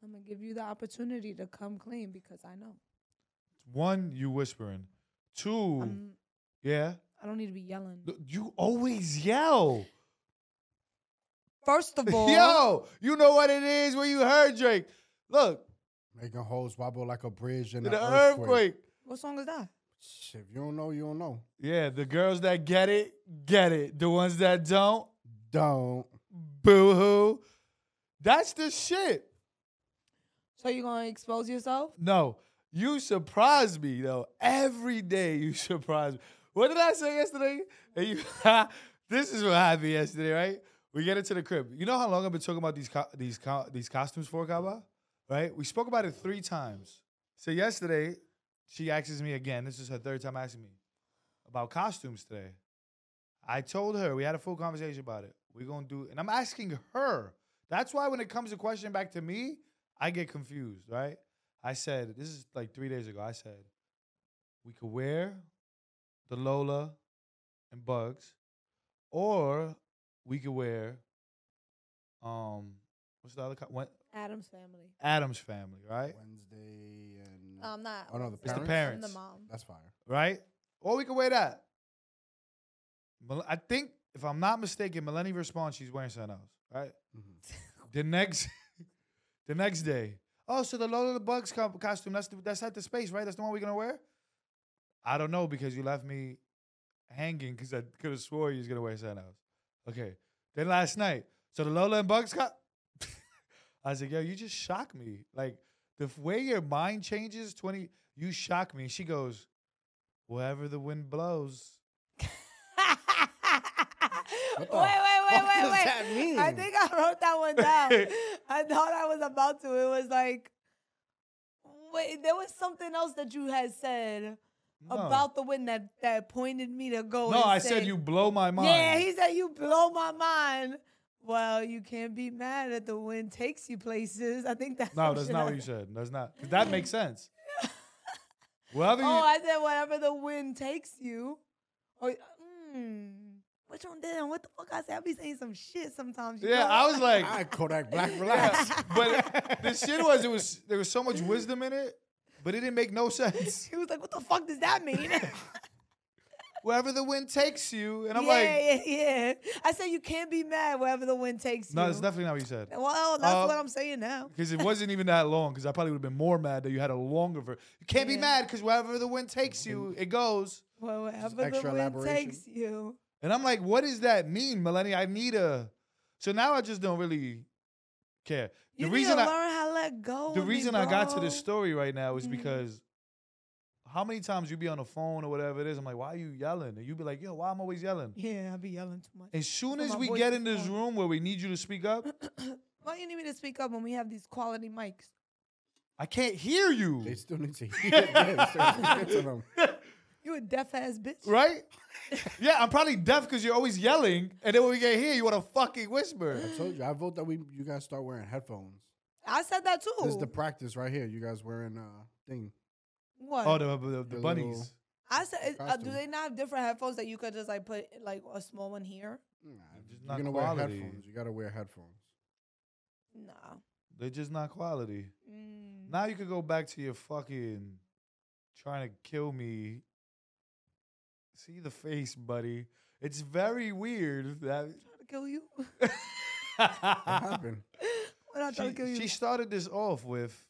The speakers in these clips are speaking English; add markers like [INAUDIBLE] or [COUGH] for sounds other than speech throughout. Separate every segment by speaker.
Speaker 1: gonna give you the opportunity to come clean because I know
Speaker 2: One, you whispering. 2
Speaker 1: I'm-
Speaker 2: yeah.
Speaker 1: I don't need to be yelling.
Speaker 2: Th- You always yell. [LAUGHS]
Speaker 1: First of all,
Speaker 2: Yo, you know what it is when you heard Drake. Look,
Speaker 3: Making holes wobble like a bridge in
Speaker 2: the
Speaker 3: an earthquake.
Speaker 2: earthquake.
Speaker 1: what song is that?
Speaker 3: Shit, if you don't know, you don't know.
Speaker 2: Yeah, the girls that get it, get it. The ones that don't,
Speaker 3: Don't.
Speaker 2: boo hoo. That's the shit.
Speaker 1: So you gonna expose yourself?
Speaker 2: No, you surprise me though. Every day you [LAUGHS] surprise me. What did I say yesterday? And you, [LAUGHS] this is what happened yesterday, right? We get into the crib. You know how long I've been talking about these co- these co- these costumes for Kaba, right? We spoke about it three times. So yesterday, she asks me again. This is her third time asking me about costumes today. I told her we had a full conversation about it. We're gonna do, and I'm asking her. That's why when it comes to question back to me, I get confused, right? I said, this is like three days ago. I said, we could wear the Lola and Bugs, or we could wear, um, what's the other co- what,
Speaker 1: Adam's family.
Speaker 2: Adam's family, right?
Speaker 3: Wednesday and
Speaker 1: No, I'm not.
Speaker 3: Oh, no, the
Speaker 1: It's
Speaker 2: It's the
Speaker 3: parents?
Speaker 1: I'm
Speaker 2: parents,
Speaker 1: the mom. [LAUGHS]
Speaker 3: That's fire.
Speaker 2: right? Or we could wear that. Mel- I think, if I'm not mistaken, Melanie responds she's wearing something else, right?
Speaker 3: Mm-hmm.
Speaker 2: The next, [LAUGHS] the next day. Oh, so the Lola the Bugs co- costume. That's the, that's at the space, right? That's the one we're gonna wear. I don't know because you left me hanging because I could have swore you was gonna wear something else. Okay. Then last night, so the Lola and Bugs got. [LAUGHS] I said, yo, you just shock me. Like the f- way your mind changes, twenty, you shock me. She goes, wherever the wind blows.
Speaker 1: wait, wait, wait,
Speaker 3: the fuck
Speaker 1: wait,
Speaker 3: does
Speaker 1: wait.
Speaker 3: that mean?
Speaker 1: I think I wrote that one
Speaker 2: [LAUGHS]
Speaker 1: down. I thought I was about to. It was like, wait, there was something else that you had said
Speaker 2: No.
Speaker 1: about the wind that, that pointed me to go.
Speaker 2: No,
Speaker 1: and
Speaker 2: I said
Speaker 1: say-
Speaker 2: you blow my mind.
Speaker 1: Oh, Yeah, he said you blow my mind. Well, you can't be mad at the wind takes you places. I think that's
Speaker 2: [LAUGHS] No,
Speaker 1: some
Speaker 2: that's
Speaker 1: shit
Speaker 2: not
Speaker 1: I-
Speaker 2: what you said. That's not. 'cause that
Speaker 1: [LAUGHS]
Speaker 2: makes sense. Whatever you.
Speaker 1: Oh, I said whatever the wind takes you. Or mm, which one did? What the fuck I said? I be saying some shit sometimes. you
Speaker 2: yeah,
Speaker 1: know? [LAUGHS]
Speaker 2: I was like, [LAUGHS]
Speaker 3: All right, Kodak Black, relax.
Speaker 2: yeah. but the shit was it was there was so much wisdom in it, but it didn't make
Speaker 1: [LAUGHS]
Speaker 2: no sense.
Speaker 1: He was like, "What the fuck does that mean?"
Speaker 2: Wherever the wind takes you, and [LAUGHS] I'm
Speaker 1: [LAUGHS] yeah,
Speaker 2: like,
Speaker 1: yeah, yeah. I said you can't be mad wherever the wind takes you.
Speaker 2: no, that's definitely not what you said.
Speaker 1: Well, that's
Speaker 2: Uh,
Speaker 1: what I'm saying now.
Speaker 2: Because it wasn't even that long. Because I probably would have been more mad that you had a longer version. You can't be
Speaker 1: Yeah.
Speaker 2: mad because wherever the wind takes you, it goes.
Speaker 1: Well, wherever the
Speaker 3: extra
Speaker 1: wind
Speaker 3: elaboration.
Speaker 1: takes you.
Speaker 2: And I'm like, what does that mean, Melanie? I need a. So now I just don't really care.
Speaker 1: You
Speaker 2: the
Speaker 1: need
Speaker 2: reason
Speaker 1: to
Speaker 2: I
Speaker 1: learn how to let go.
Speaker 2: the
Speaker 1: of me,
Speaker 2: reason I got to
Speaker 1: bro.
Speaker 2: this story right now is
Speaker 1: Mhm.
Speaker 2: because how many times you be on the phone or whatever it is, I'm like, why are you yelling? And you be like, yo, why I'm always yelling.
Speaker 1: Yeah, I be yelling too much.
Speaker 2: As soon
Speaker 1: Well,
Speaker 2: as
Speaker 1: my
Speaker 2: we
Speaker 1: voice
Speaker 2: get
Speaker 1: is
Speaker 2: in this
Speaker 1: gone.
Speaker 2: room where we need you to
Speaker 1: [CLEARS THROAT]
Speaker 2: speak up,
Speaker 1: Why you need me to speak up when we have these quality mics?
Speaker 2: I can't hear
Speaker 3: They
Speaker 2: you.
Speaker 3: still
Speaker 2: [LAUGHS]
Speaker 3: need to hear this. They still need to hear to them.
Speaker 1: You a deaf ass bitch. [LAUGHS]
Speaker 2: Right? yeah, I'm probably deaf because you're always yelling, and then when we get here, you want to fucking whisper.
Speaker 3: I told you, I vote that we you guys start wearing headphones.
Speaker 1: I said that too.
Speaker 3: This is
Speaker 2: Oh.
Speaker 3: the practice right here. You guys wearing uh thing.
Speaker 1: what?
Speaker 2: Oh, the, the, the
Speaker 3: The
Speaker 2: bunnies.
Speaker 3: little-
Speaker 1: I said, it- uh, do
Speaker 3: costume.
Speaker 1: they not have different headphones that you could just like put like a small one here?
Speaker 3: Nah, if
Speaker 2: just
Speaker 3: Mm, you're
Speaker 2: not
Speaker 3: gonna wear
Speaker 2: quality.
Speaker 3: headphones. You gotta wear
Speaker 2: [LAUGHS]
Speaker 3: headphones.
Speaker 1: No.
Speaker 2: They're just not quality.
Speaker 1: Mm.
Speaker 2: Now you could go back to your fucking trying to kill me. See the face, buddy. It's very weird that
Speaker 1: trying to kill you. [LAUGHS]
Speaker 3: What happened?
Speaker 1: We're not trying to kill
Speaker 2: she,
Speaker 1: you.
Speaker 2: she started this off with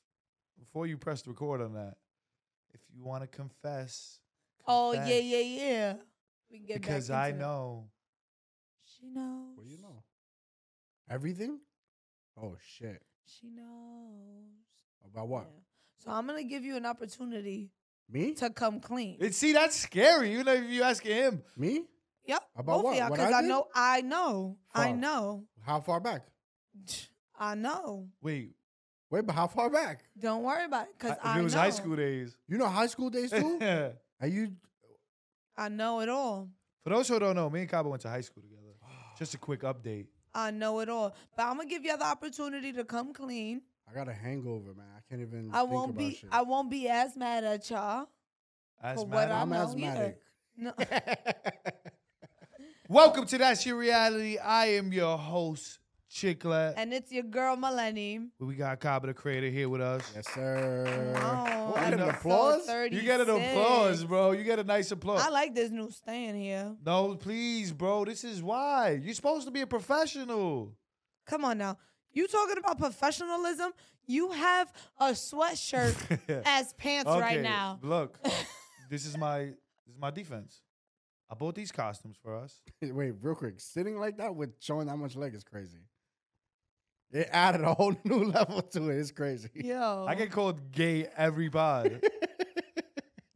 Speaker 2: before you pressed record on that. If you want to confess,
Speaker 1: oh yeah,
Speaker 2: confess,
Speaker 1: yeah, yeah. We can get back
Speaker 2: Because I
Speaker 1: into it.
Speaker 2: know
Speaker 1: She knows.
Speaker 3: What do you know? Everything? Oh shit.
Speaker 1: She knows.
Speaker 3: About what?
Speaker 1: Yeah. So I'm gonna give you an opportunity
Speaker 3: Me?
Speaker 1: to come clean.
Speaker 2: it. See, that's scary. Even if you ask him,
Speaker 3: Me?
Speaker 1: yep.
Speaker 3: About
Speaker 1: both
Speaker 3: what?
Speaker 1: of y'all,
Speaker 3: What
Speaker 1: because
Speaker 3: I
Speaker 1: I,
Speaker 3: did?
Speaker 1: know, I know, I
Speaker 3: Fuck.
Speaker 1: know,
Speaker 3: How far back?
Speaker 1: I know.
Speaker 2: wait.
Speaker 3: Wait, but how far back?
Speaker 1: Don't worry about it,
Speaker 2: I,
Speaker 1: because
Speaker 2: if
Speaker 1: I,
Speaker 2: it was
Speaker 1: know.
Speaker 2: high school days.
Speaker 3: You know high school
Speaker 2: [LAUGHS]
Speaker 3: days too?
Speaker 2: For
Speaker 3: Are you [SIGHS]
Speaker 1: I know it all.
Speaker 2: those who don't know, me and Cabo went to high school together. Just a quick update.
Speaker 1: I know it all. But I'm gonna give you the opportunity to come clean.
Speaker 3: I got a hangover, man. I can't even
Speaker 1: I
Speaker 3: think
Speaker 1: won't
Speaker 3: about
Speaker 1: be
Speaker 3: shit.
Speaker 1: I won't be as mad at y'all.
Speaker 2: As
Speaker 1: For what
Speaker 2: Madam-
Speaker 3: I'm
Speaker 1: know either.
Speaker 3: asthmatic.
Speaker 1: No. [LAUGHS]
Speaker 2: [LAUGHS] Welcome to That's Your Reality. I am your host, Chiclet.
Speaker 1: And it's your girl, Melanie.
Speaker 2: we got Cobb the Creator here with us.
Speaker 3: Yes, sir.
Speaker 1: Wow,
Speaker 3: What, an
Speaker 1: episode
Speaker 3: applause?
Speaker 2: You get an applause,
Speaker 1: 36.
Speaker 2: bro. You get a nice applause.
Speaker 1: I like this new stand here.
Speaker 2: no, please, bro. This is why. You're supposed to be
Speaker 1: [LAUGHS]
Speaker 2: a professional.
Speaker 1: Come on now. You talking about professionalism? You have a
Speaker 2: [LAUGHS]
Speaker 1: sweatshirt as pants right
Speaker 2: Okay, [LAUGHS]
Speaker 1: now. [LAUGHS]
Speaker 2: Look, this is my this is my defense. I bought these costumes for us.
Speaker 3: [LAUGHS] Wait, real quick. Sitting like that with showing that much leg is crazy. It added a whole [LAUGHS] new level to it. It's crazy. [LAUGHS]
Speaker 1: Yo.
Speaker 2: I get called gay every pod. and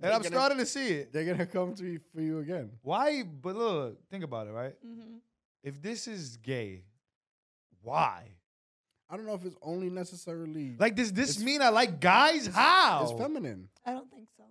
Speaker 2: I'm
Speaker 3: gonna-
Speaker 2: starting to see it.
Speaker 3: They're gonna come to you for you again.
Speaker 2: Why? But look, think about it, right?
Speaker 1: Mhm.
Speaker 2: If this is gay, why?
Speaker 3: I don't know if it's only necessarily
Speaker 2: Like, does this
Speaker 3: It's-
Speaker 2: mean I like guys? How?
Speaker 3: it's feminine.
Speaker 1: I don't think so.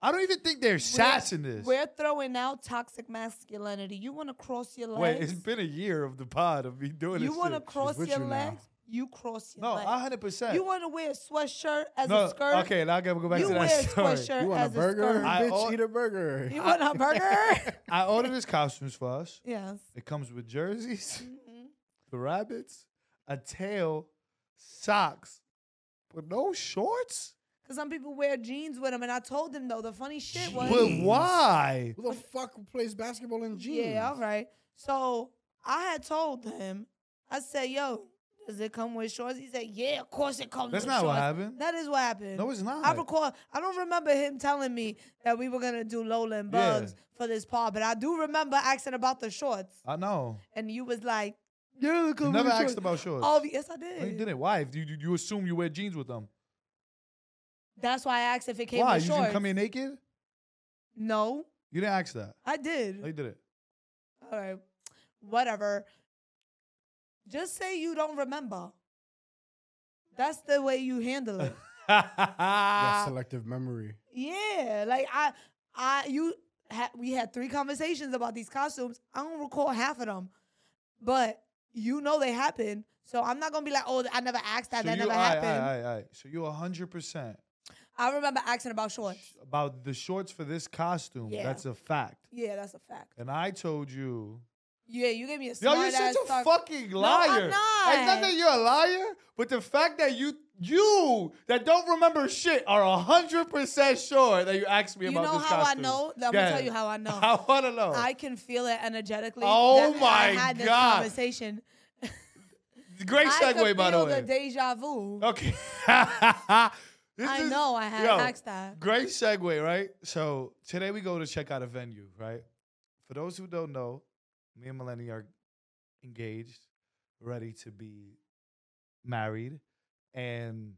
Speaker 2: I don't even think there's sass in this.
Speaker 1: We're throwing out toxic masculinity. You want to cross your
Speaker 2: Wait,
Speaker 1: legs?
Speaker 2: it's been a year of the pod of me doing this.
Speaker 1: you want to
Speaker 2: shit.
Speaker 1: cross
Speaker 3: with
Speaker 1: your
Speaker 3: you now.
Speaker 1: legs? You cross your
Speaker 2: No,
Speaker 1: legs.
Speaker 2: hundred percent.
Speaker 1: You want to wear a sweatshirt as
Speaker 2: no,
Speaker 1: a skirt?
Speaker 2: Okay, now I gotta go back
Speaker 1: You
Speaker 2: to
Speaker 1: wear a
Speaker 2: that [LAUGHS] story.
Speaker 1: sweatshirt
Speaker 3: You want
Speaker 1: as
Speaker 3: a burger?
Speaker 1: skirt.
Speaker 2: I
Speaker 3: Bitch,
Speaker 2: al-
Speaker 3: eat a burger.
Speaker 1: you want a burger?
Speaker 2: [LAUGHS] I ordered his costumes for
Speaker 1: [LAUGHS]
Speaker 2: us.
Speaker 1: yes.
Speaker 2: It comes with jerseys,
Speaker 1: Mm-hmm.
Speaker 2: [LAUGHS] the rabbits, a tail, socks, but no shorts.
Speaker 1: Because some people wear jeans with them. And I told them, though, the funny shit was.
Speaker 2: But why?
Speaker 3: Who the fuck plays basketball in jeans?
Speaker 1: Yeah, all right. So I had told him, I said, yo, does it come with shorts? He said, yeah, of course it comes
Speaker 2: That's
Speaker 1: with
Speaker 2: not what
Speaker 1: shorts."
Speaker 2: happened.
Speaker 1: That is what happened.
Speaker 2: No, it's not.
Speaker 1: I recall, I don't remember him telling me that we were going to do Lola and
Speaker 2: Yeah.
Speaker 1: Bugs for this part, but I do remember asking about the shorts.
Speaker 2: I know.
Speaker 1: And you was like, yeah, it
Speaker 2: You
Speaker 1: comes
Speaker 2: never
Speaker 1: with
Speaker 2: asked
Speaker 1: shorts.
Speaker 2: about shorts.
Speaker 1: Oh, yes, I
Speaker 2: No, you
Speaker 1: did.
Speaker 2: didn't. Why? If you, you you assume you wear jeans with them,
Speaker 1: That's why I asked if it came
Speaker 2: why
Speaker 1: with
Speaker 2: you
Speaker 1: shorts.
Speaker 2: didn't come in naked?
Speaker 1: no,
Speaker 2: You didn't ask that.
Speaker 1: I did.
Speaker 2: No, you didn't.
Speaker 1: All right, whatever. Just say you don't remember. That's the way you handle it.
Speaker 2: [LAUGHS]
Speaker 3: That's
Speaker 2: That's
Speaker 3: selective memory.
Speaker 1: yeah, like I, I, you, ha- we had three conversations about these costumes. I don't recall half of them, but you know they happened. So I'm not gonna be like, oh, I never asked that.
Speaker 2: so
Speaker 1: that
Speaker 2: you,
Speaker 1: never
Speaker 2: all right,
Speaker 1: happened.
Speaker 2: All right, all right. So you hundred percent
Speaker 1: I remember asking about shorts.
Speaker 2: about the shorts for this costume.
Speaker 1: Yeah.
Speaker 2: That's a fact.
Speaker 1: Yeah, that's a fact.
Speaker 2: And I told you.
Speaker 1: Yeah, you gave me a
Speaker 2: Yo,
Speaker 1: smart
Speaker 2: you're such
Speaker 1: ass
Speaker 2: a
Speaker 1: start-
Speaker 2: fucking
Speaker 1: No,
Speaker 2: liar.
Speaker 1: I'm not.
Speaker 2: It's not that you're a liar, but the fact that you you that don't remember shit are hundred percent sure that you asked me
Speaker 1: You
Speaker 2: about
Speaker 1: know
Speaker 2: this
Speaker 1: how I
Speaker 2: costume.
Speaker 1: know? I'm
Speaker 2: Go
Speaker 1: gonna tell
Speaker 2: ahead.
Speaker 1: you
Speaker 2: [LAUGHS]
Speaker 1: how I know.
Speaker 2: I want to know.
Speaker 1: I can feel it energetically.
Speaker 2: Oh
Speaker 1: that
Speaker 2: my
Speaker 1: I had this
Speaker 2: God.
Speaker 1: conversation.
Speaker 2: Great
Speaker 1: I
Speaker 2: segue,
Speaker 1: could
Speaker 2: by the
Speaker 1: feel
Speaker 2: way.
Speaker 1: the deja vu.
Speaker 2: Okay. [LAUGHS] This
Speaker 1: I
Speaker 2: is-
Speaker 1: know I had
Speaker 2: yo,
Speaker 1: asked that.
Speaker 2: Great segue, right? So today we go to check out a venue, right? For those who don't know, me and Melanie are engaged, ready to be married, and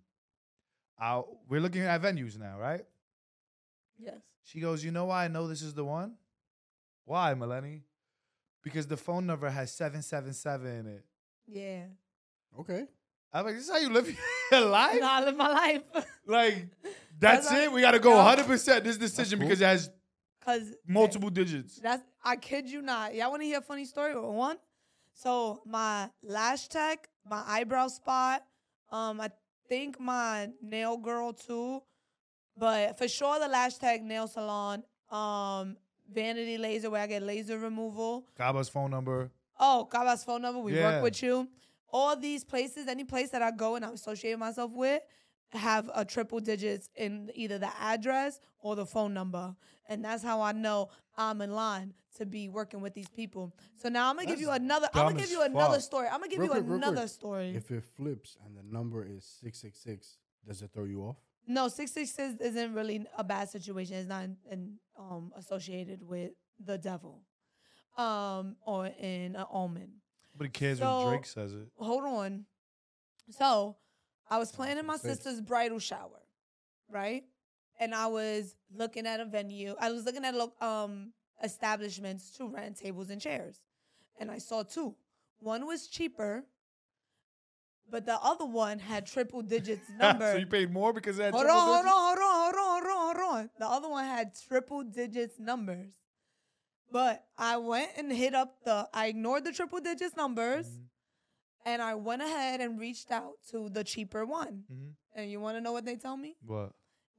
Speaker 2: i we're looking at venues now, right?
Speaker 1: Yes.
Speaker 2: She goes, "You know why I know this is the one? Why, Melanie? Because the phone number has seven seven seven in it."
Speaker 1: Yeah.
Speaker 3: Okay.
Speaker 2: I'm like, "This is how you live [LAUGHS] your life?
Speaker 1: And I live my life. [LAUGHS]
Speaker 2: Like, that's,
Speaker 1: That's
Speaker 2: it. We got to go
Speaker 1: no.
Speaker 2: 100 percent this decision
Speaker 3: cool.
Speaker 2: because it has
Speaker 1: Cause
Speaker 2: multiple digits.
Speaker 1: That's I kid you not. Y'all want to hear a funny story or one? So my lash tech, my eyebrow spot, um, I think my nail girl too, but for sure the lash tech nail salon, um, vanity laser where I get laser removal.
Speaker 2: Caba's phone number.
Speaker 1: Oh, Caba's phone number. We
Speaker 2: Yeah.
Speaker 1: work with you. All these places, any place that I go and I associate myself with, have a triple digits in either the address or the phone number, and that's how I know I'm in line to be working with these people. So now I'm gonna give you
Speaker 2: That's
Speaker 1: another. I'm
Speaker 2: dumb
Speaker 1: gonna give
Speaker 2: as
Speaker 1: you another
Speaker 2: fuck.
Speaker 1: story. I'm gonna give
Speaker 3: Real
Speaker 1: you
Speaker 3: quick, real
Speaker 1: another
Speaker 3: quick.
Speaker 1: story.
Speaker 3: If it flips and the number is six six six, does it throw you off?
Speaker 1: no, six six six isn't really a bad situation. It's not in, in, um, associated with the devil, um, or in an omen.
Speaker 2: Nobody cares
Speaker 1: So-
Speaker 2: when Drake says it. [LAUGHS]
Speaker 1: hold on. So I was planning my
Speaker 3: Conversation.
Speaker 1: sister's bridal shower, right? And I was looking at a venue. I was looking at lo- um establishments to rent tables and chairs. And I saw two. One was cheaper, but the other one had triple digits number.
Speaker 2: [LAUGHS] so you paid more because that.
Speaker 1: Hold on, hold on, hold on, hold on, hold on, hold on. The other one had triple digits numbers. But I went and hit up the, I ignored the triple digits numbers and I went ahead and reached out to the cheaper one.
Speaker 2: Mhm.
Speaker 1: And you want to know what they tell me?
Speaker 2: What?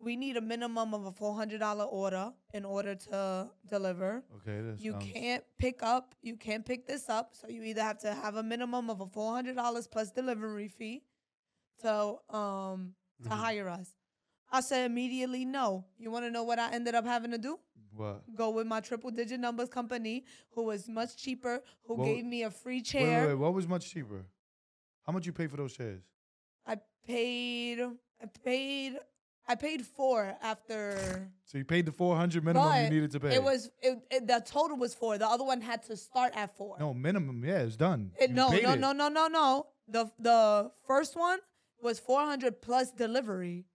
Speaker 1: we need a minimum of a four hundred dollar order in order to deliver.
Speaker 2: Okay, this
Speaker 1: You
Speaker 2: sounds-
Speaker 1: can't pick up. You can't pick this up. So you either have to have a minimum of a four hundred dollars plus delivery fee to um to
Speaker 2: Mhm.
Speaker 1: hire us. I said immediately no. You want to know what I ended up having to do?
Speaker 2: What?
Speaker 1: Go with my triple digit numbers company, who was much cheaper, who
Speaker 2: Well,
Speaker 1: gave me a free
Speaker 2: Wait,
Speaker 1: chair.
Speaker 2: wait, wait. What was much cheaper? How much you pay for those chairs?
Speaker 1: I paid. I paid. I paid four after.
Speaker 2: So you paid the four hundred minimum you
Speaker 1: But
Speaker 2: needed to pay.
Speaker 1: It was it, it, the total was four. The other one had to start at four.
Speaker 2: no minimum. Yeah, it's done.
Speaker 1: It- Uh,
Speaker 2: You
Speaker 1: no,
Speaker 2: paid
Speaker 1: no,
Speaker 2: it.
Speaker 1: no, no, no, no. The the first one was four hundred plus delivery.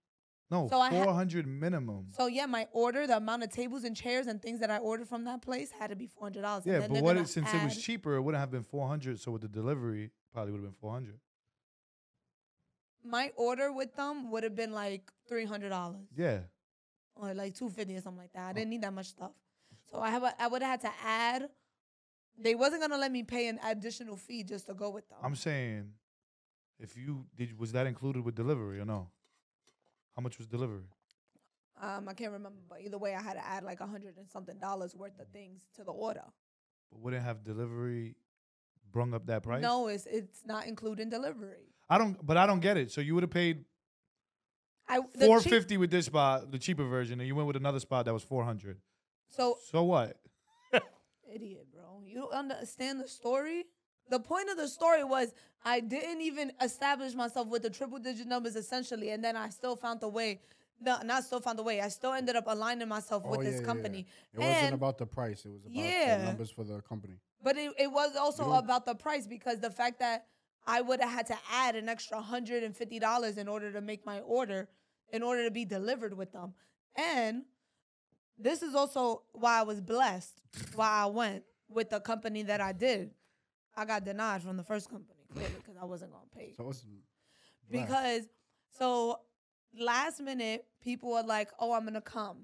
Speaker 2: No,
Speaker 1: So I ha-
Speaker 2: four hundred minimum.
Speaker 1: So yeah, my order, the amount of tables and chairs and things that I ordered from that place had to be four hundred dollars.
Speaker 2: yeah, but what? It, since it was cheaper, it wouldn't have been four hundred. So with the delivery, probably would have been four hundred.
Speaker 1: my order with them would have been like three hundred dollars.
Speaker 2: Yeah.
Speaker 1: or like 250 or something like that. I didn't need that much stuff. So I have a, I would have had to add they wasn't going to let me pay an additional fee just to go with them.
Speaker 2: I'm saying, if you did, was that included with delivery or no? How much was delivery?
Speaker 1: um I can't remember, but either way I had to add like a 100 and something dollars worth of things to the order.
Speaker 2: But wouldn't have delivery brung up that price?
Speaker 1: No, it's it's not including delivery.
Speaker 2: I don't. But I don't get it. So you would have paid
Speaker 1: I the cheap-
Speaker 2: four fifty with this spot, the cheaper version, and you went with another spot that was four hundred.
Speaker 1: So
Speaker 2: So what?
Speaker 1: idiot, bro. You don't understand the story? The point of the story was I didn't even establish myself with the triple digit numbers essentially, and then I still found the way. No, not still found the way. I still ended up aligning myself
Speaker 3: Oh,
Speaker 1: with
Speaker 3: yeah,
Speaker 1: this
Speaker 3: yeah, yeah.
Speaker 1: company.
Speaker 3: It wasn't
Speaker 1: And-
Speaker 3: about the price. It was about
Speaker 1: Yeah.
Speaker 3: the numbers for the company.
Speaker 1: But it, it was also
Speaker 3: don't-
Speaker 1: about the price because the fact that I would have had to add an extra hundred and fifty dollars in order to make my order, in order to be delivered with them. And this is also why I was blessed, why I went with the company that I did. I got denied from the first company clearly because I wasn't gonna pay
Speaker 3: So it's
Speaker 1: because so last minute people were like, "Oh, I'm gonna come,"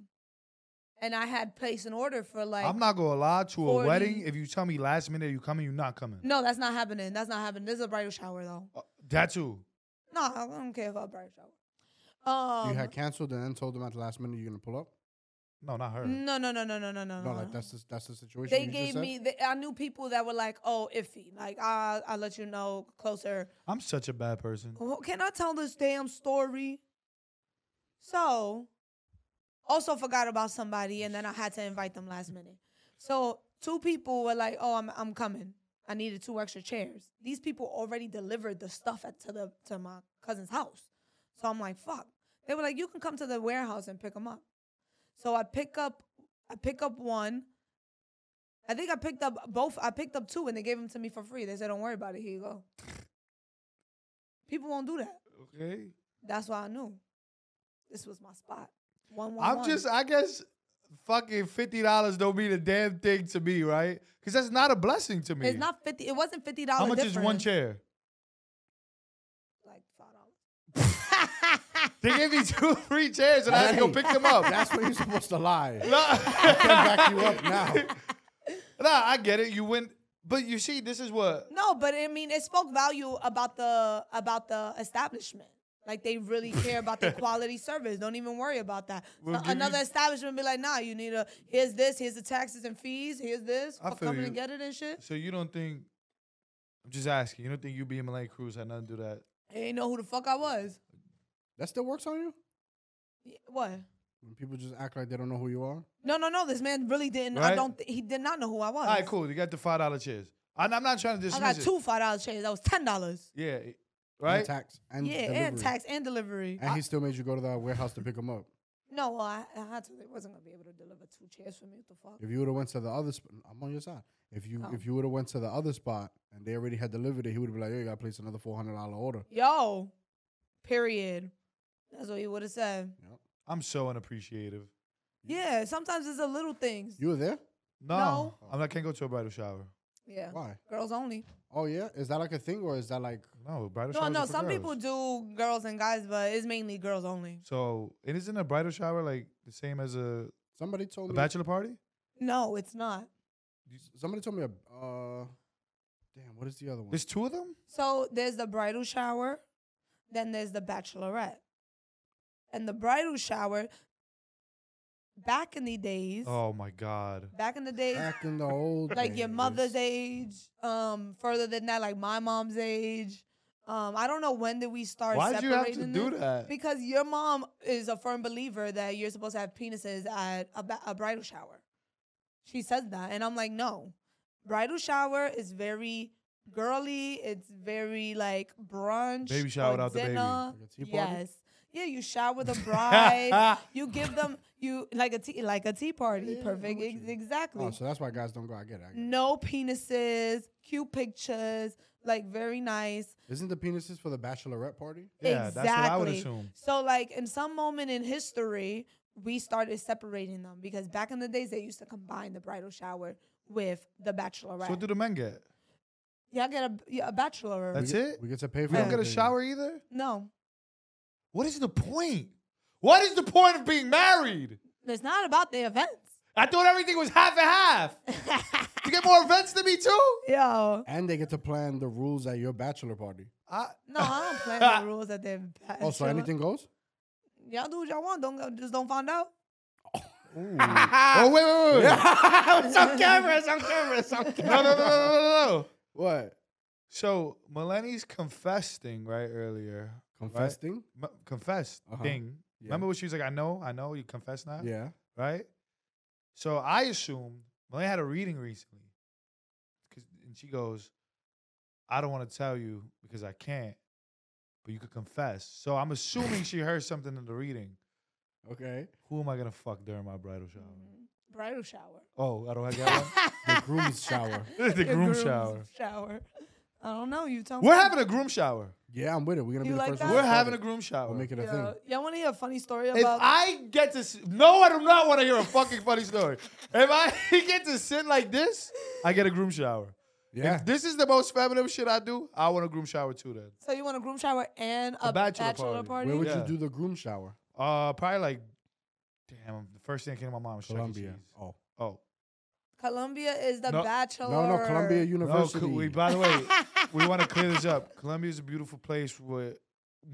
Speaker 1: and I had placed an order for like
Speaker 2: I'm not gonna lie to a
Speaker 1: 40
Speaker 2: wedding. If you tell me last minute you coming, you not coming.
Speaker 1: No, that's not happening. That's not happening. This is a bridal shower though.
Speaker 2: Uh, that too.
Speaker 1: No, I don't care about a bridal shower. Um,
Speaker 3: you had canceled and then told them at the last minute you're gonna pull up.
Speaker 2: No, not her.
Speaker 1: no, no, no, no, no, no, no.
Speaker 3: No,
Speaker 1: no,
Speaker 3: like
Speaker 1: no.
Speaker 3: that's the, that's the situation.
Speaker 1: Uh-huh. They
Speaker 3: you
Speaker 1: gave
Speaker 3: just said?
Speaker 1: me. They, I knew people that were like, "Oh, iffy." Like, I, I'll let you know closer.
Speaker 2: I'm such a bad person.
Speaker 1: Well, Oh, can I tell this damn story? So, also forgot about somebody, and then I had to invite them last minute. So, two people were like, "Oh, I'm I'm coming. I needed two extra chairs." These people already delivered the stuff at, to the to my cousin's house. So I'm like, "Fuck." They were like, "You can come to the warehouse and pick them up." So I pick up, I pick up one. I think I picked up both. I picked up two, and they gave them to me for free. They said, "Don't worry about it. Here you go." People won't do that.
Speaker 2: Okay.
Speaker 1: That's why I knew this was my spot. One, one,
Speaker 2: I'm
Speaker 1: one.
Speaker 2: just, I guess, fucking fifty dollars don't mean a damn thing to me, right? Because that's not a blessing to me.
Speaker 1: It's not fifty. It wasn't fifty dollars.
Speaker 2: How much is one chair?
Speaker 1: Like five dollars.
Speaker 2: They gave
Speaker 1: [LAUGHS]
Speaker 2: me two free chairs and I had to go
Speaker 3: Hey,
Speaker 2: pick them up. [LAUGHS]
Speaker 3: [LAUGHS] That's where you're supposed to lie.
Speaker 1: [LAUGHS]
Speaker 2: no,
Speaker 3: Can back you up now.
Speaker 2: no, I get it. You went, but you see, this is what
Speaker 1: No, but I mean, it spoke value about the about the establishment. Like they really care about
Speaker 2: [LAUGHS]
Speaker 1: the quality service. Don't even worry about that.
Speaker 2: We'll
Speaker 1: So
Speaker 2: give you-
Speaker 1: another establishment be like, nah, you need a here's this, here's the taxes and fees, here's this
Speaker 2: I
Speaker 1: for
Speaker 2: feel
Speaker 1: coming
Speaker 2: you.
Speaker 1: and get it and shit.
Speaker 2: So you don't think? I'm just asking. You don't think you being Malay Cruz had nothing to do with that?
Speaker 1: They ain't know who the fuck I was.
Speaker 3: That still works on you
Speaker 1: Yeah, What?
Speaker 3: when people just act like they don't know who you are.
Speaker 1: No, no, no. This man really didn't.
Speaker 2: Right?
Speaker 1: I don't. Th- he did not know who I was.
Speaker 2: All right, cool. You got the five dollar chairs. And I'm not trying to
Speaker 1: I
Speaker 2: dismiss
Speaker 1: got
Speaker 2: it.
Speaker 1: two five dollar chairs. That was ten dollars.
Speaker 2: Yeah, it-
Speaker 3: And
Speaker 2: right.
Speaker 3: tax and
Speaker 1: Yeah,
Speaker 3: delivery.
Speaker 1: and tax and delivery.
Speaker 3: And he still made you go to that warehouse to pick them up.
Speaker 1: no, well, I, I had to. They wasn't gonna be able to deliver two chairs for me. What the fuck?
Speaker 3: If you would have went to the other, spot, I'm on your side. If you
Speaker 1: Oh.
Speaker 3: if you would have went to the other spot and they already had delivered it, he would have been like, "Yo, you gotta place another four hundred dollar order."
Speaker 1: Yo, period. That's what he would have said.
Speaker 2: I'm so unappreciative.
Speaker 1: Yeah, sometimes it's the little things.
Speaker 3: You were there?
Speaker 2: No,
Speaker 1: No.
Speaker 2: I'm not. Can't go to a bridal shower.
Speaker 1: Yeah,
Speaker 3: Why?
Speaker 1: girls only.
Speaker 3: Oh yeah, is that like a thing or is that like
Speaker 2: No, bridal
Speaker 1: No,
Speaker 2: shower.
Speaker 1: no. Some people do girls and guys, but it's mainly girls only.
Speaker 2: So, and isn't a bridal shower like the same as a,
Speaker 3: somebody told
Speaker 2: a
Speaker 3: me?
Speaker 2: bachelor party?
Speaker 1: No, it's not.
Speaker 3: Somebody told me a uh, damn. What is the other one?
Speaker 2: There's two of them.
Speaker 1: So there's the bridal shower, then there's the bachelorette, and the bridal shower. Back in the days,
Speaker 2: Oh my God.
Speaker 1: back in the days,
Speaker 3: Back in the old
Speaker 1: like your
Speaker 3: days. Oh,
Speaker 1: mother's age, um, further than that, like my mom's age. Um, I don't know when did we start.
Speaker 2: Why would you have to
Speaker 1: separating
Speaker 2: do
Speaker 1: them.
Speaker 2: that?
Speaker 1: Because your mom is a firm believer that you're supposed to have penises at a, ba- a bridal shower. She says that, and I'm like, no. Bridal shower is very girly. It's very like brunch.
Speaker 2: Baby
Speaker 1: or
Speaker 2: shower without the baby.
Speaker 1: dinner.
Speaker 3: Like a tea party?
Speaker 1: yes. Yeah, you shower
Speaker 3: [LAUGHS]
Speaker 1: the bride. you give them you like a tea like a tea party.
Speaker 3: Yeah, I'm
Speaker 1: Perfect.
Speaker 3: with
Speaker 1: Ex-
Speaker 3: you.
Speaker 1: Exactly Mm.
Speaker 3: Oh, so that's why guys don't go. I get it. I get it.
Speaker 1: no penises, cute pictures, like very nice.
Speaker 3: Isn't the penises for the bachelorette party?
Speaker 2: yeah, that's what I would
Speaker 1: exactly.
Speaker 2: assume.
Speaker 1: So like in some moment in history, we started separating them because back in the days they used to combine the bridal shower with the bachelorette.
Speaker 2: So what do the men get?
Speaker 1: Y'all get a, yeah, a bachelor.
Speaker 2: That's
Speaker 3: we
Speaker 2: it?
Speaker 3: Get, we get to pay for.
Speaker 2: We don't get a
Speaker 3: everything.
Speaker 2: shower either?
Speaker 1: no,
Speaker 2: What is the point? What is the point of being married?
Speaker 1: it's not about the events. [LAUGHS]
Speaker 2: I thought everything was half and half. You get more events than me too?
Speaker 1: Yo,
Speaker 3: And they get to plan the rules at your bachelor party. [LAUGHS]
Speaker 2: I,
Speaker 1: no, I don't plan
Speaker 2: [LAUGHS]
Speaker 1: the rules at the bachelor.
Speaker 3: Oh, so anything goes.
Speaker 1: Y'all do what y'all want. Don't go, just don't find out.
Speaker 3: [COUGHS]
Speaker 2: oh wait, wait, wait, wait.
Speaker 3: [LAUGHS] it's on camera. It's on camera. It's on
Speaker 2: no,
Speaker 3: camera.
Speaker 2: no, no, no, no, no, no.
Speaker 3: What?
Speaker 2: So Melanies confessing right earlier.
Speaker 3: Confessing?
Speaker 2: Right? M- confessed
Speaker 3: Uh-huh.
Speaker 2: thing.
Speaker 3: Yeah.
Speaker 2: Remember what she was like? I know, I know. You confess now,
Speaker 3: Yeah.
Speaker 2: right? So I assumed Melania had a reading recently, 'Cause- and she goes, "I don't want to tell you because I can't, but you could confess." So I'm assuming she heard something in the reading.
Speaker 3: Okay.
Speaker 2: Who am I gonna fuck during my bridal shower?
Speaker 1: Bridal shower.
Speaker 2: Oh, I don't
Speaker 3: [LAUGHS]
Speaker 2: have that one.
Speaker 3: The groom's shower.
Speaker 2: the
Speaker 1: Your
Speaker 2: groom
Speaker 1: groom's
Speaker 2: shower.
Speaker 1: Shower. I don't know. You tell me.
Speaker 2: We're having a groom shower.
Speaker 3: Yeah, I'm with it. We're gonna
Speaker 1: You
Speaker 3: be the
Speaker 1: like
Speaker 3: first.
Speaker 1: that?
Speaker 3: ones to
Speaker 2: We're
Speaker 3: start
Speaker 2: having
Speaker 3: it.
Speaker 2: a groom shower.
Speaker 3: We'll make it a
Speaker 1: Yo,
Speaker 3: thing.
Speaker 1: y'all want to hear a funny story
Speaker 2: If
Speaker 1: about?
Speaker 2: I get to, sit, no, I do not want to hear a fucking funny story. If I [LAUGHS] get to sit like this, I get a groom shower.
Speaker 3: Yeah.
Speaker 2: If this is the most feminine shit I do, I want a groom shower too. Then,
Speaker 1: so you want a groom shower and a,
Speaker 2: bachelor
Speaker 1: bachelor,
Speaker 2: party.
Speaker 1: party?
Speaker 3: Where would
Speaker 2: Yeah.
Speaker 3: you do the groom shower?
Speaker 2: uh, probably like, damn, the first thing that came to my mind was Chuck E.
Speaker 3: Columbia.
Speaker 2: Cheese.
Speaker 3: Oh.
Speaker 2: Oh,
Speaker 1: Columbia is the
Speaker 2: No.
Speaker 1: bachelor.
Speaker 3: No, no, Columbia
Speaker 2: no,
Speaker 3: University.
Speaker 2: could we, by the way, we want to clear this up. Columbia is a beautiful place with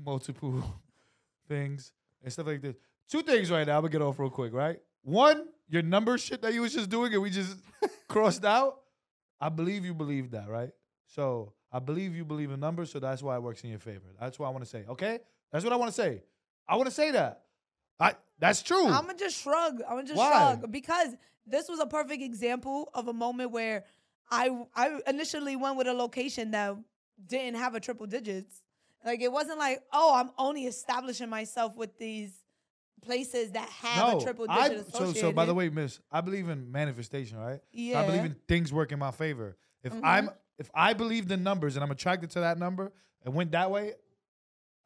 Speaker 2: multiple [LAUGHS] things and stuff like this. Two things right now. I'm gonna get off real quick. Right, one, your number shit that you was just doing and we just crossed out. I believe you believe that, right? So I believe you believe in numbers, so that's why it works in your favor. That's what I want to say. Okay, that's what I want to say. I want to say that. I that's true.
Speaker 1: I'm gonna just shrug. I'm gonna just
Speaker 2: Why?
Speaker 1: shrug because this was a perfect example of a moment where I I initially went with a location that didn't have a triple digits. Like it wasn't like oh I'm only establishing myself with these places that have a triple digit
Speaker 2: I, so,
Speaker 1: associated.
Speaker 2: so by the way, miss, I believe in manifestation, right? So I believe
Speaker 1: Yeah. Mm-hmm.
Speaker 2: in things work in my favor. If I'm if I believe the numbers and I'm attracted to that number and went that way,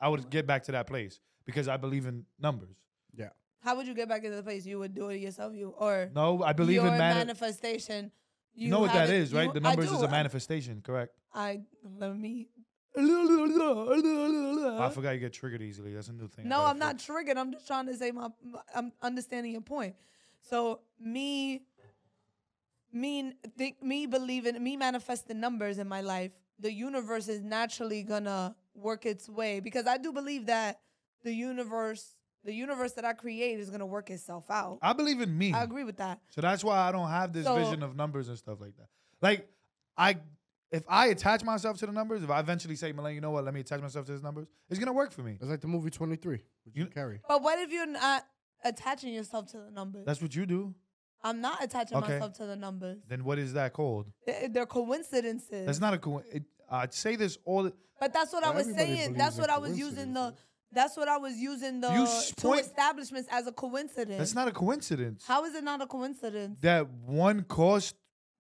Speaker 2: I would get back to that place because I believe in numbers.
Speaker 3: Yeah.
Speaker 1: how would you get back into the place? You would do it yourself. You or
Speaker 2: No, I believe
Speaker 1: your
Speaker 2: in mani-
Speaker 1: manifestation.
Speaker 2: You know what
Speaker 1: have
Speaker 2: that
Speaker 1: it-
Speaker 2: is,
Speaker 1: you-
Speaker 2: right? The
Speaker 1: I
Speaker 2: numbers
Speaker 1: do.
Speaker 2: is a
Speaker 1: I-
Speaker 2: manifestation, correct?
Speaker 1: I let me.
Speaker 2: Oh, I forgot you get triggered easily. That's a new thing. I
Speaker 1: No,
Speaker 2: gotta
Speaker 1: I'm not
Speaker 2: fix.
Speaker 1: triggered. I'm just trying to say my. my- I'm understanding your point. So me, me, think me believing, me manifesting numbers in my life. The universe is naturally gonna work its way because I do believe that the universe, the universe that I create, is gonna work itself out.
Speaker 2: I believe in me.
Speaker 1: I agree with that.
Speaker 2: So that's why I don't have this
Speaker 1: So-
Speaker 2: vision of numbers and stuff like that. Like I if I attach myself to the numbers, if I eventually say, Milan, you know what, let me attach myself to these numbers, it's gonna work for me.
Speaker 3: It's like the movie 23 with
Speaker 2: You-
Speaker 3: Jim Carrey.
Speaker 1: But what if you're not attaching yourself to the numbers?
Speaker 2: That's what you do.
Speaker 1: I'm not attaching
Speaker 2: Okay.
Speaker 1: myself to the numbers.
Speaker 2: Then what is that called?
Speaker 1: They- They're coincidences.
Speaker 2: That's not a co- it, I say this all. The,
Speaker 1: But that's what I
Speaker 3: Well,
Speaker 1: was
Speaker 3: everybody
Speaker 1: saying.
Speaker 3: believes
Speaker 1: That's
Speaker 3: in
Speaker 1: what I was using the.
Speaker 3: coincidences.
Speaker 1: That's what I was using the
Speaker 2: You
Speaker 1: two
Speaker 2: point-
Speaker 1: establishments as a coincidence.
Speaker 2: that's not a coincidence.
Speaker 1: How is it not a coincidence?
Speaker 2: that one cost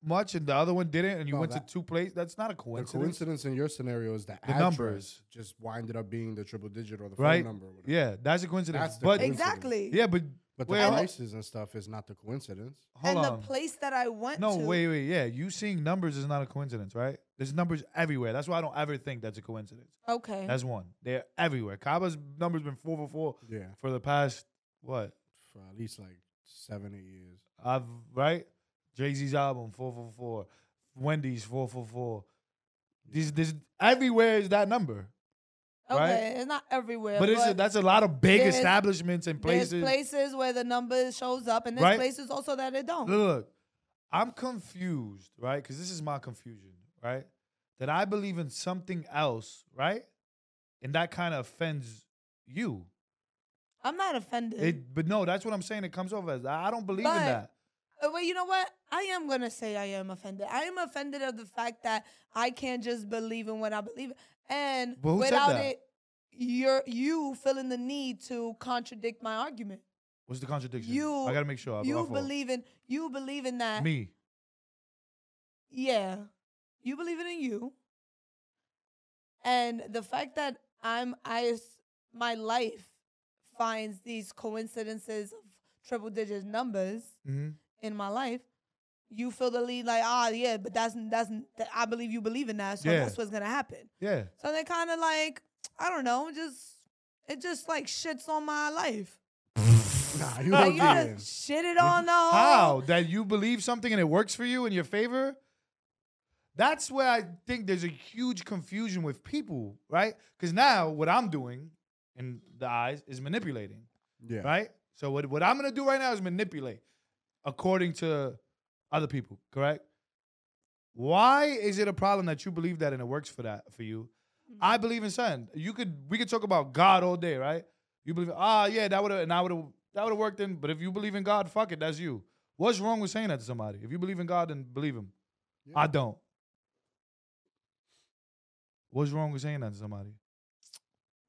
Speaker 2: much and the other one didn't, and you
Speaker 3: No,
Speaker 2: went
Speaker 3: that-
Speaker 2: to two places. That's not a
Speaker 3: The
Speaker 2: coincidence,
Speaker 3: coincidence in your scenario is the, address
Speaker 2: numbers.
Speaker 3: just winded up being the triple digit or the phone
Speaker 2: right?
Speaker 3: number. Or whatever.
Speaker 2: Yeah, that's a coincidence.
Speaker 3: That's the
Speaker 2: but
Speaker 3: coincidence.
Speaker 1: exactly.
Speaker 2: yeah, but
Speaker 3: But the
Speaker 2: wait, hol-
Speaker 3: prices and stuff is not the coincidence.
Speaker 2: hold
Speaker 1: and
Speaker 2: on.
Speaker 1: the place that I went
Speaker 2: no,
Speaker 1: to.
Speaker 2: wait, wait, yeah. You seeing numbers is not a coincidence, right? There's numbers everywhere. That's why I don't ever think that's a coincidence.
Speaker 1: Okay.
Speaker 2: That's one. They're everywhere. Kaba's numbers been four for four
Speaker 3: Yeah,
Speaker 2: for the past what?
Speaker 3: for at least like seven,
Speaker 2: [LAUGHS]
Speaker 3: eight years.
Speaker 2: I've right. Jay Z's album four four four, Wendy's four four four. This this everywhere is that number.
Speaker 1: Okay,
Speaker 2: Right?
Speaker 1: it's not everywhere.
Speaker 2: But it's a, that's a lot of big
Speaker 1: there's-
Speaker 2: establishments and places.
Speaker 1: There's places where the number shows up, and there's
Speaker 2: Right?
Speaker 1: places also that it don't.
Speaker 2: Look, I'm confused, right? Because this is my confusion, right? That I believe in something else, right? And that kind of offends you.
Speaker 1: I'm not offended.
Speaker 2: It, but no, that's what I'm saying. It comes over as I I don't believe
Speaker 1: But-
Speaker 2: in that.
Speaker 1: Uh, Well, you know what? I am gonna say I am offended. I am offended of the fact that I can't just believe in what I believe, in. and
Speaker 2: But who said
Speaker 1: without
Speaker 2: that?
Speaker 1: it, you're you feeling the need to contradict my argument.
Speaker 2: What's the contradiction?
Speaker 1: You-
Speaker 2: I gotta make sure.
Speaker 1: you
Speaker 2: My fault.
Speaker 1: believe in you believe in that.
Speaker 2: me.
Speaker 1: Yeah, you believe it in you, and the fact that I'm I s- my life finds these coincidences of triple digit numbers.
Speaker 2: hmm
Speaker 1: in my life, you feel the lead like, ah, yeah, but that's that's that I believe you believe in that, so
Speaker 2: Yeah.
Speaker 1: that's what's gonna happen.
Speaker 2: Yeah.
Speaker 1: So they kind of like, I don't know, just it just like shits on my life.
Speaker 3: Nah, you
Speaker 1: Like you
Speaker 3: don't
Speaker 1: just shit it on the whole.
Speaker 2: Mm-hmm. How that you believe something and it works for you in your favor? That's where I think there's a huge confusion with people, right? Because now what I'm doing in the eyes is manipulating.
Speaker 3: Yeah.
Speaker 2: right? So what what I'm gonna do right now is manipulate according to other people, correct? Why is it a problem that you believe that and it works for that for you?
Speaker 3: Hmm.
Speaker 2: I believe in something. You could we could talk about God all day, right? You believe ah yeah that would have and I would have that would have worked in, but if you believe in God, fuck it, that's you. What's wrong with saying that to somebody? If you believe in God, then believe him.
Speaker 3: Yeah.
Speaker 2: I don't. What's wrong with saying that to somebody?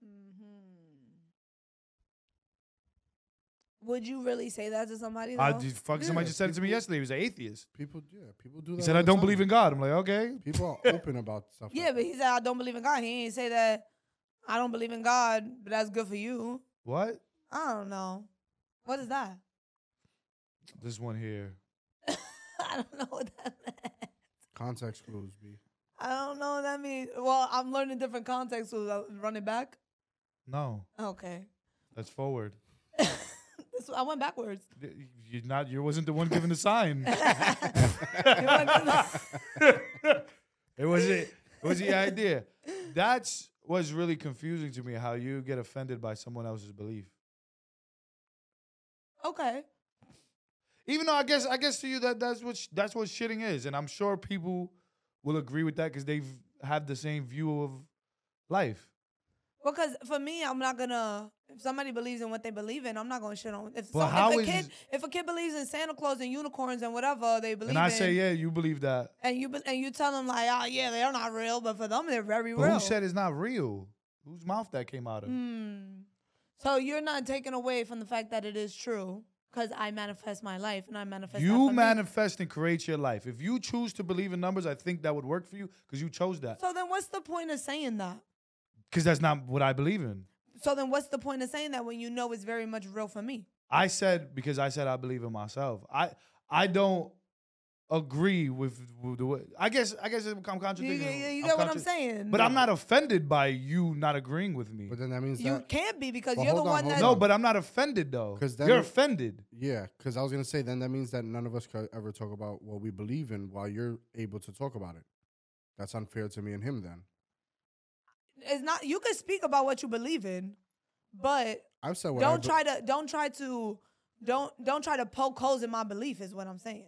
Speaker 1: Mm-hmm. Would you really say that to somebody?
Speaker 2: I
Speaker 1: though?
Speaker 2: just fucking
Speaker 3: Yeah,
Speaker 2: somebody just said it to me
Speaker 3: people-
Speaker 2: yesterday. He was an atheist.
Speaker 3: People, yeah, people do that.
Speaker 2: He said
Speaker 3: all
Speaker 2: I
Speaker 3: the
Speaker 2: don't
Speaker 3: time.
Speaker 2: believe in God. I'm like okay, [LAUGHS]
Speaker 3: People are open about stuff.
Speaker 1: yeah, but he said I don't believe in God. He ain't say that. I don't believe in God, but that's good for you.
Speaker 2: What?
Speaker 1: I don't know. What is that? [LAUGHS]
Speaker 2: This one here.
Speaker 1: I don't know what that meant.
Speaker 3: context clues. B.
Speaker 1: I don't know what that means. Well, I'm learning different contexts with uh, running back.
Speaker 2: No,
Speaker 1: Okay.
Speaker 2: that's forward.
Speaker 1: This, I went
Speaker 2: [LAUGHS]
Speaker 1: backwards.
Speaker 2: Y- You're not. You wasn't the one giving
Speaker 1: [LAUGHS]
Speaker 2: the sign.
Speaker 1: It wasn't-
Speaker 2: it was it. It was the idea. That's what's really confusing to me. How you get offended by someone else's belief.
Speaker 1: okay.
Speaker 2: Even though I guess I guess to you that that's what sh- that's what shitting is, and I'm sure people will agree with that because they've have the same view of life.
Speaker 1: Because for me, I'm not gonna. If somebody believes in what they believe in, I'm not gonna shit on. If,
Speaker 2: But
Speaker 1: some-
Speaker 2: how
Speaker 1: if a
Speaker 2: is-
Speaker 1: kid, if a kid believes in Santa Claus and unicorns and whatever they believe
Speaker 2: and I
Speaker 1: in,
Speaker 2: say, yeah, you believe that.
Speaker 1: and you be- and you tell them like, oh yeah, they're not real, but for them they're very
Speaker 2: But
Speaker 1: real.
Speaker 2: who said it's not real? Whose mouth that came out of?
Speaker 1: Hmm. So you're not taking away from the fact that it is true, because I manifest my life and I manifest. that from
Speaker 2: You
Speaker 1: me.
Speaker 2: manifest and create your life. If you choose to believe in numbers, I think that would work for you because you chose that.
Speaker 1: So then, what's the point of saying that?
Speaker 2: Because that's not what I believe in.
Speaker 1: So then, what's the point of saying that when you know it's very much real for me?
Speaker 2: I said because I said I believe in myself. I I don't agree with, with the way. I guess I guess I'm
Speaker 1: You,
Speaker 2: contradicting.
Speaker 1: you- you
Speaker 2: I'm
Speaker 1: get what I'm
Speaker 2: contrad-
Speaker 1: saying?
Speaker 2: But I'm not offended by you not agreeing with me.
Speaker 3: But then that means
Speaker 1: You
Speaker 3: that.
Speaker 1: can't be because
Speaker 3: But
Speaker 1: you're the
Speaker 3: hold on,
Speaker 1: one
Speaker 3: hold
Speaker 1: that.
Speaker 3: on.
Speaker 2: no, but I'm not offended though.
Speaker 3: 'Cause then
Speaker 2: You're
Speaker 3: it-
Speaker 2: offended.
Speaker 3: Yeah, because I was gonna say then that means that none of us could ever talk about what we believe in while you're able to talk about it. That's unfair to me and him. Then
Speaker 1: It's not. You can speak about what you believe in, but
Speaker 3: I've said what I
Speaker 1: don't
Speaker 3: be-
Speaker 1: try to. Don't try to. Don't don't try to poke holes in my belief. Is what I'm saying.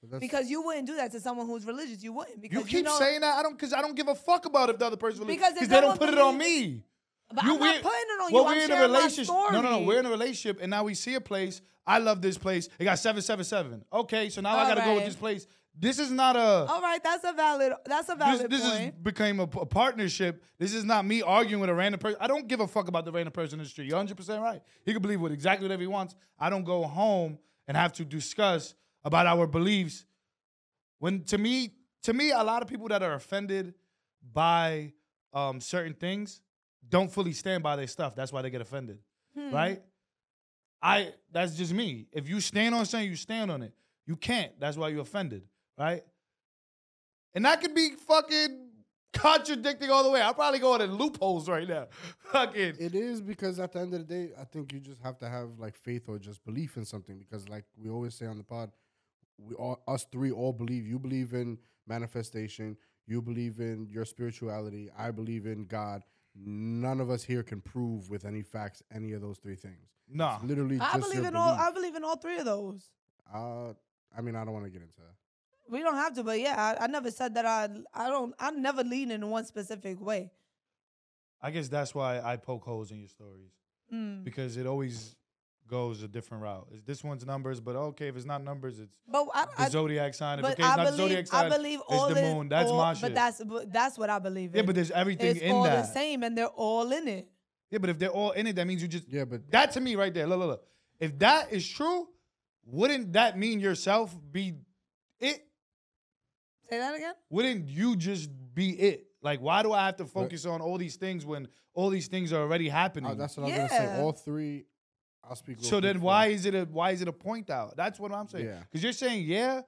Speaker 3: but that's-
Speaker 1: Because you wouldn't do that to someone who's religious. You wouldn't. Because
Speaker 2: You keep
Speaker 1: know,
Speaker 2: saying that I don't because I don't give a fuck about if the other person believes
Speaker 1: Because if
Speaker 2: because
Speaker 1: no
Speaker 2: they don't
Speaker 1: one
Speaker 2: put it on
Speaker 1: believes-
Speaker 2: me.
Speaker 1: But
Speaker 2: You-
Speaker 1: I'm
Speaker 2: we're-
Speaker 1: not putting it on
Speaker 2: well,
Speaker 1: you.
Speaker 2: we're
Speaker 1: I'm
Speaker 2: in a
Speaker 1: sharing my
Speaker 2: relationship.
Speaker 1: story.
Speaker 2: No, no, no. We're in a relationship, and now we see a place. I love this place. It got seven, seven, seven. Okay, so now I
Speaker 1: All
Speaker 2: got to go with
Speaker 1: right.
Speaker 2: this place. This is not a.
Speaker 1: All right, that's a valid. That's a
Speaker 2: This,
Speaker 1: valid
Speaker 2: this
Speaker 1: point.
Speaker 2: is became a, a partnership. This is not me arguing with a random person. I don't give a fuck about the random person in the street. You're 100 percent right. He can believe what exactly whatever he wants. I don't go home and have to discuss about our beliefs. When to me, to me, a lot of people that are offended by um, certain things don't fully stand by their stuff. That's why they get offended,
Speaker 1: Hmm.
Speaker 2: right? I that's just me. If you stand on something, you stand on it. You can't. That's why you're offended, right? And that could be fucking contradicting all the way. I'm probably going in loopholes right now. [LAUGHS] Fucking.
Speaker 3: It is because at the end of the day, I think you just have to have like faith or just belief in something. Because like we always say on the pod, we all us three all believe. You believe in manifestation. You believe in your spirituality. I believe in God. none of us here can prove with any facts any of those three things.
Speaker 2: Nah.
Speaker 3: It's literally,
Speaker 1: I
Speaker 3: just
Speaker 1: believe
Speaker 3: your
Speaker 1: in all.
Speaker 3: belief.
Speaker 1: I believe in all three of those.
Speaker 3: Uh, I mean, I don't want to get into that.
Speaker 1: We don't have to, but yeah, I, I never said that. I I don't. I never lean in one specific way.
Speaker 2: I guess that's why I poke holes in your stories
Speaker 1: Mm.
Speaker 2: because it always goes a different route. It's this one's numbers, but okay, if it's not numbers, it's
Speaker 1: But I,
Speaker 2: the
Speaker 1: I,
Speaker 2: zodiac sign. If
Speaker 1: but
Speaker 2: okay, it's
Speaker 1: I
Speaker 2: not the
Speaker 1: believe,
Speaker 2: zodiac
Speaker 1: I
Speaker 2: sign.
Speaker 1: believe all
Speaker 2: the
Speaker 1: in-
Speaker 2: moon. That's
Speaker 1: all-
Speaker 2: my
Speaker 1: But
Speaker 2: shit.
Speaker 1: that's but that's what I believe.
Speaker 2: yeah,
Speaker 1: in.
Speaker 2: but there's everything
Speaker 1: it's
Speaker 2: in
Speaker 1: all
Speaker 2: that.
Speaker 1: the same, and they're all in it.
Speaker 2: Yeah, but if they're all in it, that means you just
Speaker 3: Yeah, but uh,
Speaker 2: that to me right there. Look, look, look. If that is true, wouldn't that mean yourself be it?
Speaker 1: Say that again.
Speaker 2: Wouldn't you just be it? Like, why do I have to focus on all these things when all these things are already happening?
Speaker 3: uh, that's what I was gonna
Speaker 1: Yeah.
Speaker 3: say. All three, I'll speak. real
Speaker 2: so
Speaker 3: quick
Speaker 2: then,
Speaker 3: for-
Speaker 2: why is it a why is it a point out? That's what I'm saying.
Speaker 3: Yeah.
Speaker 2: Because you're saying yeah,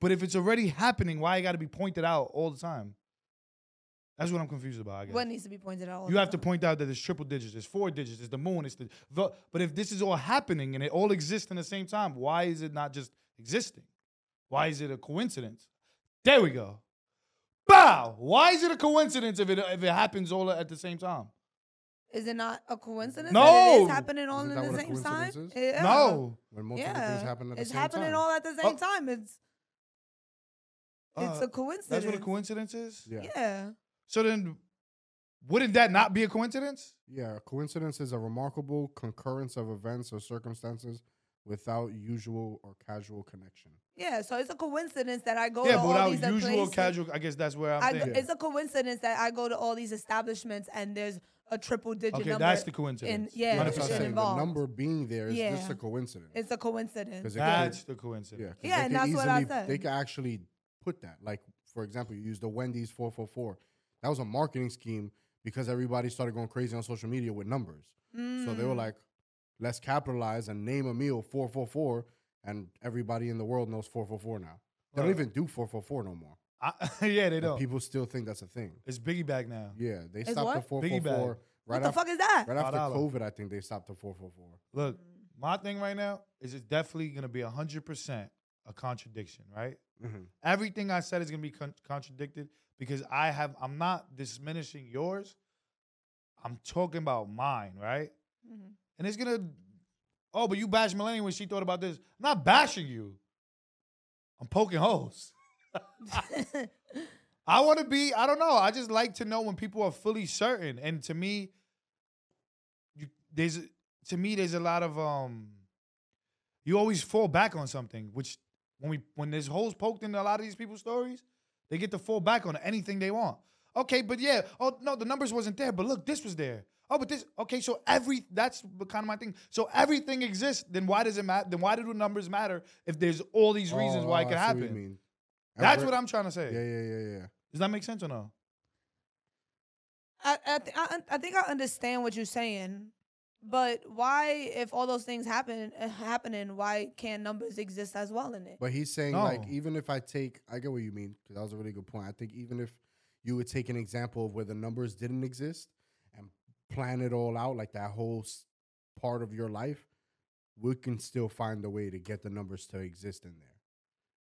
Speaker 2: but if it's already happening, why it got to be pointed out all the time? That's what I'm confused about. I guess.
Speaker 1: What needs to be pointed out? all
Speaker 2: You
Speaker 1: the
Speaker 2: have to
Speaker 1: time?
Speaker 2: point out that it's triple digits, it's four digits, it's the moon, it's the. the but if this is all happening and it all exists in the same time, why is it not just existing? Why is it a coincidence? There we go. Bow. Why is it a coincidence if it if it happens all at the same time?
Speaker 1: Is it not a coincidence?
Speaker 2: No.
Speaker 1: that it is happening all
Speaker 3: Isn't
Speaker 1: in
Speaker 3: that
Speaker 1: the
Speaker 3: what a
Speaker 1: same time.
Speaker 3: coincidence is?
Speaker 1: Yeah.
Speaker 2: No.
Speaker 3: when multiple
Speaker 1: Yeah,
Speaker 3: things happen at the
Speaker 1: it's
Speaker 3: same
Speaker 1: happening
Speaker 3: time.
Speaker 1: all at the same
Speaker 2: Oh.
Speaker 1: time. It's it's
Speaker 2: Uh,
Speaker 1: a coincidence.
Speaker 2: that's what a coincidence is.
Speaker 3: yeah. yeah,
Speaker 1: Yeah.
Speaker 2: So then, wouldn't that not be a coincidence?
Speaker 3: Coincidence is a remarkable concurrence of events or circumstances without usual or casual connection.
Speaker 1: Yeah, so it's a coincidence that I go
Speaker 2: yeah,
Speaker 1: to
Speaker 2: but
Speaker 1: all these
Speaker 2: without usual
Speaker 1: places.
Speaker 2: casual, I guess that's where I'm
Speaker 1: I go-
Speaker 2: thinking.
Speaker 1: it's a coincidence that I go to all these establishments and there's a triple digit
Speaker 2: Okay,
Speaker 1: number.
Speaker 2: that's the coincidence.
Speaker 1: yeah,
Speaker 3: That's
Speaker 2: 100%.
Speaker 3: what I'm saying. The
Speaker 1: involved.
Speaker 3: number being there is
Speaker 1: Yeah.
Speaker 3: just a coincidence.
Speaker 1: it's a coincidence.
Speaker 3: 'Cause it could-
Speaker 2: That's the coincidence.
Speaker 3: Yeah, 'cause
Speaker 1: Yeah,
Speaker 3: they
Speaker 1: and
Speaker 3: could
Speaker 1: that's what I said.
Speaker 3: They could actually put that. Like, for example, you use the Wendy's 444. That was a marketing scheme because everybody started going crazy on social media with numbers. So they were
Speaker 1: Mm.
Speaker 3: like, let's capitalize and name a meal 444. And everybody in the world knows 444 now. They don't
Speaker 2: Right.
Speaker 3: even do 444 no more.
Speaker 2: I- [LAUGHS] yeah, they
Speaker 3: But
Speaker 2: don't.
Speaker 3: people still think that's a thing.
Speaker 2: It's Biggie back now.
Speaker 3: Yeah, they
Speaker 1: It's
Speaker 3: stopped the
Speaker 1: what?
Speaker 2: Biggie
Speaker 3: 444 right
Speaker 1: what the
Speaker 3: after,
Speaker 1: fuck is that?
Speaker 3: right after
Speaker 2: Farala.
Speaker 3: COVID. I think they stopped the 444.
Speaker 2: Look, my thing right now is it's definitely going to be 100% a contradiction, right?
Speaker 3: Mhm.
Speaker 2: Everything I said is going to be con- contradicted because I have I'm not diminishing yours. I'm talking about mine, right?
Speaker 1: Mhm.
Speaker 2: And it's going to Oh, but you bashed Melanie when she thought about this. I'm not bashing you. I'm poking holes.
Speaker 1: Mm-hmm.
Speaker 2: I want to be, I don't know. I just like to know when people are fully certain. And to me, you there's to me there's a lot of um you always fall back on something, which when we when there's holes poked in a lot of these people's stories, they get to fall back on anything they want. Okay, but yeah, oh no, the numbers wasn't there, but look, this was there. Oh, but this okay, so every that's the kind of my thing. So everything exists, then why does it matter? Then why do the numbers matter if there's all these reasons
Speaker 3: Oh,
Speaker 2: why
Speaker 3: I
Speaker 2: it could
Speaker 3: see what you
Speaker 2: happen?
Speaker 3: mean.
Speaker 2: That's
Speaker 3: Every-
Speaker 2: what I'm trying to say.
Speaker 3: Yeah, yeah, yeah, yeah.
Speaker 2: Does that make sense or no?
Speaker 1: [LAUGHS] I, I, th- I, I think I understand what you're saying, but why, if all those things happen uh, happening, why can't numbers exist as well in it?
Speaker 3: But he's saying like
Speaker 2: No.
Speaker 3: even if I take, I get what you mean because that was a really good point. I think even if you would take an example of where the numbers didn't exist and plan it all out, like that whole s- part of your life, we can still find a way to get the numbers to exist in there.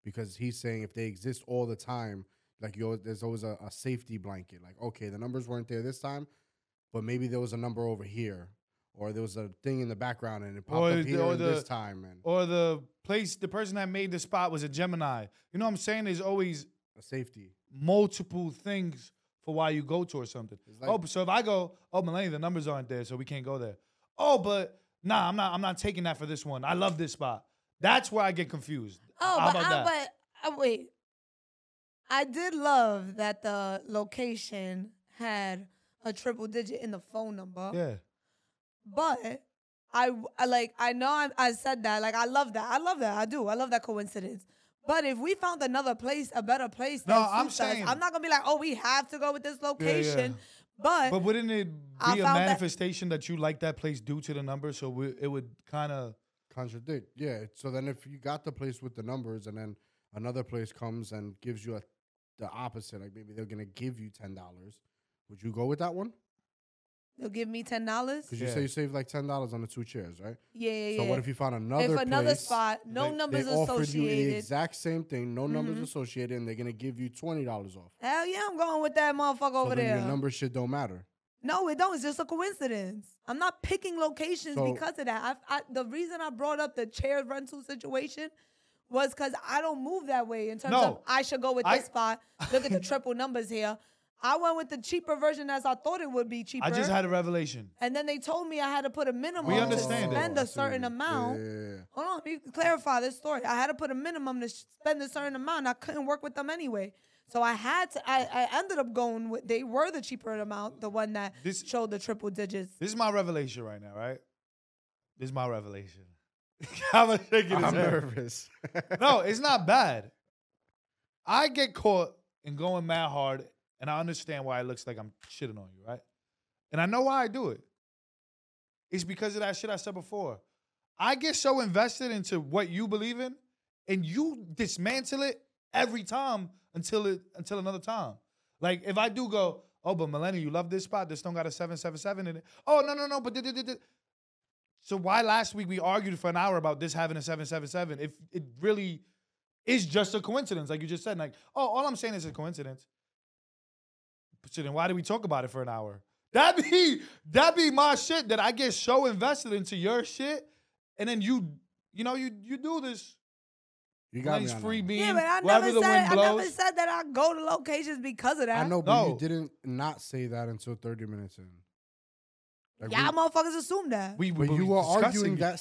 Speaker 3: Because he's saying if they exist all the time, like you, al- there's always a, a safety blanket. Like okay, the numbers weren't there this time, but maybe there was a number over here, or there was a thing in the background and it popped
Speaker 2: Or
Speaker 3: up
Speaker 2: the-
Speaker 3: here
Speaker 2: or
Speaker 3: and this
Speaker 2: the-
Speaker 3: time. And
Speaker 2: or the place the person that made the spot was a Gemini. You know what I'm saying? There's always
Speaker 3: a safety.
Speaker 2: multiple things for why you go to or something.
Speaker 3: It's like-
Speaker 2: oh, so if I go, oh Melanie, the numbers aren't there, so we can't go there. Oh, but nah, I'm not I'm not taking that for this one. I love this spot. That's where I get confused.
Speaker 1: Oh,
Speaker 2: How
Speaker 1: but
Speaker 2: about
Speaker 1: I,
Speaker 2: that?
Speaker 1: but uh, wait. I did love that the location had a triple digit in the phone number.
Speaker 2: yeah.
Speaker 1: But I, w- I like I know I, I said that. Like I love that. I love that. I do. I love that coincidence. But if we found another place, a better place, that
Speaker 2: No, I'm
Speaker 1: suits us,
Speaker 2: saying-
Speaker 1: I'm not gonna be like, oh, we have to go with this location. But,
Speaker 2: But wouldn't it
Speaker 1: I
Speaker 2: be a
Speaker 1: found that-
Speaker 2: manifestation that, you like that place due to the numbers? So we, it would kind of
Speaker 3: contradict. Yeah. So then if you got the place with the numbers and then another place comes and gives you a, the opposite, like maybe they're going to give you $10, would you go with that one?
Speaker 1: they'll give me ten dollars.
Speaker 3: Because you
Speaker 2: Yeah.
Speaker 3: say you saved like $10 on the two chairs, right?
Speaker 1: Yeah, yeah,
Speaker 3: So
Speaker 1: yeah.
Speaker 3: what if you found another
Speaker 1: if another
Speaker 3: place,
Speaker 1: spot, no
Speaker 2: they- they
Speaker 3: They
Speaker 1: numbers
Speaker 3: offered you
Speaker 1: associated. Mm-hmm.
Speaker 3: the exact same thing, no numbers associated, and they're going to give you $20 off.
Speaker 1: Hell yeah, I'm going with that motherfucker
Speaker 3: So
Speaker 1: over
Speaker 3: then
Speaker 1: there.
Speaker 3: your number shit don't matter.
Speaker 1: No, it don't. It's just a coincidence. I'm not picking locations
Speaker 3: So-
Speaker 1: because of that. I, I, the reason I brought up the chair rental situation was because I don't move that way in terms of
Speaker 2: No.
Speaker 1: I should go with
Speaker 2: I-
Speaker 1: this spot. Look
Speaker 2: [LAUGHS]
Speaker 1: at the triple numbers here. I went with the cheaper version as I thought it would be cheaper.
Speaker 2: I just had a revelation.
Speaker 1: and then they told me I had to put a minimum
Speaker 2: We
Speaker 1: to
Speaker 2: understand it.
Speaker 1: Oh, spend
Speaker 3: I
Speaker 1: a
Speaker 3: see what you
Speaker 1: certain
Speaker 3: mean.
Speaker 1: amount.
Speaker 3: Yeah, yeah, yeah.
Speaker 1: Hold on, let me clarify this story. I had to put a minimum to sh- spend a certain amount. I couldn't work with them anyway. So I had to, I, I ended up going with, they were the cheaper amount, the one that
Speaker 2: This-
Speaker 1: showed the triple digits.
Speaker 2: This is my revelation right now, right? This is my revelation. [LAUGHS] I'm a shaking his
Speaker 3: I'm
Speaker 2: head.
Speaker 3: nervous. [LAUGHS]
Speaker 2: No, it's not bad. I get caught in going mad hard, and I understand why it looks like I'm shitting on you, right? And I know why I do it. It's because of that shit I said before. I get so invested into what you believe in, and you dismantle it every time until it until another time. Like if I do go, oh, but Millennium, you love this spot. This don't got a seven seven seven in it. Oh no no no, but. did- did- did- did." So why last week we argued for an hour about this having a seven seven seven? If it really is just a coincidence, like you just said, like oh, all I'm saying is a coincidence. So then why did we talk about it for an hour? That be that be my shit that I get so invested into your shit, and then you you know you you do this.
Speaker 3: you got me
Speaker 2: Money's
Speaker 3: on that
Speaker 2: free
Speaker 3: one.
Speaker 2: beam.
Speaker 1: Yeah, but I
Speaker 2: wherever
Speaker 1: never
Speaker 2: the
Speaker 1: said
Speaker 2: wind
Speaker 1: I never
Speaker 2: blows.
Speaker 1: said that I go to locations because of that.
Speaker 3: I know, but
Speaker 2: No.
Speaker 3: you didn't not say that until 30 minutes in. Like,
Speaker 1: Y'all
Speaker 3: we-
Speaker 1: motherfuckers assume that.
Speaker 2: We,
Speaker 3: But
Speaker 2: we
Speaker 3: you
Speaker 2: were
Speaker 3: were
Speaker 2: discussing
Speaker 3: arguing
Speaker 2: it
Speaker 3: that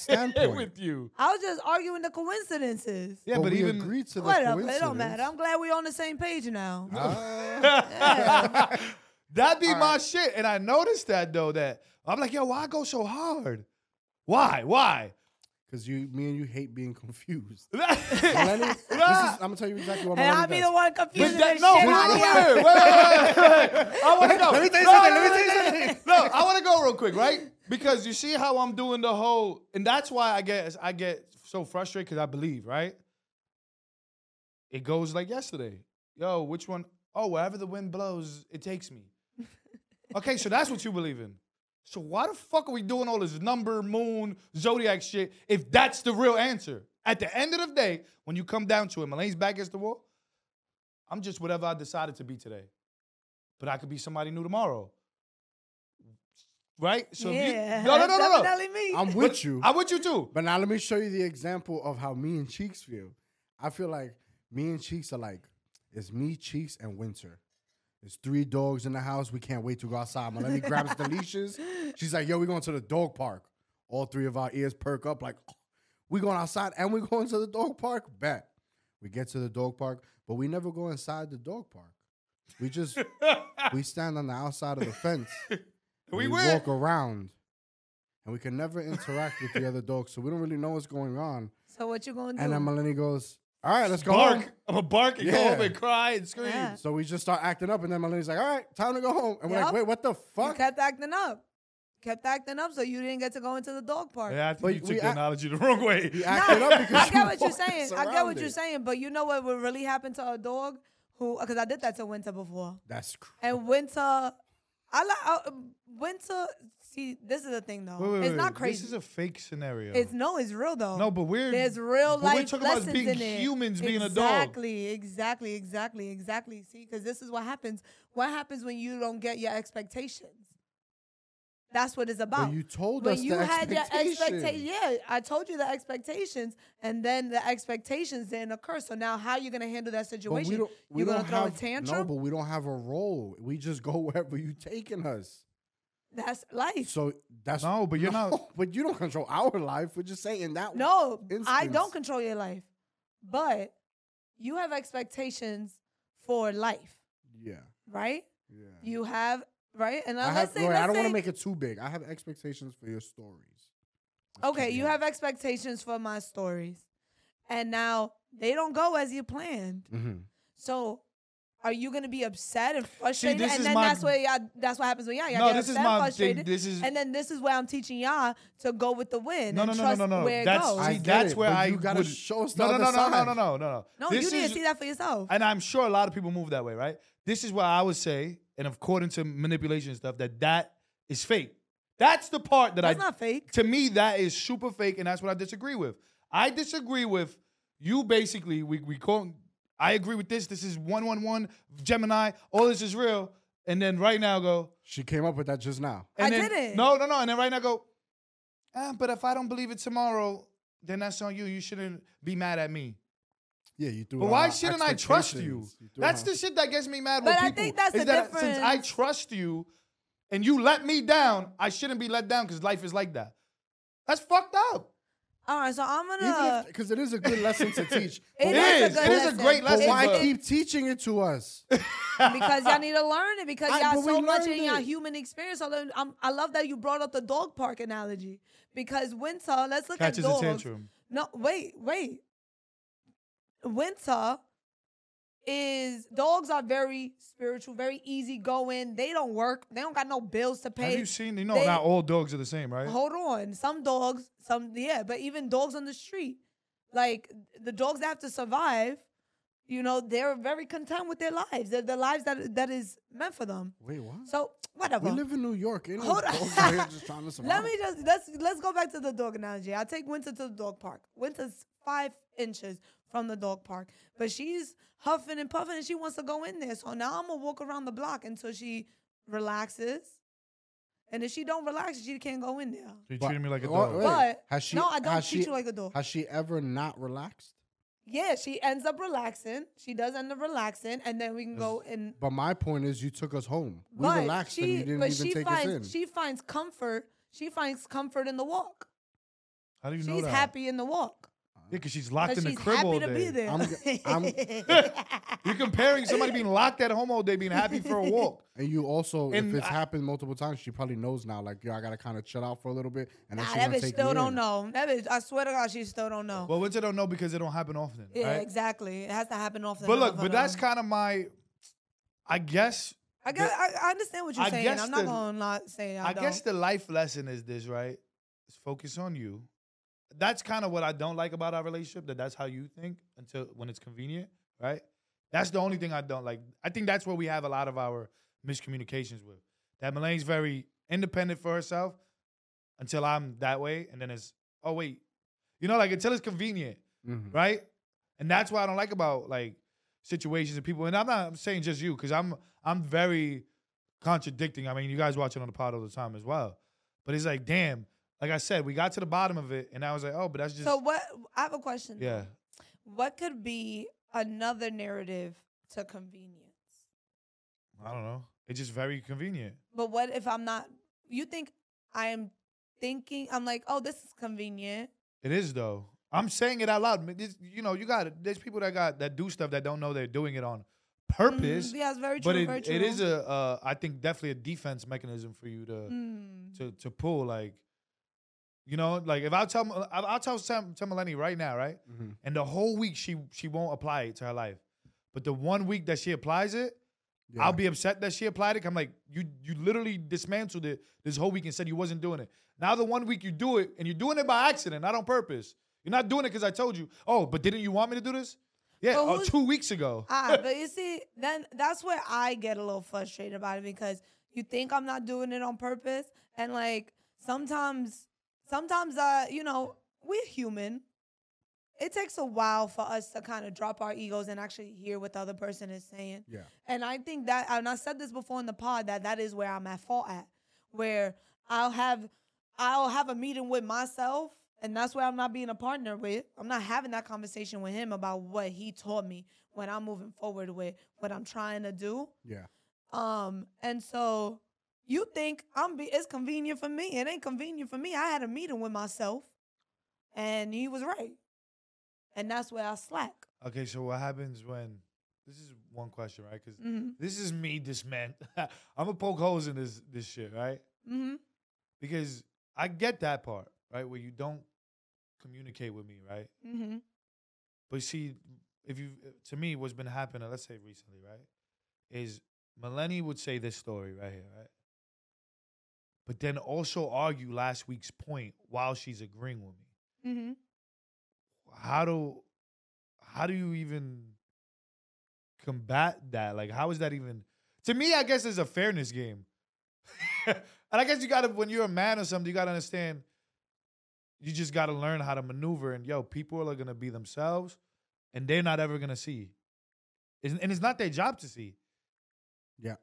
Speaker 2: [LAUGHS]
Speaker 3: standpoint.
Speaker 2: with you.
Speaker 1: I was just arguing the coincidences.
Speaker 2: Yeah,
Speaker 3: but,
Speaker 2: but,
Speaker 3: we
Speaker 2: even
Speaker 3: agreed to the
Speaker 1: Whatever,
Speaker 3: coincidence.
Speaker 1: it don't matter. I'm glad we're on the same page now.
Speaker 3: [LAUGHS]
Speaker 2: [LAUGHS]
Speaker 3: Ah.
Speaker 2: that be
Speaker 3: All
Speaker 2: my
Speaker 3: right.
Speaker 2: shit. And I noticed that though, that I'm like, yo, why I go so hard? Why? Why? [LAUGHS]
Speaker 3: Because you, me and you hate being confused.
Speaker 2: That-
Speaker 3: Millennium, this is,
Speaker 2: [LAUGHS]
Speaker 3: I'm gonna tell you exactly what
Speaker 1: And I'll
Speaker 3: Millennium
Speaker 1: be
Speaker 3: does.
Speaker 1: the one confusing
Speaker 2: that-
Speaker 1: the
Speaker 2: no,
Speaker 1: shit
Speaker 2: wait,
Speaker 1: out
Speaker 2: wait,
Speaker 1: of y'all.
Speaker 2: wait, wait, wait, wait,
Speaker 3: [LAUGHS]
Speaker 2: wait. I want to go.
Speaker 3: Let me tell you
Speaker 2: No,
Speaker 3: something,
Speaker 2: no,
Speaker 3: let me
Speaker 2: [LAUGHS] no,
Speaker 3: tell you
Speaker 2: no, no,
Speaker 3: something.
Speaker 2: No, I want to go real quick, right? Because you see how I'm doing the whole, and that's why I get I get so frustrated because I believe, right? It goes like yesterday. Yo, which one? Oh, wherever the wind blows, it takes me. Okay, so that's what you believe in. So why the fuck are we doing all this number, moon, zodiac shit if that's the real answer? At the end of the day, when you come down to it, Malane's back against the wall. I'm just whatever I decided to be today. But I could be somebody new tomorrow. Right? So if you-
Speaker 1: Yeah,
Speaker 2: [LAUGHS] no, no, no,
Speaker 1: that's
Speaker 2: no, no.
Speaker 1: definitely me.
Speaker 3: I'm with you.
Speaker 2: I'm with you too.
Speaker 3: But now let me show you the example of how me and Cheeks feel. I feel like me and Cheeks are like, it's me, Cheeks, and Winter. It's three dogs in the house. We can't wait to go outside. Melanie grabs the leashes. She's like, yo, we going to the dog park. All three of our ears perk up like, oh, we going outside and we going to the dog park? Bet. We get to the dog park, but we never go inside the dog park. We just, we stand on the outside of the fence. and
Speaker 2: [LAUGHS] We
Speaker 3: we
Speaker 2: win.
Speaker 3: walk around and we can never interact with
Speaker 1: [LAUGHS]
Speaker 3: the other dogs, so we don't really know what's going on.
Speaker 1: So what you gonna do?
Speaker 3: And then Melanie goes, "All right, let's go." home."
Speaker 2: bark. I'm a bark and go
Speaker 3: Yeah.
Speaker 2: home and cry and scream.
Speaker 1: Yeah.
Speaker 3: So we just start acting up, and then Melanie's like, "All right, time to go home." And we're
Speaker 1: Yup.
Speaker 3: like, "Wait, what the
Speaker 1: you
Speaker 3: fuck?"
Speaker 1: kept acting up. Kept acting up, so you didn't get to go into the dog park.
Speaker 2: Yeah, I think
Speaker 3: But
Speaker 2: you took
Speaker 3: we
Speaker 2: the
Speaker 3: act-
Speaker 2: analogy the wrong way.
Speaker 1: [LAUGHS]
Speaker 3: We
Speaker 1: Nah,
Speaker 3: acted up because
Speaker 1: I get
Speaker 3: [LAUGHS] you
Speaker 1: what you're
Speaker 3: walked
Speaker 1: saying. I get what
Speaker 3: around
Speaker 1: you're
Speaker 3: it.
Speaker 1: saying, but you know what would really happen to a dog who? Because I did that to Winter before,
Speaker 3: That's cr-
Speaker 1: and Winter, I like I, Winter. See, this is the thing though.
Speaker 2: Wait, wait,
Speaker 1: it's
Speaker 2: wait,
Speaker 1: not
Speaker 2: wait.
Speaker 1: crazy.
Speaker 2: This is a fake scenario.
Speaker 1: it's no, it's real though.
Speaker 2: no, but we're
Speaker 1: there's real
Speaker 2: but
Speaker 1: life
Speaker 2: We're talking
Speaker 1: lessons
Speaker 2: about being
Speaker 1: in it.
Speaker 2: humans, being a dog.
Speaker 1: Exactly, exactly, exactly, exactly. See, because this is what happens. What happens when you don't get your expectations? That's what it's about.
Speaker 3: But you told
Speaker 1: when
Speaker 3: us
Speaker 1: you
Speaker 3: the
Speaker 1: had your expectations,
Speaker 3: expectation.
Speaker 1: yeah, I told you the expectations, and then the expectations didn't occur. So now, how you gonna handle that
Speaker 3: But
Speaker 1: situation?
Speaker 3: we don't. We
Speaker 1: you gonna
Speaker 3: don't
Speaker 1: throw
Speaker 3: have
Speaker 1: a
Speaker 3: no,
Speaker 1: tantrum?
Speaker 3: but we don't have a role. We just go [LAUGHS] wherever you taking us.
Speaker 1: That's life.
Speaker 3: So that's
Speaker 2: No, but
Speaker 1: [LAUGHS]
Speaker 2: you're
Speaker 3: No,
Speaker 2: not-
Speaker 3: [LAUGHS] But you don't control our life. We're just saying that.
Speaker 1: No, I don't
Speaker 3: instance.
Speaker 1: control your life, but you have expectations for life,
Speaker 3: Yeah.
Speaker 1: right?
Speaker 3: Yeah.
Speaker 1: You have right, and
Speaker 3: I,
Speaker 1: uh,
Speaker 3: have,
Speaker 1: let's say,
Speaker 3: Lori,
Speaker 1: let's
Speaker 3: I don't want
Speaker 1: say-
Speaker 3: to make it too big. I have expectations for your stories. Let's
Speaker 1: Okay,
Speaker 3: keep it
Speaker 1: you
Speaker 3: in.
Speaker 1: have expectations for my stories, and now they don't go as you planned.
Speaker 2: Mm-hmm.
Speaker 3: Mhm.
Speaker 1: So, are you gonna be upset and frustrated?
Speaker 2: this
Speaker 1: and
Speaker 2: is
Speaker 1: then
Speaker 2: my-
Speaker 1: that's where y'all, that's what happens when y'all, y'all
Speaker 2: No,
Speaker 1: get
Speaker 2: this is
Speaker 1: upset, and
Speaker 2: my thing.
Speaker 1: frustrated.
Speaker 2: This is
Speaker 1: and then this is where I'm teaching y'all to go with the wind
Speaker 2: No,
Speaker 1: and
Speaker 2: no, no, no,
Speaker 1: trust
Speaker 2: no, no.
Speaker 1: where it
Speaker 2: That's
Speaker 1: goes.
Speaker 2: see,
Speaker 3: I get
Speaker 2: that's
Speaker 3: it,
Speaker 2: where
Speaker 3: but
Speaker 2: I
Speaker 3: you gotta
Speaker 2: would,
Speaker 3: show us the
Speaker 2: no, no,
Speaker 3: other
Speaker 2: no, no, no,
Speaker 3: side.
Speaker 2: no, no, no, no.
Speaker 1: no,
Speaker 2: This
Speaker 1: you didn't
Speaker 2: is-
Speaker 1: see that for yourself.
Speaker 2: And I'm sure a lot of people move that way, right? This is why I would say, and according to manipulation and stuff, that that is fake. That's the part that
Speaker 1: that's
Speaker 2: I
Speaker 1: not fake.
Speaker 2: to me that is super fake, and that's what I disagree with. I disagree with you. Basically, we we call. I agree with this. This is one one one Gemini. All this is real, and then right now go.
Speaker 3: She came up with that just now.
Speaker 1: I
Speaker 2: and then-
Speaker 1: didn't.
Speaker 2: No, no, no. And then right now go. Ah, but if I don't believe it tomorrow, then that's on you. You shouldn't be mad at me.
Speaker 3: Yeah, you threw.
Speaker 2: But
Speaker 3: out
Speaker 2: why shouldn't I trust you?
Speaker 3: expectations. You threw
Speaker 2: That's
Speaker 3: out-
Speaker 2: the shit that gets me mad.
Speaker 1: But
Speaker 2: with
Speaker 1: I
Speaker 2: people,
Speaker 1: think that's
Speaker 2: is
Speaker 1: the
Speaker 2: that Since I
Speaker 1: difference.
Speaker 2: trust you, and you let me down, I shouldn't be let down because life is like that. That's fucked up.
Speaker 1: All right, so I'm gonna.
Speaker 3: Even because it is a good lesson
Speaker 1: [LAUGHS]
Speaker 3: to teach.
Speaker 1: It
Speaker 3: but why-
Speaker 1: is a good
Speaker 2: It is a great
Speaker 1: lesson.
Speaker 2: lesson,
Speaker 3: But why
Speaker 2: but-
Speaker 3: keep teaching it to us?
Speaker 2: [LAUGHS]
Speaker 1: because y'all need to learn it because
Speaker 3: I-
Speaker 1: y'all
Speaker 3: but we
Speaker 1: so much
Speaker 3: learned
Speaker 1: in y'all
Speaker 3: it.
Speaker 1: human experience. I, learned, I'm, I love that you brought up the dog park analogy because winter. Let's look
Speaker 2: Catches
Speaker 1: at
Speaker 2: a
Speaker 1: dogs.
Speaker 2: tantrum.
Speaker 1: No, wait, wait. Winter is dogs are very spiritual, very easygoing. They don't work. They don't got no bills to pay.
Speaker 2: Have you seen? You know,
Speaker 1: they-
Speaker 2: not all dogs are the same, right?
Speaker 1: Hold on. Some dogs, some yeah, but even dogs on the street, like the dogs that have to survive, you know, they're very content with their lives. They're the lives that that is meant for them.
Speaker 3: Wait, what?
Speaker 1: So whatever.
Speaker 3: We live in New York. Ain't no
Speaker 1: Hold on.
Speaker 3: dogs out here just trying to
Speaker 1: [LAUGHS]
Speaker 3: survive.
Speaker 1: Let me just let's let's go back to the dog analogy. I take Winter to the dog park. Winter's five inches from the dog park, but she's huffing and puffing, and she wants to go in there. So now I'm gonna walk around the block until she relaxes, and if she don't relax, she can't go in there.
Speaker 2: You
Speaker 3: But-
Speaker 2: treating me like a
Speaker 3: oh,
Speaker 2: dog.
Speaker 3: wait.
Speaker 1: But
Speaker 3: Has she-
Speaker 1: no, I don't
Speaker 3: has
Speaker 1: treat
Speaker 3: she-
Speaker 1: you like a dog.
Speaker 3: Has she ever not relaxed?
Speaker 1: yeah, she ends up relaxing. She does end up relaxing, and then we can go and
Speaker 3: But my point is, you took us home. We
Speaker 1: but
Speaker 3: relaxed
Speaker 1: she,
Speaker 3: and you didn't
Speaker 1: but
Speaker 3: even
Speaker 1: she
Speaker 3: take
Speaker 1: finds
Speaker 3: us in.
Speaker 1: she finds comfort. She finds comfort in the walk.
Speaker 2: How do you know
Speaker 1: She's
Speaker 2: that?
Speaker 1: happy in the walk.
Speaker 2: Yeah, because she's locked
Speaker 1: But
Speaker 2: in the
Speaker 1: she's
Speaker 2: crib
Speaker 1: happy
Speaker 2: all
Speaker 1: to
Speaker 2: day.
Speaker 1: be there.
Speaker 3: I'm
Speaker 1: [LAUGHS]
Speaker 3: g-
Speaker 2: You're comparing somebody being locked at home all day, being happy for a walk.
Speaker 3: and you also, if
Speaker 2: And
Speaker 3: it's
Speaker 2: I-
Speaker 3: happened multiple times, she probably knows now. Like, yo, I gotta kind of chill out for a little bit, and then
Speaker 1: nah,
Speaker 3: she's
Speaker 1: that
Speaker 3: gonna
Speaker 1: bitch
Speaker 3: take
Speaker 1: still
Speaker 3: me
Speaker 1: don't
Speaker 3: in.
Speaker 1: know. That bitch, I swear to God, she still don't know.
Speaker 2: Well, Winter don't know because it don't happen often.
Speaker 1: yeah,
Speaker 2: right?
Speaker 1: exactly. It has to happen often.
Speaker 2: But
Speaker 1: enough
Speaker 2: look, but
Speaker 1: on
Speaker 2: that's
Speaker 1: her.
Speaker 2: kind of my, I guess,
Speaker 1: I guess I, I understand what you're
Speaker 2: I
Speaker 1: saying.
Speaker 2: guess
Speaker 1: I'm not
Speaker 2: the-
Speaker 1: gonna not say. I,
Speaker 2: I guess
Speaker 1: don't.
Speaker 2: the life lesson is this, right? Is focus on you. That's kind of what I don't like about our relationship. That that's how you think until when it's convenient, right? That's the only thing I don't like. I think that's where we have a lot of our miscommunications with. That Milane's very independent for herself until I'm that way, and then it's oh wait, you know, like until it's convenient,
Speaker 3: Mhm.
Speaker 2: right? And that's what I don't like about like situations and people. And I'm not I'm saying just you because I'm I'm very contradicting. I mean, you guys watching on the pod all the time as well. But it's like, damn. Like I said, we got to the bottom of it, and I was like, oh, but that's just
Speaker 1: So what? I have a question.
Speaker 2: yeah.
Speaker 1: What could be another narrative to convenience?
Speaker 2: I don't know. It's just very convenient.
Speaker 1: But what if I'm not? You think I am thinking? I'm like, oh, this is convenient.
Speaker 2: It is though. I'm saying it out loud. I mean, This, you know, you got there's people that got that do stuff that don't know they're doing it on purpose.
Speaker 1: Mm, yeah, it's very true.
Speaker 2: but it,
Speaker 1: very true.
Speaker 2: it is a uh, I think definitely a defense mechanism for you to.
Speaker 1: Mm.
Speaker 2: to to pull like you know like if i tell M- I'll I'll tell Sam, tell Melanie right now right
Speaker 3: Mhm.
Speaker 2: and the whole week she she won't apply it to her life but the one week that she applies it I'll
Speaker 3: Yeah.
Speaker 2: be upset that she applied it 'cause I'm like you you literally dismantled it this whole week and said you wasn't doing it now the one week you do it and you're doing it by accident not on purpose you're not doing it because I told you oh but didn't you want me to do this yeah
Speaker 1: But
Speaker 2: oh,
Speaker 1: who's-
Speaker 2: two weeks ago
Speaker 1: Ah, but you see, then that's where I get a little frustrated about it because you think I'm not doing it on purpose, and like sometimes, sometimes uh, you know, we're human. It takes a while for us to kind of drop our egos and actually hear what the other person is saying.
Speaker 3: Yeah.
Speaker 1: And I think that, and I said this before in the pod that that is where I'm at fault at, where I'll have, I'll have a meeting with myself, and that's where I'm not being a partner with. I'm not having that conversation with him about what he taught me when I'm moving forward with what I'm trying to do.
Speaker 3: Yeah.
Speaker 1: Um, and so you think I'm be it's convenient for me? It ain't convenient for me. I had a meeting with myself, and he was right, and that's where I slack.
Speaker 2: okay so what happens when this is one question right because
Speaker 1: hmm
Speaker 2: this is me dismant [LAUGHS] I'm gonna poke holes in this this shit right
Speaker 1: hmm
Speaker 2: because I get that part, right? Where you don't communicate with me, right?
Speaker 1: hmm
Speaker 2: But see, if you to me, what's been happening, let's say recently, right, is Melanie would say this story right here, right? But then also argue last week's point while she's agreeing with me.
Speaker 1: hmm
Speaker 2: How do how do you even combat that? Like how is that even to me, I guess it's a fairness game. [LAUGHS] and I guess you gotta when you're a man or something, you gotta understand you just gotta learn how to maneuver and yo, people are gonna be themselves and they're not ever gonna see. It's- And it's not their job to see.
Speaker 3: Yeah.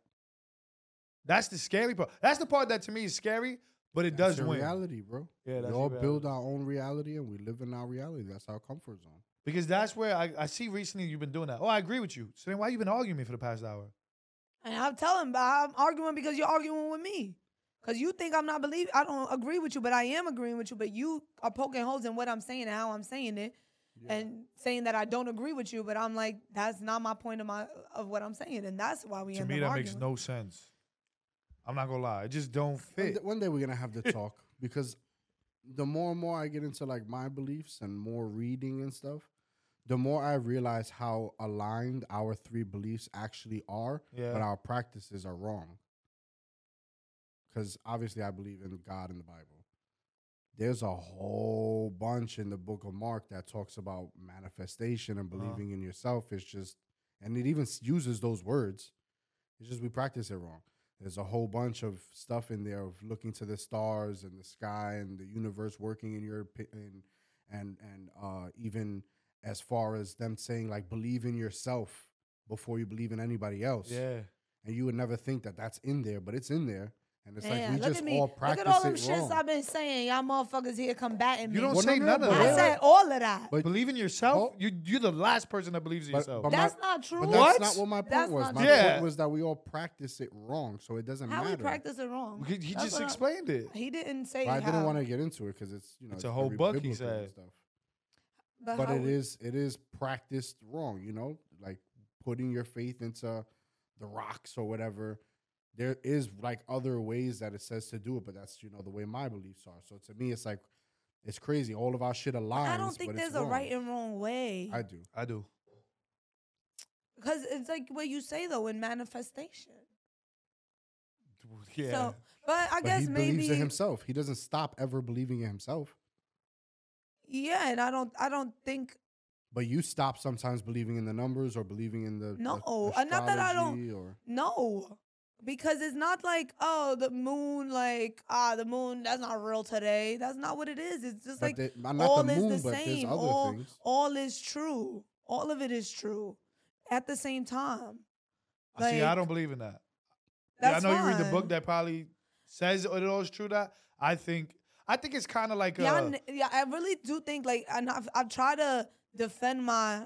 Speaker 2: That's the scary part. That's the part that to me is scary, but it
Speaker 3: That's
Speaker 2: does
Speaker 3: your
Speaker 2: win.
Speaker 3: reality, bro.
Speaker 2: Yeah,
Speaker 3: we
Speaker 2: that's
Speaker 3: all
Speaker 2: your
Speaker 3: build our own reality and we live in our reality. That's our comfort zone.
Speaker 2: Because that's where I, I see recently you've been doing that. Oh, I agree with you. So then why you been arguing with me for the past hour?
Speaker 1: And I'm telling, but I'm arguing because you're arguing with me. Because you think I'm not believing, I don't agree with you, but I am agreeing with you. But you are poking holes in what I'm saying and how I'm saying it, and saying that I don't agree with you. But I'm like, that's not my point of my of what I'm saying, and that's why we
Speaker 2: to
Speaker 1: end
Speaker 2: me,
Speaker 1: up
Speaker 2: that
Speaker 1: arguing.
Speaker 2: makes no sense. I'm not gonna lie. It just don't
Speaker 3: One
Speaker 2: fit.
Speaker 3: d- One day we're
Speaker 2: [LAUGHS]
Speaker 3: gonna have the talk because the more and more I get into like my beliefs and more reading and stuff, the more I realize how aligned our three beliefs actually are,
Speaker 2: Yeah.
Speaker 3: but our practices are wrong. Because obviously, I believe in God and the Bible. There's a whole bunch in the Book of Mark that talks about manifestation and
Speaker 2: Uh-huh.
Speaker 3: believing in yourself. It's just, and it even s- uses those words. It's just we practice it wrong. There's a whole bunch of stuff in there of looking to the stars and the sky and the universe working in your pi- and and and uh, even as far as them saying like believe in yourself before you believe in anybody else.
Speaker 2: Yeah.
Speaker 3: And you would never think that that's in there, but it's in there. And it's
Speaker 1: Yeah,
Speaker 3: like we
Speaker 1: look
Speaker 3: just
Speaker 1: at me.
Speaker 3: all
Speaker 1: look
Speaker 3: practice
Speaker 1: at all them
Speaker 3: it
Speaker 1: shits
Speaker 3: wrong.
Speaker 1: I've been saying. Y'all motherfuckers here combating me.
Speaker 2: You don't
Speaker 3: Well, no,
Speaker 2: say
Speaker 3: no,
Speaker 2: none of
Speaker 3: but-
Speaker 1: I
Speaker 2: that.
Speaker 1: said all of that.
Speaker 3: But-
Speaker 2: Believe in yourself.
Speaker 3: Oh.
Speaker 2: You you're the last person that believes in
Speaker 3: But-
Speaker 2: yourself.
Speaker 3: but my-
Speaker 1: that's not true.
Speaker 3: but
Speaker 2: What?
Speaker 3: that's not what my point
Speaker 1: That's
Speaker 3: was.
Speaker 1: not
Speaker 3: My
Speaker 2: true. Yeah.
Speaker 3: point was that we all practice it wrong, so it doesn't
Speaker 1: How
Speaker 3: matter.
Speaker 1: we practice it wrong?
Speaker 2: He- he
Speaker 1: That's
Speaker 2: just
Speaker 1: what I-
Speaker 2: explained it.
Speaker 1: He didn't say
Speaker 3: But I
Speaker 1: how.
Speaker 3: didn't want to get into it because it's you know
Speaker 2: It's a whole
Speaker 3: very
Speaker 2: book, he
Speaker 3: biblical and
Speaker 2: said.
Speaker 3: stuff.
Speaker 1: But,
Speaker 3: but
Speaker 1: how
Speaker 3: it
Speaker 1: we-
Speaker 3: is it is practiced wrong you know like putting your faith into the rocks or whatever there is like other ways that it says to do it but that's you know the way my beliefs are so to me it's like it's crazy all of our shit aligns
Speaker 1: I don't think
Speaker 3: but it's
Speaker 1: there's a
Speaker 3: wrong.
Speaker 1: right and wrong way.
Speaker 3: i do
Speaker 2: I do.
Speaker 1: Because it's like what you say though in manifestation.
Speaker 2: Yeah.
Speaker 1: So, but I
Speaker 3: but
Speaker 1: guess
Speaker 3: he
Speaker 1: maybe
Speaker 3: believes in himself he doesn't stop ever believing in himself
Speaker 1: yeah, and I don't, I don't think
Speaker 3: but you stop sometimes believing in the numbers or believing in the the
Speaker 1: No, and not that I don't-
Speaker 3: astrology or
Speaker 1: no, because it's not like oh the moon, like ah the moon that's not real today. That's not what it is. It's just
Speaker 3: but
Speaker 1: like
Speaker 3: they- uh, not
Speaker 1: all
Speaker 3: the
Speaker 1: is
Speaker 3: moon
Speaker 1: the
Speaker 3: but there's
Speaker 1: same.
Speaker 3: other
Speaker 1: all
Speaker 3: things
Speaker 1: all is true. All of it is true at the same time.
Speaker 2: See, I
Speaker 1: like,
Speaker 2: don't believe in that. Yeah, I
Speaker 1: That's
Speaker 2: know you read the book
Speaker 1: fine.
Speaker 2: that probably says it all is true. That I think I think it's kind of like
Speaker 1: yeah, I
Speaker 2: uh,
Speaker 1: n- yeah, I really do think like, and I've I've tried to defend my,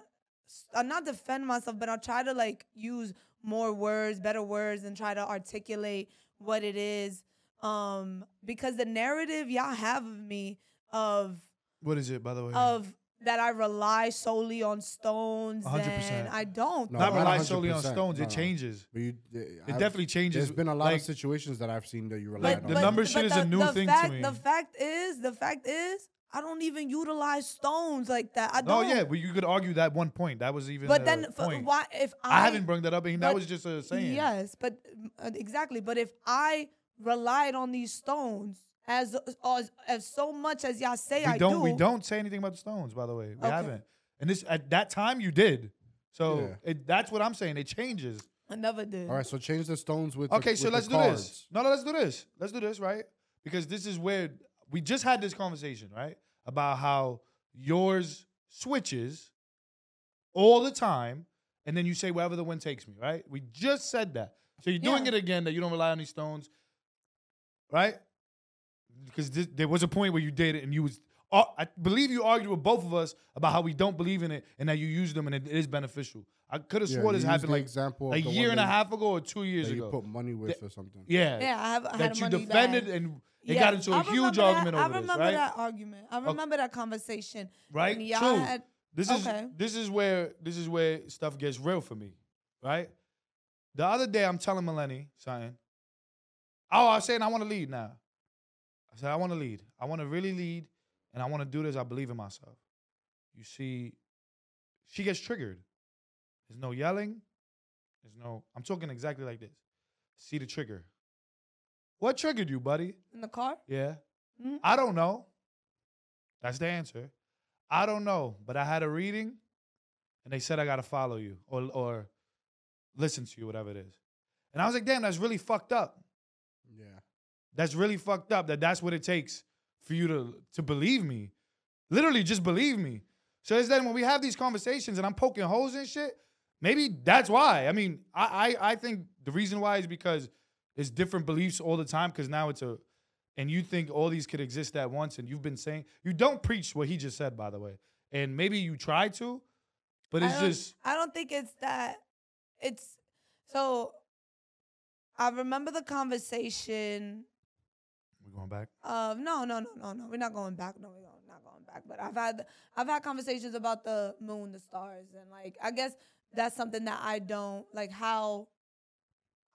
Speaker 1: uh, not defend myself, but I'll try to like use more words, better words, and try to articulate what it is. Um, because the narrative y'all have of me of
Speaker 2: what is it by the way?
Speaker 1: of that I rely solely on stones,
Speaker 2: 100%.
Speaker 1: and I don't.
Speaker 3: No,
Speaker 2: Not
Speaker 3: not
Speaker 2: rely solely on
Speaker 3: 100%,
Speaker 2: stones.
Speaker 3: no,
Speaker 2: It
Speaker 3: no.
Speaker 2: changes.
Speaker 3: but you
Speaker 2: It definitely changes.
Speaker 3: There's been a lot
Speaker 2: like,
Speaker 3: of situations that I've seen that you rely
Speaker 2: Like,
Speaker 3: on.
Speaker 2: the number shit is a new
Speaker 1: the
Speaker 2: thing to
Speaker 1: fact,
Speaker 2: me.
Speaker 1: The fact is, the fact is, I don't even utilize stones like that. I
Speaker 2: Oh
Speaker 1: don't.
Speaker 2: yeah, but you could argue that one point. That was even.
Speaker 1: But
Speaker 2: a
Speaker 1: then, f-
Speaker 2: point.
Speaker 1: why if I,
Speaker 2: I, haven't brought that up, and that
Speaker 1: but-
Speaker 2: was just a saying.
Speaker 1: Yes, but uh, exactly. But if I relied on these stones as uh, as, as so much as y'all say
Speaker 2: we
Speaker 1: I
Speaker 2: don't.
Speaker 1: do,
Speaker 2: We don't say anything about the stones, by the way. We
Speaker 1: Okay.
Speaker 2: haven't. And this at that time you did. So
Speaker 3: Yeah.
Speaker 2: it, that's what I'm saying. It changes.
Speaker 1: I never did.
Speaker 3: All right, so change the stones with.
Speaker 2: Okay,
Speaker 3: the,
Speaker 2: so
Speaker 3: with
Speaker 2: let's
Speaker 3: the
Speaker 2: do this.
Speaker 3: cards.
Speaker 2: No, no, let's do this. Let's do this, right? Because this is where we just had this conversation, right? About how yours switches all the time, and then you say wherever the wind takes me, right? We just said that. So you're doing
Speaker 1: Yeah.
Speaker 2: it again that you don't rely on these stones, right? Because this, there was a point where you did it, and you was. Uh, I believe you argued with both of us about how we don't believe in it and that you use them and it is beneficial. I could have
Speaker 3: Yeah,
Speaker 2: swore
Speaker 3: you
Speaker 2: this
Speaker 3: used
Speaker 2: happened
Speaker 3: the
Speaker 2: like
Speaker 3: example of
Speaker 2: a
Speaker 3: the one
Speaker 2: year and a
Speaker 3: that you-
Speaker 2: half ago or two years
Speaker 3: That
Speaker 2: ago.
Speaker 3: you put money with or something.
Speaker 2: Yeah.
Speaker 1: Yeah, I have I had
Speaker 2: that
Speaker 1: a
Speaker 2: you
Speaker 1: money
Speaker 2: defended
Speaker 1: bag.
Speaker 2: and it
Speaker 1: Yeah,
Speaker 2: got into a
Speaker 1: I remember
Speaker 2: huge
Speaker 1: that-
Speaker 2: argument over
Speaker 1: I
Speaker 2: this,
Speaker 1: remember
Speaker 2: right?
Speaker 1: that argument. I remember that conversation.
Speaker 2: Right?
Speaker 1: And y'all
Speaker 2: True.
Speaker 1: had
Speaker 2: This is
Speaker 1: okay.
Speaker 2: this is where this is where stuff gets real for me, right? The other day I'm telling Melanie something. Oh, I was saying I want to lead now. I said I want to lead. I want to really lead, and I want to do this. I believe in myself. You see, she gets triggered. There's no yelling. There's no. I'm talking exactly like this. See the trigger. What triggered you, buddy?
Speaker 1: in the car.
Speaker 2: Yeah.
Speaker 1: Mhm.
Speaker 2: I don't know. That's the answer. I don't know, but I had a reading and they said I got to follow you or, or listen to you, whatever it is. And I was like, damn, that's really fucked up.
Speaker 3: Yeah.
Speaker 2: That's really fucked up that that's what it takes for you to, to believe me. Literally, just believe me. So it's then when we have these conversations and I'm poking holes and shit, maybe that's why. I mean, I, I, I think the reason why is because There's different beliefs all the time because now it's a, and you think all these could exist at once, and you've been saying you don't preach what he just said, by the way, and maybe you try to, but
Speaker 1: I
Speaker 2: it's
Speaker 1: don't-
Speaker 2: just
Speaker 1: I don't think it's that. It's so. I remember the conversation
Speaker 2: we're going back.
Speaker 1: of Uh, no, no, no, no, no. We're not going back. No, we're go- not going back. But I've had I've had conversations about the moon, the stars, and like I guess that's something that I don't like how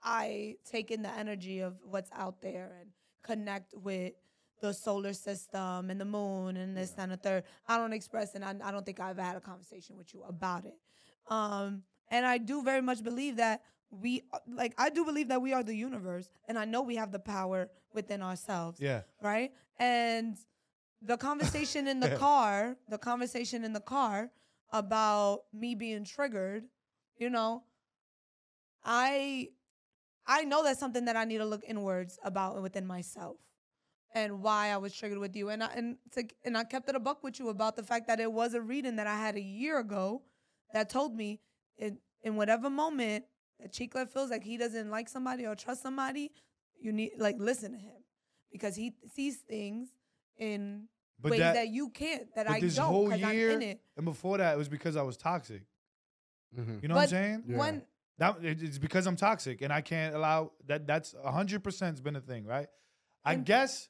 Speaker 1: I take in the energy of what's out there and connect with the solar system and the moon and this and the third. I don't express and I, I don't think I've had a conversation with you about it. Um, and I do very much believe that we like I do believe that we are the universe and I know we have the power within ourselves
Speaker 2: Yeah,
Speaker 1: right? And the conversation in the car, the conversation in the car about me being triggered, you know, I I know that's something that I need to look inwards about and within myself and why I was triggered with you. And I and to, and I kept it a buck with you about the fact that it was a reading that I had a year ago that told me in, in whatever moment that Chiclet feels like he doesn't like somebody or trust somebody, you need like listen to him because he sees things in
Speaker 2: but
Speaker 1: ways
Speaker 2: that,
Speaker 1: that, you can't that
Speaker 2: but
Speaker 1: I
Speaker 2: this
Speaker 1: don't
Speaker 2: whole
Speaker 1: because I'm
Speaker 2: year,
Speaker 1: in it.
Speaker 2: and before that, it was because I was toxic.
Speaker 3: hmm
Speaker 2: You know what I'm
Speaker 1: But
Speaker 2: saying?
Speaker 3: Yeah.
Speaker 1: One
Speaker 2: That it- it's because I'm toxic and I can't allow that. That's hundred percent's been a thing, right? I
Speaker 1: And-
Speaker 2: guess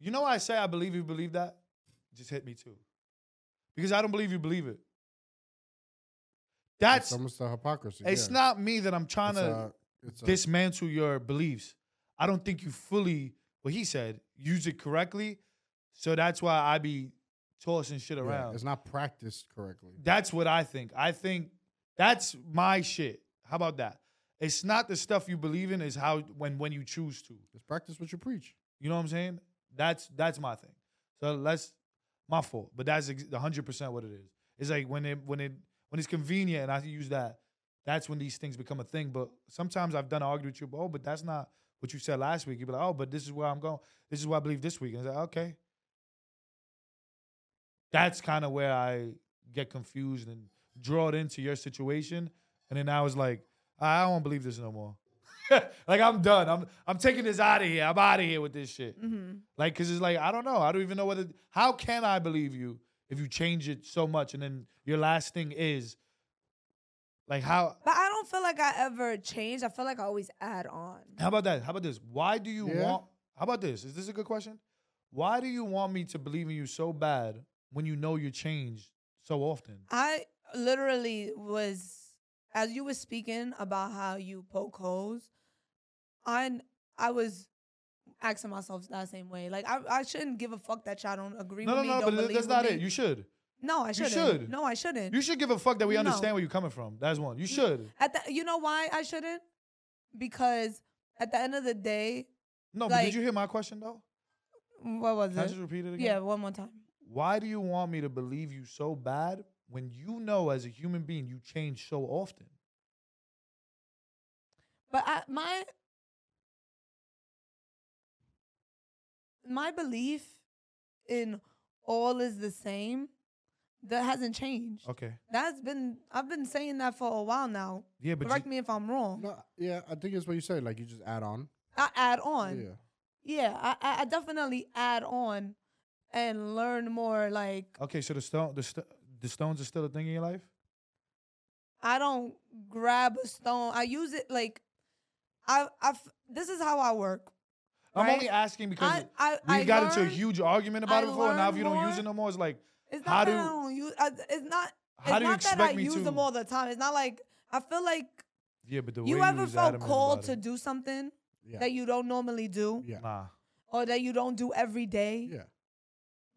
Speaker 2: you know why I say I believe you believe that. Just hit me too, because I don't believe you believe it. That's
Speaker 3: it's almost a hypocrisy.
Speaker 2: it's
Speaker 3: yeah.
Speaker 2: not me that I'm trying
Speaker 3: It's
Speaker 2: to
Speaker 3: a- it's a-
Speaker 2: dismantle your beliefs. I don't think you fully what he said use it correctly, so that's why I be tossing shit
Speaker 3: yeah,
Speaker 2: around.
Speaker 3: it's not practiced correctly.
Speaker 2: That's what I think. I think that's my shit. How about that? It's not the stuff you believe in, it's how when when you choose to.
Speaker 3: Just practice what you preach.
Speaker 2: You know what I'm saying? That's that's my thing. So that's my fault. But that's hundred percent what it is. It's like when it when it when it's convenient and I use that, that's when these things become a thing. But sometimes I've done argue with you, oh, but that's not what you said last week. You'd be like, oh, but this is where I'm going. This is what I believe this week. And it's like, okay. That's kind of where I get confused and draw it into your situation. And then I was like, "Ah, I don't believe this no more. [LAUGHS] like I'm done. I'm I'm taking this out of here. I'm out of here with this shit.
Speaker 1: mhm.
Speaker 2: Like, cause it's like I don't know. I don't even know whether. How can I believe you if you change it so much and then your last thing is, like, how?
Speaker 1: But I don't feel like I ever change. I feel like I always add on.
Speaker 2: How about that? How about this? Why do you
Speaker 3: Yeah.
Speaker 2: want? How about this? Is this a good question? Why do you want me to believe in you so bad when you know you change so often?
Speaker 1: I literally was as you were speaking about how you poke holes, I I was asking myself that same way. Like I, I shouldn't give a fuck that y'all don't agree
Speaker 2: No, no,
Speaker 1: with me.
Speaker 2: no.
Speaker 1: don't
Speaker 2: But
Speaker 1: believe
Speaker 2: that's not
Speaker 1: with
Speaker 2: it.
Speaker 1: me.
Speaker 2: You should.
Speaker 1: no, I
Speaker 2: you
Speaker 1: shouldn't.
Speaker 2: should.
Speaker 1: No, I shouldn't.
Speaker 2: You should give a fuck that we
Speaker 1: No.
Speaker 2: understand where you're coming from. That's one. You should.
Speaker 1: at the, you know why I shouldn't? Because at the end of the day,
Speaker 2: No, but
Speaker 1: Like-
Speaker 2: did you hear my question though?
Speaker 1: what was
Speaker 2: Can I
Speaker 1: it?
Speaker 2: just repeat it again?
Speaker 1: Yeah, one more time.
Speaker 2: why do you want me to believe you so bad when you know as a human being you change so often?
Speaker 1: But I, my my belief in all is the same. That hasn't changed.
Speaker 2: Okay.
Speaker 1: That's been I've been saying that for a while now.
Speaker 2: Yeah, but
Speaker 1: Correct
Speaker 2: you-
Speaker 1: me if I'm wrong.
Speaker 3: No, yeah, I think it's what you said. Like you just add on.
Speaker 1: I add on.
Speaker 3: Yeah.
Speaker 1: Yeah, I, I I definitely add on and learn more. Like
Speaker 2: okay, so the stone the, st- the stones are still a thing in your life?
Speaker 1: I don't grab a stone. I use it like I I this is how I work.
Speaker 2: I'm
Speaker 1: right?
Speaker 2: only asking because
Speaker 1: I, I,
Speaker 2: we
Speaker 1: I
Speaker 2: got into a
Speaker 1: learn-
Speaker 2: huge argument about
Speaker 1: I
Speaker 2: it before, and now if
Speaker 1: learn
Speaker 2: you don't use
Speaker 1: more.
Speaker 2: it no more, it's like
Speaker 1: It's
Speaker 2: How
Speaker 1: not that
Speaker 2: do-
Speaker 1: I don't use. I, it's not.
Speaker 2: how
Speaker 1: it's
Speaker 2: do
Speaker 1: not
Speaker 2: you
Speaker 1: that I
Speaker 2: expect me
Speaker 1: use
Speaker 2: to
Speaker 1: them all the time. It's not like I feel like
Speaker 2: Yeah, but the way
Speaker 1: you ever
Speaker 2: was
Speaker 1: felt
Speaker 2: adamant
Speaker 1: called
Speaker 2: about
Speaker 1: to
Speaker 2: it.
Speaker 1: do something
Speaker 3: Yeah.
Speaker 1: that you don't normally do
Speaker 3: yeah.
Speaker 2: Nah.
Speaker 1: or that you don't do every day.
Speaker 3: Yeah.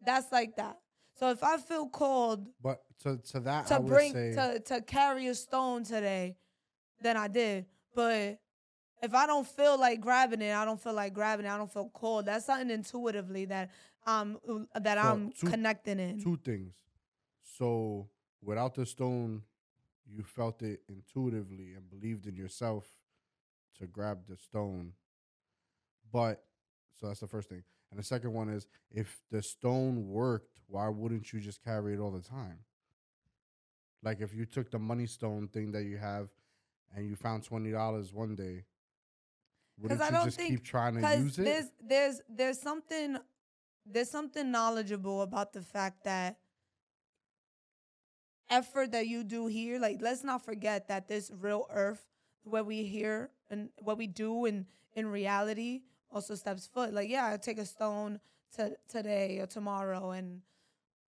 Speaker 1: That's like that. So if I feel called
Speaker 3: But to to that I
Speaker 1: to
Speaker 3: would
Speaker 1: bring
Speaker 3: say
Speaker 1: to to carry a stone today, then I did. But if I don't feel like grabbing it, I don't feel like grabbing it. I don't feel called. That's something intuitively that um that I'm
Speaker 3: two-
Speaker 1: connecting in.
Speaker 3: two things. So without the stone, you felt it intuitively and believed in yourself to grab the stone. But so that's the first thing. And the second one is if the stone worked, why wouldn't you just carry it all the time? Like if you took the money stone thing that you have and you found twenty dollars one day Wouldn't
Speaker 1: I
Speaker 3: you
Speaker 1: don't
Speaker 3: just
Speaker 1: think-
Speaker 3: keep trying to
Speaker 1: because
Speaker 3: use it?
Speaker 1: there's there's there's something there's something knowledgeable about the fact that effort that you do here like let's not forget that this real earth where we hear and what we do in in reality also steps foot like yeah i take a stone to today or tomorrow and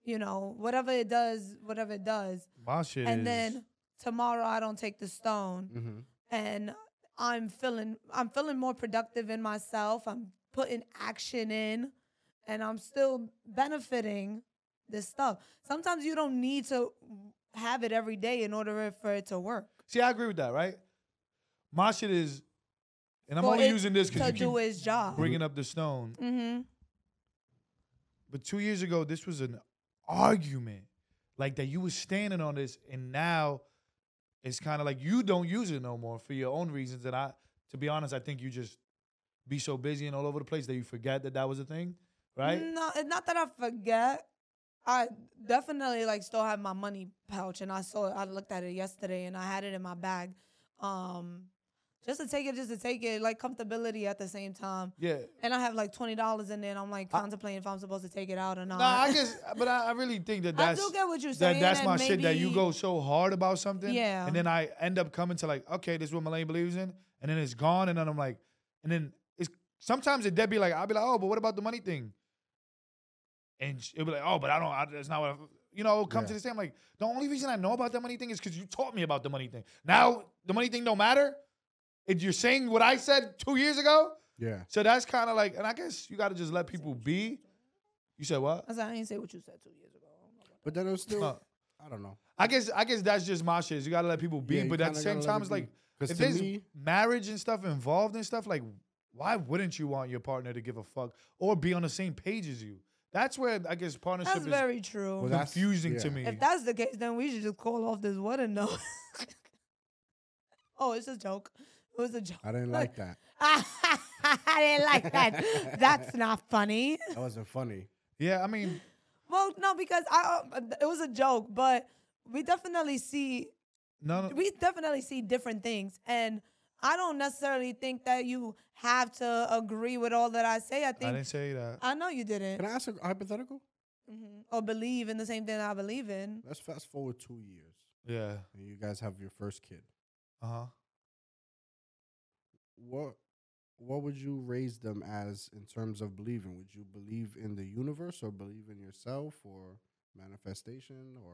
Speaker 1: you know whatever it does whatever it does
Speaker 2: My shit
Speaker 1: and
Speaker 2: is.
Speaker 1: then tomorrow i don't take the stone
Speaker 3: mm-hmm.
Speaker 1: and I'm feeling I'm feeling more productive in myself. I'm putting action in and I'm still benefiting this stuff. Sometimes you don't need to have it every day in order for it to work.
Speaker 2: see, I agree with that, right? My shit is, and I'm
Speaker 1: For
Speaker 2: only
Speaker 1: it
Speaker 2: using this
Speaker 1: To
Speaker 2: because you
Speaker 1: do
Speaker 2: keep
Speaker 1: his job.
Speaker 2: bringing up the stone.
Speaker 1: Mm-hmm.
Speaker 2: But two years ago, this was an argument, like that you were standing on this, and now it's kind of like you don't use it no more for your own reasons. And I, to be honest, I think you just be so busy and all over the place that you forget that that was a thing, right?
Speaker 1: No, it's not that I forget. I definitely like still have my money pouch, and I saw it. I looked at it yesterday, and I had it in my bag, um, just to take it, just to take it, like comfortability at the same time.
Speaker 2: Yeah.
Speaker 1: And I have like twenty dollars in there, and I'm like contemplating if I'm supposed to take it out or not.
Speaker 2: No, I guess, but I, I really think that
Speaker 1: [LAUGHS] I
Speaker 2: that's
Speaker 1: do get what you're saying.
Speaker 2: that that's
Speaker 1: and
Speaker 2: my shit. That you
Speaker 1: maybe-
Speaker 2: go so hard about something,
Speaker 1: Yeah.
Speaker 2: and then I end up coming to like, okay, this is what Malay believes in, and then it's gone, and then I'm like, and then it's sometimes it dead be like, I'll be like, oh, but what about the money thing? And sh- it'll be like, oh, but I don't, I, that's not what, I, you know, it'll come to
Speaker 3: Yeah.
Speaker 2: the same. Like the only reason I know about the money thing is because you taught me about the money thing. Now the money thing don't matter. If you're saying what I said two years ago,
Speaker 3: Yeah.
Speaker 2: so that's kind of like, and I guess you got to just let people be. You said what?
Speaker 1: I said I didn't say what you said two years ago.
Speaker 3: But then it's still,
Speaker 2: Huh.
Speaker 3: I don't know.
Speaker 2: I guess I guess that's just my shit. is You gotta let people be,
Speaker 3: Yeah, you
Speaker 2: but at
Speaker 3: kinda
Speaker 2: the same
Speaker 3: gotta let
Speaker 2: time,
Speaker 3: it
Speaker 2: it's like
Speaker 3: Because
Speaker 2: if
Speaker 3: to
Speaker 2: there's
Speaker 3: me,
Speaker 2: marriage and stuff involved and stuff, like why wouldn't you want your partner to give a fuck or be on the same page as you? That's where I guess partnership
Speaker 1: That's
Speaker 2: is
Speaker 1: very true.
Speaker 3: Well, that- that's-
Speaker 2: confusing to
Speaker 3: yeah.
Speaker 2: me.
Speaker 1: if that's the case, then we should just call off this wedding, though. [LAUGHS] oh, it's a joke. It was a joke. [LAUGHS]
Speaker 3: I didn't
Speaker 2: [LAUGHS]
Speaker 3: like that.
Speaker 1: I didn't like that. That's not funny.
Speaker 3: That wasn't funny.
Speaker 2: yeah, I mean,
Speaker 1: Well, no, because I uh, it was a joke, but we definitely see
Speaker 2: no, no
Speaker 1: we definitely see different things, and I don't necessarily think that you have to agree with all that I say. I
Speaker 2: I
Speaker 1: think I,
Speaker 2: didn't say that.
Speaker 1: know you didn't,
Speaker 3: Can I ask a hypothetical?
Speaker 1: Mhm. or believe in the same thing I believe in.
Speaker 3: Let's fast forward two years,
Speaker 2: yeah,
Speaker 3: and you guys have your first kid.
Speaker 2: uh huh.
Speaker 3: What what would you raise them as in terms of believing? Would you believe in the universe, or believe in yourself, or manifestation, or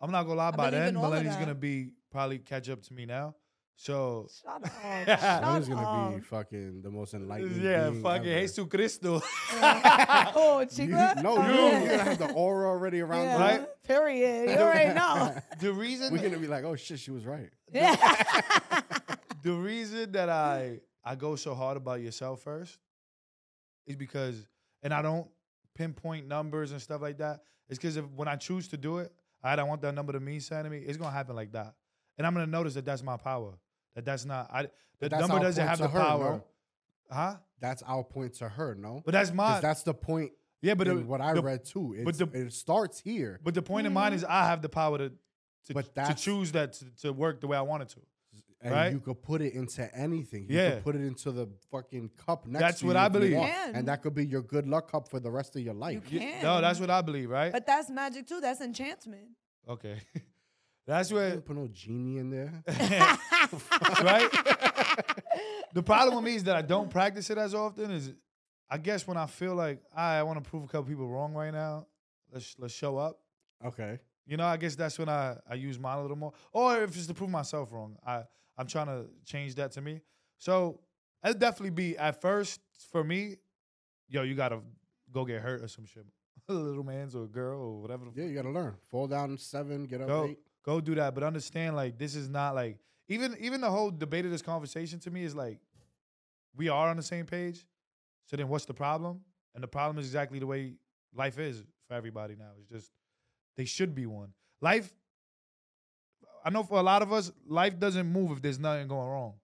Speaker 2: I'm not gonna lie. By
Speaker 1: believe
Speaker 2: then,
Speaker 1: in all of
Speaker 2: Melanie's
Speaker 1: that.
Speaker 2: gonna be probably catch up to me now. So
Speaker 1: Shut up! Shut
Speaker 2: That
Speaker 3: Melanie's gonna
Speaker 1: up.
Speaker 3: be fucking the most enlightened?
Speaker 2: Uh, yeah,
Speaker 3: being
Speaker 2: fucking
Speaker 3: ever.
Speaker 2: Jesus
Speaker 3: [LAUGHS]
Speaker 2: Cristo.
Speaker 1: [LAUGHS] oh,
Speaker 3: You,
Speaker 1: chica.
Speaker 3: no,
Speaker 1: Oh,
Speaker 3: you,
Speaker 1: yeah.
Speaker 3: you're gonna have the aura already around.
Speaker 1: Yeah.
Speaker 3: you.
Speaker 2: Right?
Speaker 1: Period.
Speaker 3: [LAUGHS]
Speaker 1: You already know.
Speaker 2: the reason
Speaker 3: We're gonna be like, oh shit, she was right.
Speaker 1: yeah.
Speaker 2: [LAUGHS] the reason that I I go so hard about yourself first is because, and I don't pinpoint numbers and stuff like that. It's because if when I choose to do it, I don't want that number to mean something to me. It's gonna happen like that, and I'm gonna notice that that's my power. That that's not I. The
Speaker 3: that's
Speaker 2: number
Speaker 3: our
Speaker 2: doesn't
Speaker 3: point
Speaker 2: have
Speaker 3: to
Speaker 2: the
Speaker 3: her,
Speaker 2: power,
Speaker 3: no?
Speaker 2: huh?
Speaker 3: That's our point to her, no?
Speaker 2: But that's
Speaker 3: 'Cause
Speaker 2: my
Speaker 3: that's the point.
Speaker 2: yeah. But
Speaker 3: in
Speaker 2: the,
Speaker 3: what I
Speaker 2: the-
Speaker 3: read too, it's,
Speaker 2: but the-
Speaker 3: it starts here.
Speaker 2: But the point in mine is I have the power to to,
Speaker 3: But
Speaker 2: to
Speaker 3: that's-
Speaker 2: choose that to, to work the way I want it to.
Speaker 3: And
Speaker 2: Right?
Speaker 3: you could put it into anything. You
Speaker 2: Yeah.
Speaker 3: could put it into the fucking cup next
Speaker 2: That's
Speaker 3: to
Speaker 2: what
Speaker 3: you
Speaker 2: I
Speaker 3: if you
Speaker 2: believe.
Speaker 3: want.
Speaker 1: Can.
Speaker 3: And that could be your good luck cup for the rest of your life.
Speaker 1: You
Speaker 2: Yeah, No, that's what I believe, right?
Speaker 1: But that's magic too. That's enchantment.
Speaker 2: okay, [LAUGHS] that's
Speaker 3: You
Speaker 2: where
Speaker 3: didn't put no genie
Speaker 2: [LAUGHS]
Speaker 3: in there.
Speaker 2: right? the problem with me is that I don't practice it as often. Is I guess when I feel like "Ah, I want to prove a couple people wrong right now, let's let's show up.
Speaker 3: okay.
Speaker 2: You know, I guess that's when I, I use mine a little more. Or if it's to prove myself wrong, I I'm trying to change that to me. So it'll definitely be at first for me. Yo, you gotta go get hurt or some shit, [LAUGHS] little man's or a girl or whatever. the
Speaker 3: Yeah, you gotta learn. Fall down seven, get up
Speaker 2: go
Speaker 3: eight.
Speaker 2: go do that. But understand, like this is not like even even the whole debate of this conversation to me is like we are on the same page. So then, what's the problem? And the problem is exactly the way life is for everybody now. It's just they should be one life. I know for a lot of us, life doesn't move if there's nothing going wrong.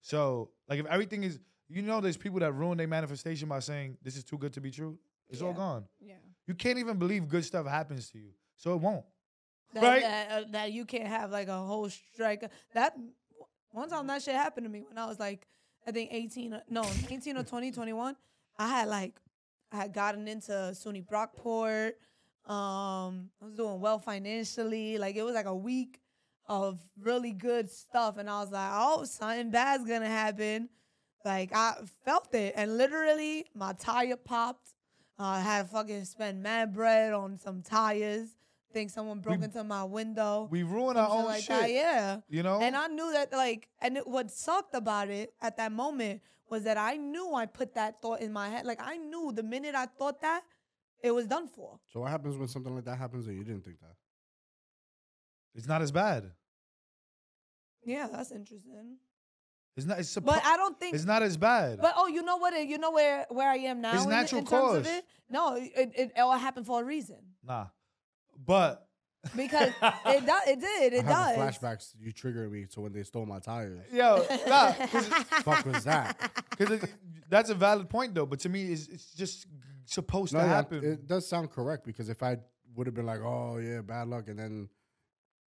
Speaker 2: So like if everything is, you know, there's people that ruin their manifestation by saying this is too good to be true. It's all
Speaker 1: Yeah.
Speaker 2: gone.
Speaker 1: Yeah.
Speaker 2: You can't even believe good stuff happens to you, so it won't.
Speaker 1: That,
Speaker 2: Right?
Speaker 1: That, uh, that you can't have like a whole strike. That one time that shit happened to me when I was like I think 18, or- no, 18 or 20, 21, I had like, I had gotten into SUNY Brockport. Um, I was doing well financially. Like it was like a week of really good stuff. And I was like, oh, something bad's gonna happen. Like I felt it. And literally my tire popped. Uh, I had to fucking spend mad bread on some tires. Think someone broke into my window.
Speaker 2: We ruin our
Speaker 1: some shit
Speaker 2: own
Speaker 1: like
Speaker 2: shit.
Speaker 1: that. Yeah.
Speaker 2: You know?
Speaker 1: And I knew that, like, and it, what sucked about it at that moment was that I knew I put that thought in my head. Like, I knew the minute I thought that, it was done for.
Speaker 3: So what happens when something like that happens and you didn't think that?
Speaker 2: it's not as bad.
Speaker 1: Yeah, that's interesting.
Speaker 2: It's not. It's, suppo-
Speaker 1: But I don't think.
Speaker 2: it's not as bad.
Speaker 1: but oh, you know what? it- You know where where I am now.
Speaker 2: It's
Speaker 1: in,
Speaker 2: natural
Speaker 1: in terms of
Speaker 2: cause.
Speaker 1: it? No, it, it, it all happened for a reason
Speaker 2: nah. But
Speaker 1: because it does. It did. It
Speaker 3: [LAUGHS] I have
Speaker 1: does.
Speaker 3: flashbacks. You triggered me to when they stole my tires.
Speaker 2: yo, nah. Cause,
Speaker 3: Fuck
Speaker 1: [LAUGHS]
Speaker 3: was that?
Speaker 2: 'cause it- that's a valid point though. But to me, it's, it's just supposed
Speaker 3: No,
Speaker 2: to
Speaker 3: yeah,
Speaker 2: happen.
Speaker 3: it does sound correct because if I would have been like, oh yeah, bad luck, and then,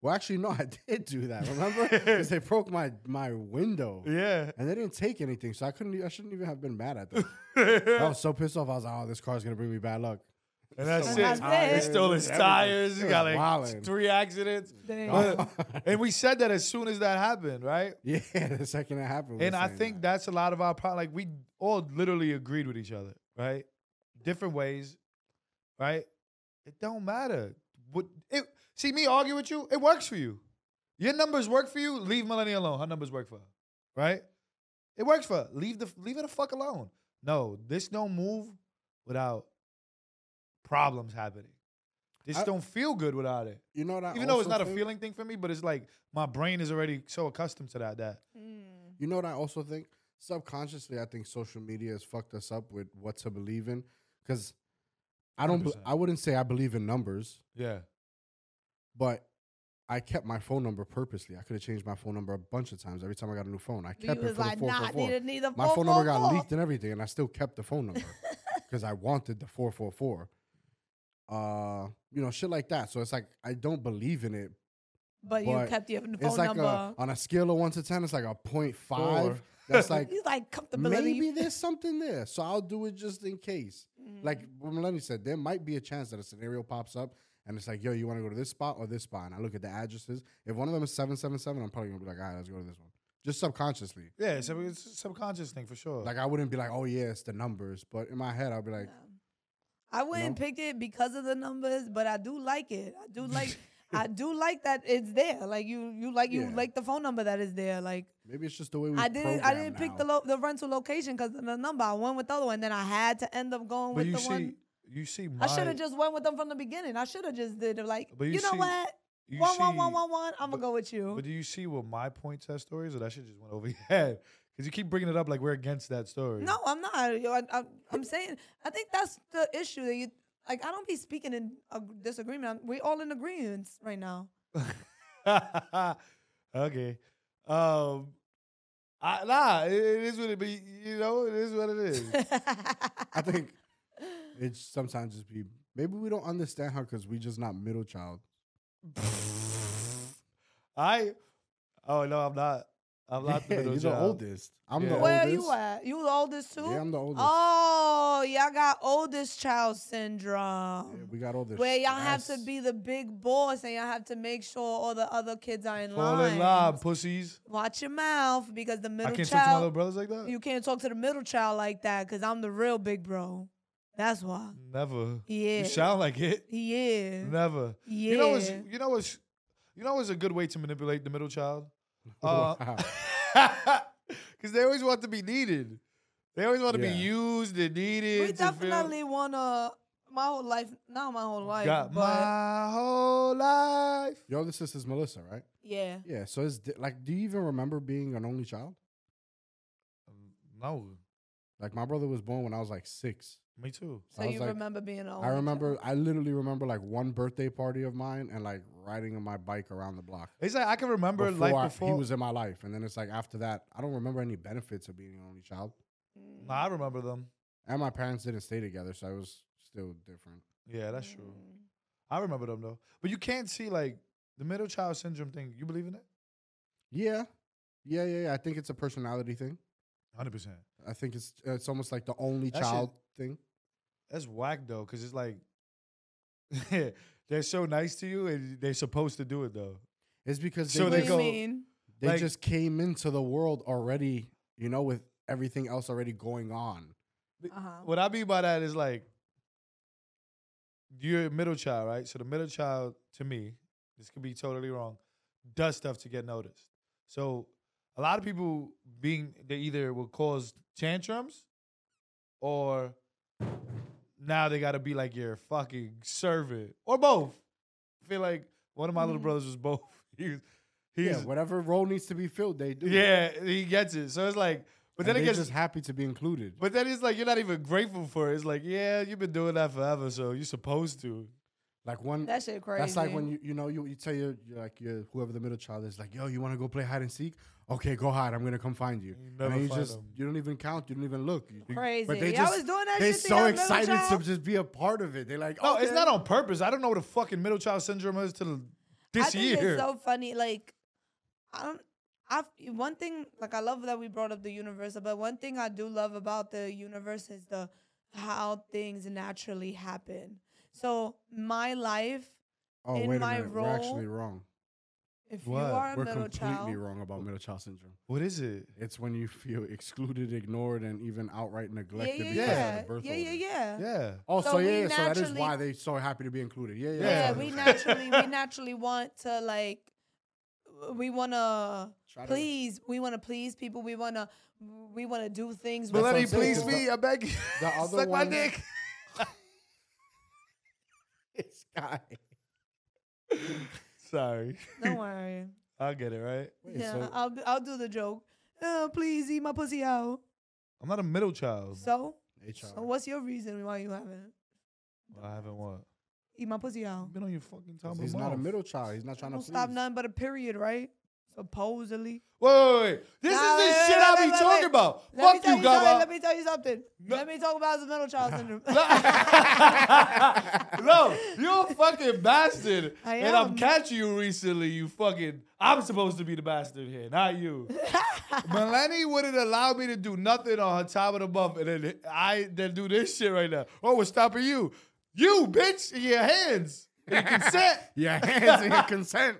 Speaker 3: well, actually no, [LAUGHS] I did do that.
Speaker 2: [LAUGHS]
Speaker 3: Remember? Because they broke my my window.
Speaker 2: yeah. [LAUGHS]
Speaker 3: And they didn't take anything, so I couldn't. e- I shouldn't even have been mad at them. I was so pissed off. I was like, "Oh, this car's gonna bring me bad
Speaker 2: [LAUGHS]
Speaker 3: luck." [LAUGHS]
Speaker 2: And that's
Speaker 1: Stole his
Speaker 2: it. He
Speaker 1: tires.
Speaker 2: stole his
Speaker 3: Everything.
Speaker 2: tires. He
Speaker 3: It
Speaker 2: got
Speaker 3: was
Speaker 2: like
Speaker 3: wildin'.
Speaker 2: three accidents.
Speaker 1: Dang.
Speaker 2: But- and we said that as soon as that happened, right?
Speaker 3: Yeah, the second it happened. we're
Speaker 2: And I
Speaker 3: saying
Speaker 2: think
Speaker 3: that.
Speaker 2: that's a lot of our problem. Like we all literally agreed with each other, right? Different ways, right? It don't matter. What it see me argue with you, it works for you. Your numbers work for you, leave Melanie alone. Her numbers work for her. Right? It works for her. Leave the leave her the fuck alone. No, this don't move without problems happening. This
Speaker 3: I-
Speaker 2: don't feel good without it.
Speaker 3: you know what. I
Speaker 2: Even though it's
Speaker 3: also
Speaker 2: not a
Speaker 3: think?
Speaker 2: feeling thing for me, but it's like my brain is already so accustomed to that that
Speaker 1: Mm.
Speaker 3: You know what I also think? Subconsciously, I think social media has fucked us up with what to believe in. Because I don't, be-
Speaker 2: 100%.
Speaker 3: I wouldn't say I believe in numbers,
Speaker 2: yeah.
Speaker 3: but I kept my phone number purposely. I could have changed my phone number a bunch of times. Every time I got a new phone, I
Speaker 1: But you
Speaker 3: kept it for
Speaker 1: was like,
Speaker 3: the four,
Speaker 1: nah,
Speaker 3: four, four.
Speaker 1: neither, neither.
Speaker 3: My
Speaker 1: four,
Speaker 3: phone number
Speaker 1: four,
Speaker 3: got
Speaker 1: four.
Speaker 3: leaked and everything, and I still kept the
Speaker 1: [LAUGHS]
Speaker 3: phone number because I wanted the four four four. Uh, you know, shit like that. So it's like I don't believe in it.
Speaker 1: But you
Speaker 3: but
Speaker 1: kept your phone
Speaker 3: It's like
Speaker 1: number.
Speaker 3: a, on a scale of one to ten, it's like a point
Speaker 2: Four.
Speaker 3: five. That's like
Speaker 1: He's like comfortability.
Speaker 3: maybe there's something there. So I'll do it just in case.
Speaker 1: Mm.
Speaker 3: Like what Melanie said, there might be a chance that a scenario pops up and it's like, yo, you want to go to this spot or this spot? And I look at the addresses. If one of them is 777, I'm probably going to be like, all right, let's go to this one. Just subconsciously.
Speaker 2: Yeah, it's a, it's a subconscious thing for sure.
Speaker 3: Like I wouldn't be like, oh, yeah, it's the numbers. But in my head, I'll be like,
Speaker 1: I wouldn't
Speaker 3: know?
Speaker 1: pick it because of the numbers, but I do like it. I do
Speaker 3: [LAUGHS]
Speaker 1: like I do like that it's there. Like you you like you
Speaker 3: Yeah.
Speaker 1: like the phone number that is there. Like
Speaker 3: maybe it's just the way we
Speaker 1: I didn't I didn't
Speaker 3: programmed
Speaker 1: pick
Speaker 3: now.
Speaker 1: the lo- the rental location because the number I went with the other one. Then I had to end up going
Speaker 2: but
Speaker 1: with
Speaker 2: you
Speaker 1: the
Speaker 2: see,
Speaker 1: one.
Speaker 2: you see, my,
Speaker 1: I should have just went with them from the beginning. I should have just did it. Like
Speaker 2: But
Speaker 1: you,
Speaker 2: you
Speaker 1: know
Speaker 2: see-
Speaker 1: what?
Speaker 2: you
Speaker 1: One one one
Speaker 2: see-
Speaker 1: one one. I'm
Speaker 2: but-
Speaker 1: gonna go with you.
Speaker 2: But do you see what my point to that story is, or that shit just went over [LAUGHS] your head? Because you keep bringing it up like we're against that story.
Speaker 1: No, I'm not. Yo, I, I, I'm saying I think that's the issue that you like. I don't be speaking in a disagreement. I'm, we all in agreement right now.
Speaker 2: [LAUGHS] okay. Um. I, nah, it, it is what it be. You know, it is what it
Speaker 1: [LAUGHS]
Speaker 2: is.
Speaker 3: I think it's sometimes just be, maybe we don't understand her because we just not middle child.
Speaker 2: I. Oh no, I'm not. I'm
Speaker 3: [LAUGHS]
Speaker 2: not the
Speaker 3: Yeah,
Speaker 2: middle
Speaker 3: you're the
Speaker 2: child.
Speaker 3: oldest. I'm the
Speaker 2: Yeah.
Speaker 1: Where
Speaker 3: oldest.
Speaker 1: you at? You the oldest too?
Speaker 3: Yeah, I'm the oldest.
Speaker 1: Oh, y'all got oldest child
Speaker 3: Yeah,
Speaker 1: syndrome.
Speaker 3: we got all this.
Speaker 1: where y'all have to
Speaker 3: stress.
Speaker 1: be the big boss and y'all have to make sure all the other kids are in
Speaker 2: Fall
Speaker 1: line.
Speaker 2: in line, pussies.
Speaker 1: Watch your mouth because the
Speaker 2: I
Speaker 1: middle
Speaker 2: can't talk to my little
Speaker 1: child
Speaker 2: brothers like that.
Speaker 1: you can't talk to the middle child like that because I'm the real big bro. That's why.
Speaker 2: Never.
Speaker 1: Yeah.
Speaker 2: You sound like it.
Speaker 1: Yeah.
Speaker 2: Never.
Speaker 1: Yeah.
Speaker 2: You know what's you know what's you know what's a good way to manipulate the middle child? Uh,
Speaker 3: [LAUGHS] Wow.
Speaker 2: [LAUGHS] Because they always want to be needed. They always want to
Speaker 3: Yeah.
Speaker 2: be used and needed.
Speaker 1: we
Speaker 2: to feel-
Speaker 1: definitely wanna my whole life not my whole life.
Speaker 2: got
Speaker 1: but
Speaker 2: my whole life.
Speaker 3: Your other sister's Melissa, right?
Speaker 1: yeah.
Speaker 3: Yeah. So it's di- like, do you even remember being an only child?
Speaker 2: No,
Speaker 3: Like my brother was born when I was like six.
Speaker 2: me too.
Speaker 1: So
Speaker 3: I was
Speaker 1: you
Speaker 3: like-
Speaker 1: remember being an
Speaker 3: I remember, I literally remember like one birthday party of mine and like riding on my bike around the block.
Speaker 2: It's like I can remember life
Speaker 3: I-
Speaker 2: before.
Speaker 3: he was in my life, and then it's like after that, I don't remember any benefits of being an only child.
Speaker 1: Mm.
Speaker 2: Nah, I remember them.
Speaker 3: And my parents didn't stay together, so I was still different.
Speaker 2: Yeah, that's true.
Speaker 1: Mm.
Speaker 2: I remember them though. But you can't see like the middle child syndrome thing. You believe in it?
Speaker 3: Yeah, yeah, yeah. yeah. I think it's a personality thing.
Speaker 2: Hundred percent.
Speaker 3: I think it's it's almost like the only
Speaker 2: That shit-
Speaker 3: child thing.
Speaker 2: That's whack though, because it's like [LAUGHS] they're so nice to you, and they're supposed to do it though.
Speaker 3: It's because
Speaker 2: So
Speaker 3: they,
Speaker 1: what
Speaker 2: they
Speaker 1: do
Speaker 3: just,
Speaker 2: go-
Speaker 1: you mean?
Speaker 3: they
Speaker 2: like-
Speaker 3: just came into the world already, you know, with everything else already going on.
Speaker 1: Uh-huh.
Speaker 2: What I mean by that is like you're a middle child, right? So the middle child, to me, this could be totally wrong, does stuff to get noticed. So a lot of people being they either will cause tantrums or now they gotta be like your fucking servant. Or both. I feel like one of my little
Speaker 1: Mhm.
Speaker 2: brothers was both. [LAUGHS] He was he's
Speaker 3: Mm-hmm. Yeah, whatever role needs to be filled, they do.
Speaker 2: yeah, he gets it. So it's like but then
Speaker 3: and
Speaker 2: it
Speaker 3: they're
Speaker 2: gets
Speaker 3: just happy to be included.
Speaker 2: but then it's like you're not even grateful for it. It's like, yeah, you've been doing that forever, so you're supposed to.
Speaker 3: Like one,
Speaker 1: That shit crazy.
Speaker 3: that's like when you you know you, you tell your your- like your whoever the middle child is like, yo, you want to go play hide and seek? Okay, go hide. I'm gonna come find you.
Speaker 2: You
Speaker 3: And
Speaker 2: never
Speaker 3: then you
Speaker 2: find
Speaker 3: just
Speaker 2: them.
Speaker 3: you don't even count. You don't even look. You- you-
Speaker 1: crazy.
Speaker 3: But they
Speaker 1: Y'all
Speaker 3: just
Speaker 1: was doing that
Speaker 3: they
Speaker 1: shit. to
Speaker 3: so
Speaker 1: y'all middle
Speaker 3: excited to
Speaker 1: child?
Speaker 3: just be a part of it. They're like,
Speaker 2: No, it's
Speaker 3: "Okay."
Speaker 2: not on purpose. I don't know what a fucking middle child syndrome is till this
Speaker 1: I think
Speaker 2: year.
Speaker 1: it's so funny. Like, I don't. I one thing like I love that we brought up the universe, but one thing I do love about the universe is the how things naturally happen. So my life,
Speaker 3: Oh
Speaker 1: in
Speaker 3: wait a
Speaker 1: my
Speaker 3: minute, we're actually wrong.
Speaker 1: if
Speaker 2: What?
Speaker 1: you are a
Speaker 3: We're
Speaker 1: middle
Speaker 3: completely
Speaker 1: child,
Speaker 3: wrong about middle child syndrome.
Speaker 2: what is it?
Speaker 3: It's when you feel excluded, ignored, and even outright
Speaker 1: yeah,
Speaker 3: neglected
Speaker 1: yeah,
Speaker 3: because of
Speaker 1: yeah,
Speaker 3: the birth
Speaker 1: yeah,
Speaker 3: order.
Speaker 1: yeah, yeah,
Speaker 2: Yeah.
Speaker 3: Oh, so,
Speaker 1: So we
Speaker 3: yeah, yeah, so that is
Speaker 1: naturally-
Speaker 3: why they're so happy to be included. Yeah, yeah.
Speaker 1: yeah.
Speaker 2: Yeah.
Speaker 3: [LAUGHS]
Speaker 1: We naturally, we naturally want to like, we want to
Speaker 3: Try to-
Speaker 1: please, we want to please people, we want to, we want to do things.
Speaker 2: But
Speaker 1: with
Speaker 2: let
Speaker 3: what
Speaker 2: me
Speaker 3: I'm saying,
Speaker 2: please
Speaker 3: is
Speaker 2: me.
Speaker 3: the-
Speaker 2: I beg you.
Speaker 3: the
Speaker 2: [LAUGHS]
Speaker 3: other
Speaker 2: Suck my
Speaker 3: one-
Speaker 2: dick.
Speaker 3: [LAUGHS] This guy.
Speaker 2: Sorry.
Speaker 1: Don't worry.
Speaker 2: I'll get it, right?
Speaker 3: Wait,
Speaker 1: Yeah,
Speaker 3: so-
Speaker 1: I'll I'll do the joke. Oh, please eat my pussy out.
Speaker 2: I'm not a middle child.
Speaker 1: So,
Speaker 3: HR.
Speaker 1: so what's your reason why you haven't
Speaker 2: I haven't what?
Speaker 1: eat my pussy out?
Speaker 2: I've been on your fucking time.
Speaker 3: He's not a middle child. He's not trying to
Speaker 1: Don't
Speaker 3: please.
Speaker 1: stop nothing but a period, right? Supposedly.
Speaker 2: Wait, wait, wait. This
Speaker 1: Nah,
Speaker 2: is the
Speaker 1: wait, wait,
Speaker 2: shit
Speaker 1: wait,
Speaker 2: I
Speaker 1: wait,
Speaker 2: be
Speaker 1: wait,
Speaker 2: talking
Speaker 1: wait.
Speaker 2: about.
Speaker 1: Let me
Speaker 2: Fuck
Speaker 1: tell
Speaker 2: you,
Speaker 1: something.
Speaker 2: Gabba.
Speaker 1: Let me tell you something.
Speaker 2: No.
Speaker 1: Let me talk about the middle child syndrome.
Speaker 2: [LAUGHS] no, you're a fucking bastard.
Speaker 1: I
Speaker 2: And I'm
Speaker 1: am.
Speaker 2: catching you recently, you fucking. I'm supposed to be the bastard here, not
Speaker 1: [LAUGHS]
Speaker 2: you. Melanie wouldn't allow me to do nothing on her top of the month, and then I then do this shit right now. Oh, we're stopping you. You, bitch, in your hands. You consent.
Speaker 3: [LAUGHS]
Speaker 1: [LAUGHS]
Speaker 3: Yeah, hands and your consent.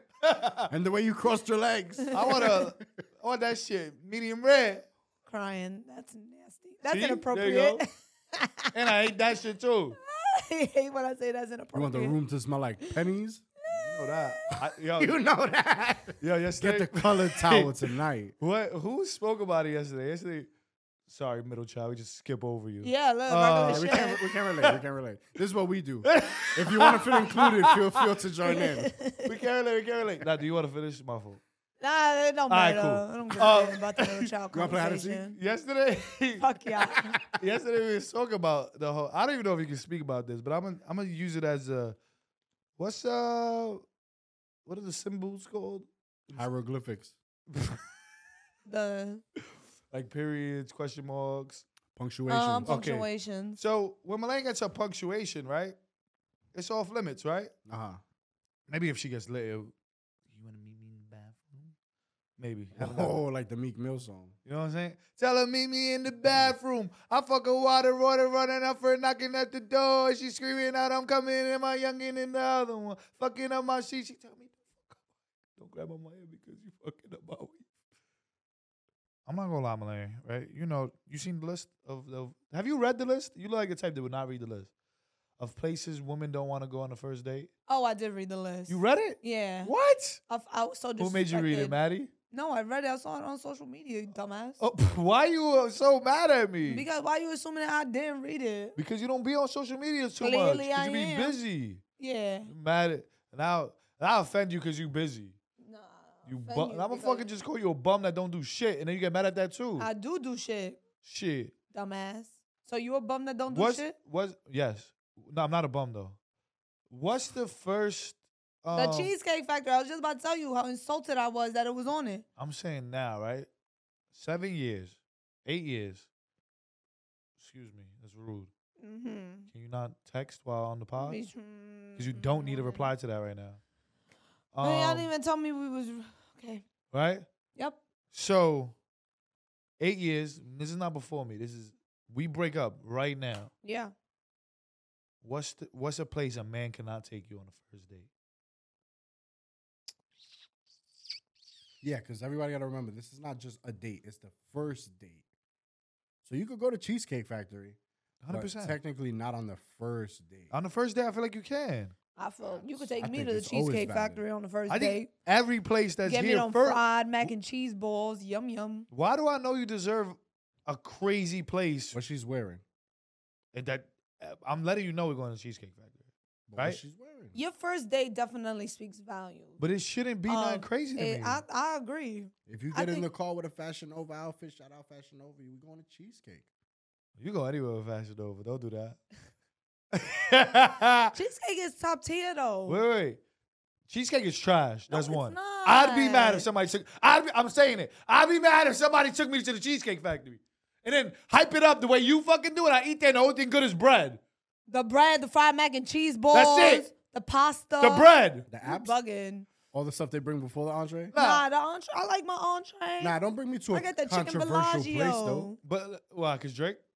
Speaker 3: and the way you crossed
Speaker 1: [LAUGHS]
Speaker 3: your legs.
Speaker 2: I want to. I want that shit medium rare.
Speaker 1: [LAUGHS] Crying. That's nasty. That's
Speaker 2: See? There you
Speaker 1: inappropriate.
Speaker 2: go. And I hate that shit too.
Speaker 1: [LAUGHS] I hate when I say that's
Speaker 3: You want
Speaker 1: inappropriate.
Speaker 3: the room to smell like
Speaker 1: [LAUGHS]
Speaker 3: pennies?
Speaker 2: You know that. I, yo,
Speaker 3: You know that.
Speaker 2: yo, yesterday.
Speaker 3: [LAUGHS] Get the colored
Speaker 1: [LAUGHS]
Speaker 2: [LAUGHS]
Speaker 3: towel tonight.
Speaker 2: What? Who spoke about it yesterday? Yesterday. Sorry, middle child. We just skip over you.
Speaker 1: Yeah, look,
Speaker 2: Uh,
Speaker 1: regular
Speaker 3: We
Speaker 1: shit.
Speaker 3: can't, we can't relate. We can't relate. This is what
Speaker 1: [LAUGHS]
Speaker 3: we do. If you want to feel included, feel free to join in.
Speaker 1: [LAUGHS]
Speaker 2: We can't relate. We can't relate. Now, do you want to finish my fault?
Speaker 1: Nah, it don't
Speaker 2: right,
Speaker 1: matter.
Speaker 2: cool.
Speaker 1: I don't give a
Speaker 2: Um,
Speaker 1: damn about the middle
Speaker 2: [LAUGHS]
Speaker 1: child
Speaker 3: You wanna play hide and seek?
Speaker 1: conversation.
Speaker 2: Yesterday, [LAUGHS]
Speaker 1: Fuck yeah. [LAUGHS]
Speaker 2: yesterday we was talking about the whole. I don't even know if you can speak about this, but I'm gonna I'm gonna use it as a. What's uh, what are the symbols called?
Speaker 3: Hieroglyphics,
Speaker 1: the um,
Speaker 2: Like periods, question marks.
Speaker 3: punctuation.
Speaker 1: um,
Speaker 2: Okay.
Speaker 1: punctuations.
Speaker 2: So when Malane gets her punctuation, right? It's off limits, right?
Speaker 3: uh-huh.
Speaker 1: [LAUGHS]
Speaker 2: Maybe if she gets lit, it'll- you want to meet me in the bathroom? Maybe.
Speaker 1: [LAUGHS]
Speaker 2: I don't know.
Speaker 3: Oh, like the Meek Mill song.
Speaker 2: You know what I'm saying? Tell her meet me in the bathroom. I fucking water water running up for knocking at the door. She screaming out, I'm coming in my youngin' in the other one. Fucking up my sheet. She tell me, don't grab on my hair because you fucking up my weed. I'm not gonna lie, Malay, right? You know, you seen the list of the have you read the list? You look like a type that would not read the list. Of places women don't want to go on the first date.
Speaker 1: Oh, I did read the list.
Speaker 2: You read it?
Speaker 1: Yeah.
Speaker 2: What?
Speaker 1: I, f- I was so
Speaker 2: Who made you read it,
Speaker 1: disrespected.
Speaker 2: Maddie?
Speaker 1: No, I read it. I saw it on social media, you dumbass.
Speaker 2: Oh, [LAUGHS] why you uh, so mad at me?
Speaker 1: Because why you assuming that I didn't read it?
Speaker 2: Because you don't be on social media too much.
Speaker 1: Clearly
Speaker 2: Because
Speaker 1: I
Speaker 2: you be
Speaker 1: am.
Speaker 2: busy.
Speaker 1: Yeah.
Speaker 2: You Mad at, and I'll and I'll offend you because you busy.
Speaker 1: Nah.
Speaker 2: You
Speaker 1: offend
Speaker 2: bum.
Speaker 1: you
Speaker 2: and I'm gonna
Speaker 1: because
Speaker 2: fucking just call you a bum that don't do shit, and then you get mad at that too.
Speaker 1: I do do shit,
Speaker 2: shit.
Speaker 1: dumbass. So you a bum that don't do
Speaker 2: What's
Speaker 1: shit?
Speaker 2: what's yes? No, I'm not a bum though. What's the first? Um,
Speaker 1: The Cheesecake Factory. I was just about to tell you how insulted I was that it was on it.
Speaker 2: I'm saying now, right? Seven years, eight years. Excuse me, that's rude.
Speaker 1: Mm-hmm.
Speaker 2: Can you not text while on the pod? Because
Speaker 1: mm,
Speaker 2: you don't need a reply to that right now.
Speaker 1: Man, y'all
Speaker 2: Um,
Speaker 1: didn't even tell me we was okay.
Speaker 2: right?
Speaker 1: Yep.
Speaker 2: So eight years. This is not before me. This is we break up right now.
Speaker 1: Yeah.
Speaker 2: What's the, what's a place a man cannot take you on a first date?
Speaker 3: Yeah, because everybody got to remember this is not just a date; it's the first date. So you could go to Cheesecake Factory,
Speaker 2: Hundred
Speaker 3: but
Speaker 2: percent.
Speaker 3: technically not on the first date.
Speaker 2: On the first date, I feel like you can.
Speaker 1: I feel you could
Speaker 3: I
Speaker 1: take me
Speaker 3: think
Speaker 1: to the
Speaker 3: it's always
Speaker 1: Cheesecake
Speaker 3: valid.
Speaker 1: Factory on the first
Speaker 2: I
Speaker 1: date.
Speaker 2: think every place that's
Speaker 1: Get me
Speaker 2: here
Speaker 1: them
Speaker 2: first.
Speaker 1: fried mac and cheese balls. Yum yum.
Speaker 2: Why do I know you deserve a crazy place?
Speaker 3: What she's wearing,
Speaker 2: That I'm letting you know we're going to Cheesecake Factory,
Speaker 3: But
Speaker 2: Right?
Speaker 3: What she's wearing.
Speaker 1: Your first date definitely speaks volume.
Speaker 2: but it shouldn't be
Speaker 1: Um,
Speaker 2: not crazy to
Speaker 1: it-
Speaker 2: me.
Speaker 1: I, I agree.
Speaker 3: If you
Speaker 1: I
Speaker 3: get in the
Speaker 1: think-
Speaker 3: car with a Fashion Nova outfit, shout out Fashion Nova. You going to Cheesecake?
Speaker 2: you go anywhere with Fashion Nova. Don't do
Speaker 1: [LAUGHS]
Speaker 2: that. [LAUGHS]
Speaker 1: Cheesecake is top tier
Speaker 3: Oh.
Speaker 1: though.
Speaker 2: wait, wait. Cheesecake is trash.
Speaker 1: No,
Speaker 2: That's
Speaker 1: it's
Speaker 2: one. I'd be mad
Speaker 1: not.
Speaker 2: if somebody took. I'd be, I'm saying it. I'd be mad if somebody took me to the Cheesecake Factory and then hype it up the way you fucking do it. I eat that and the whole thing good as bread.
Speaker 1: The bread, the fried mac and cheese balls.
Speaker 2: it.
Speaker 1: The pasta.
Speaker 3: Oh.
Speaker 2: the bread.
Speaker 3: The
Speaker 1: You
Speaker 3: apps,
Speaker 1: bugging.
Speaker 3: all the stuff they bring before the entree.
Speaker 2: Nah.
Speaker 1: Nah, the entree. I like my entree.
Speaker 3: Nah, don't bring me to a
Speaker 1: I got the chicken
Speaker 3: controversial place though.
Speaker 1: Bellagio.
Speaker 2: But why? Cause Drake. [LAUGHS]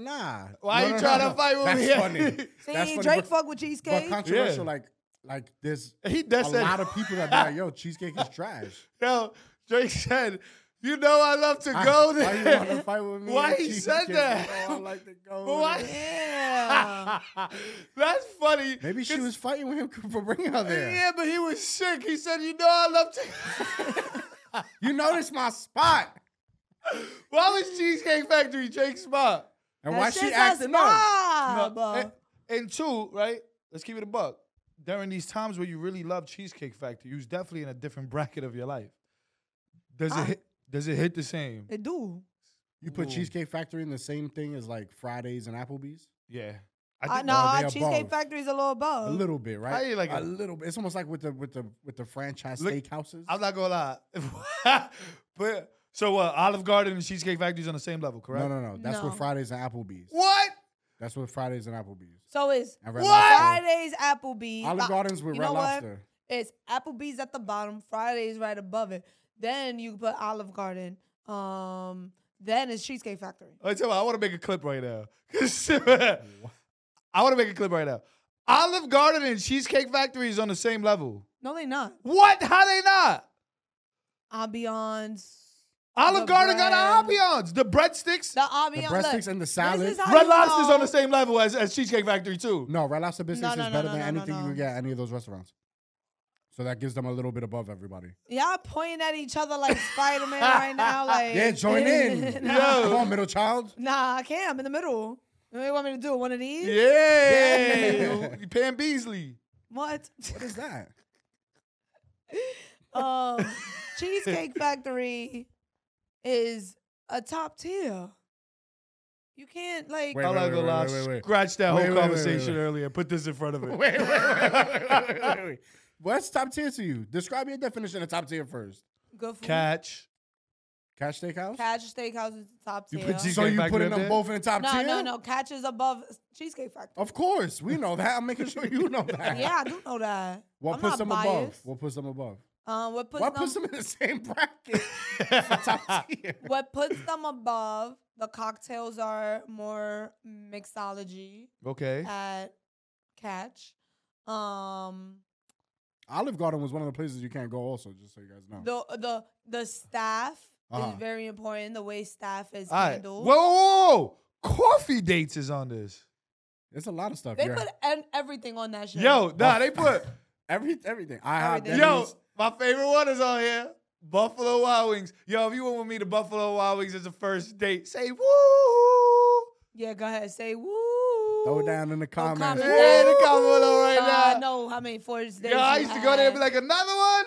Speaker 3: Nah,
Speaker 2: Why
Speaker 3: No,
Speaker 2: you
Speaker 3: no, no,
Speaker 2: trying
Speaker 3: no.
Speaker 2: to fight with
Speaker 3: That's
Speaker 1: [LAUGHS]
Speaker 2: me?
Speaker 3: Funny.
Speaker 1: See,
Speaker 3: That's funny,
Speaker 1: Drake
Speaker 3: but-
Speaker 1: fuck with
Speaker 3: But
Speaker 1: cheesecake.
Speaker 3: controversial,
Speaker 2: Yeah.
Speaker 3: like like there's
Speaker 2: He
Speaker 3: a [LAUGHS]
Speaker 2: that said
Speaker 3: lot of people that be like, yo, cheesecake is trash.
Speaker 2: [LAUGHS] Yo, Drake said, "You know I love to
Speaker 3: I-
Speaker 2: go
Speaker 3: [LAUGHS] Why you want
Speaker 2: there."
Speaker 3: to fight with me?
Speaker 2: Why
Speaker 3: and
Speaker 2: he
Speaker 3: cheesecake?
Speaker 2: said that?
Speaker 3: You know I like to go.
Speaker 2: But why- [LAUGHS]
Speaker 1: yeah.
Speaker 2: [LAUGHS] That's funny.
Speaker 3: Maybe she
Speaker 2: 'cause-
Speaker 3: was fighting with him [LAUGHS] for bringing her there.
Speaker 2: Yeah, but he was sick. He said, "You know I love to." [LAUGHS]
Speaker 3: You noticed my spot.
Speaker 2: why was Cheesecake Factory Drake's spot?
Speaker 3: And
Speaker 1: That
Speaker 3: why she
Speaker 1: shit's a
Speaker 3: acting up?
Speaker 1: snob.
Speaker 2: and, and two, right? Let's keep it a buck. During these times where you really love Cheesecake Factory, you was definitely in a different [LAUGHS] bracket of your life. Does
Speaker 1: Ah.
Speaker 2: it hit, does it hit the same?
Speaker 1: They do.
Speaker 3: You put
Speaker 2: Ooh.
Speaker 3: Cheesecake Factory in the same thing as like Fridays and Applebee's?
Speaker 2: Yeah.
Speaker 1: I,
Speaker 2: think-
Speaker 1: Uh, nah,
Speaker 3: all
Speaker 1: our
Speaker 3: they
Speaker 1: Cheesecake
Speaker 3: above.
Speaker 1: Factory's a little above.
Speaker 3: A little bit, right?
Speaker 2: Oh. How you like
Speaker 3: a
Speaker 2: it?
Speaker 3: little bit. It's almost like with the with the with the franchise
Speaker 2: Look,
Speaker 3: steakhouses.
Speaker 2: I'm not gonna lie. [LAUGHS] but so what? Olive Garden and Cheesecake Factory is on the same level, correct?
Speaker 3: no, no, no. That's
Speaker 1: No.
Speaker 3: what Fridays and Applebee's.
Speaker 2: What?
Speaker 3: That's what Fridays and Applebee's.
Speaker 1: So it's
Speaker 3: And Red
Speaker 2: What?
Speaker 3: Lobster.
Speaker 1: Fridays, Applebee's.
Speaker 3: Olive
Speaker 1: Like,
Speaker 3: Gardens with
Speaker 1: you
Speaker 3: Red
Speaker 1: know what?
Speaker 3: Lobster.
Speaker 1: It's Applebee's at the bottom, Fridays right above it. Then you put Olive Garden. Um, then it's Cheesecake Factory.
Speaker 2: I tell you, what, I want to make a clip right now. [LAUGHS] I want to make a clip right now. Olive Garden and Cheesecake Factory is on the same level.
Speaker 1: No, they not.
Speaker 2: What? How they not?
Speaker 1: Ambiance.
Speaker 2: Olive
Speaker 1: The
Speaker 2: Garden got an
Speaker 1: bread.
Speaker 2: ambiance. The breadsticks.
Speaker 1: The
Speaker 3: The
Speaker 1: ambiance.
Speaker 3: breadsticks
Speaker 1: look,
Speaker 3: and the
Speaker 1: this
Speaker 3: salad.
Speaker 1: is how
Speaker 2: Red
Speaker 1: you
Speaker 2: Lobster's
Speaker 1: know-
Speaker 2: on the same level as, as Cheesecake Factory too.
Speaker 3: No, Red Lobster biscuits
Speaker 1: no,
Speaker 3: is
Speaker 1: no,
Speaker 3: better
Speaker 1: no, no,
Speaker 3: than
Speaker 1: no,
Speaker 3: anything you
Speaker 1: no.
Speaker 3: can get at any of those restaurants. So that gives them a little bit above everybody.
Speaker 1: Y'all pointing at each other like Spider
Speaker 3: [LAUGHS]
Speaker 1: Man right now. Like
Speaker 3: Yeah,
Speaker 1: [LAUGHS]
Speaker 3: join in.
Speaker 1: nah,
Speaker 2: Yo.
Speaker 3: Come on, middle child.
Speaker 1: Nah, I can't. I'm in the middle. What do you want me to do? One of these?
Speaker 2: Yeah. Pam Beasley.
Speaker 1: What? [LAUGHS]
Speaker 3: What is that?
Speaker 1: um, Cheesecake Factory is a top tier. You can't like.
Speaker 3: Wait,
Speaker 2: I'm not gonna lie.
Speaker 3: wait, wait, wait.
Speaker 2: Scratch that
Speaker 3: Wait,
Speaker 2: whole
Speaker 3: wait, wait,
Speaker 2: conversation
Speaker 3: wait.
Speaker 2: earlier. Put this in front of it.
Speaker 3: [LAUGHS] wait, wait, wait, wait, wait, wait, wait. What's top tier to you? Describe your definition of top tier first.
Speaker 1: Good food.
Speaker 2: Catch.
Speaker 3: Cash steakhouse.
Speaker 1: Catch Steakhouse is the top
Speaker 2: You
Speaker 1: tier.
Speaker 2: put cheese-
Speaker 3: So
Speaker 2: Cheesecake
Speaker 3: you
Speaker 2: Factory
Speaker 3: putting
Speaker 2: up
Speaker 3: them
Speaker 2: there?
Speaker 3: both in the top Oh,
Speaker 1: no,
Speaker 3: tier?
Speaker 1: no, no. Catch is above Cheesecake Factory.
Speaker 3: Of course, we know that. I'm making sure you know that.
Speaker 1: yeah, I do know that.
Speaker 3: [LAUGHS] What
Speaker 1: I'm
Speaker 3: puts
Speaker 1: not
Speaker 3: them above?
Speaker 1: biased.
Speaker 3: What puts them above?
Speaker 1: Um, what puts
Speaker 3: What
Speaker 1: them?
Speaker 3: puts them in the same [LAUGHS] bracket? for top tier.
Speaker 1: what puts them above? The cocktails are more mixology
Speaker 2: Okay.
Speaker 1: at Catch. Um,
Speaker 3: Olive Garden was one of the places you can't go. Also, just so you guys know.
Speaker 1: the the the staff
Speaker 3: Uh-huh.
Speaker 1: is very important. The way staff is
Speaker 2: All right. Whoa,
Speaker 1: handled.
Speaker 2: whoa, whoa, whoa. Coffee dates is on this.
Speaker 3: There's a lot of stuff.
Speaker 1: They
Speaker 3: You're-
Speaker 1: put en- everything on that show.
Speaker 2: Yo, nah, they put.
Speaker 3: every everything. I
Speaker 1: Everything.
Speaker 2: yo, my favorite one is on here. Buffalo Wild Wings. Yo, if you went with me to Buffalo Wild Wings as a first date, say woo.
Speaker 1: yeah, go ahead, say woo.
Speaker 3: Throw it down in the comments.
Speaker 1: comment.
Speaker 3: Woo!
Speaker 2: Hey, the comment below right
Speaker 1: Uh, I
Speaker 2: now.
Speaker 1: know how many Fords they
Speaker 2: Yo, I used to go there and be like, another one?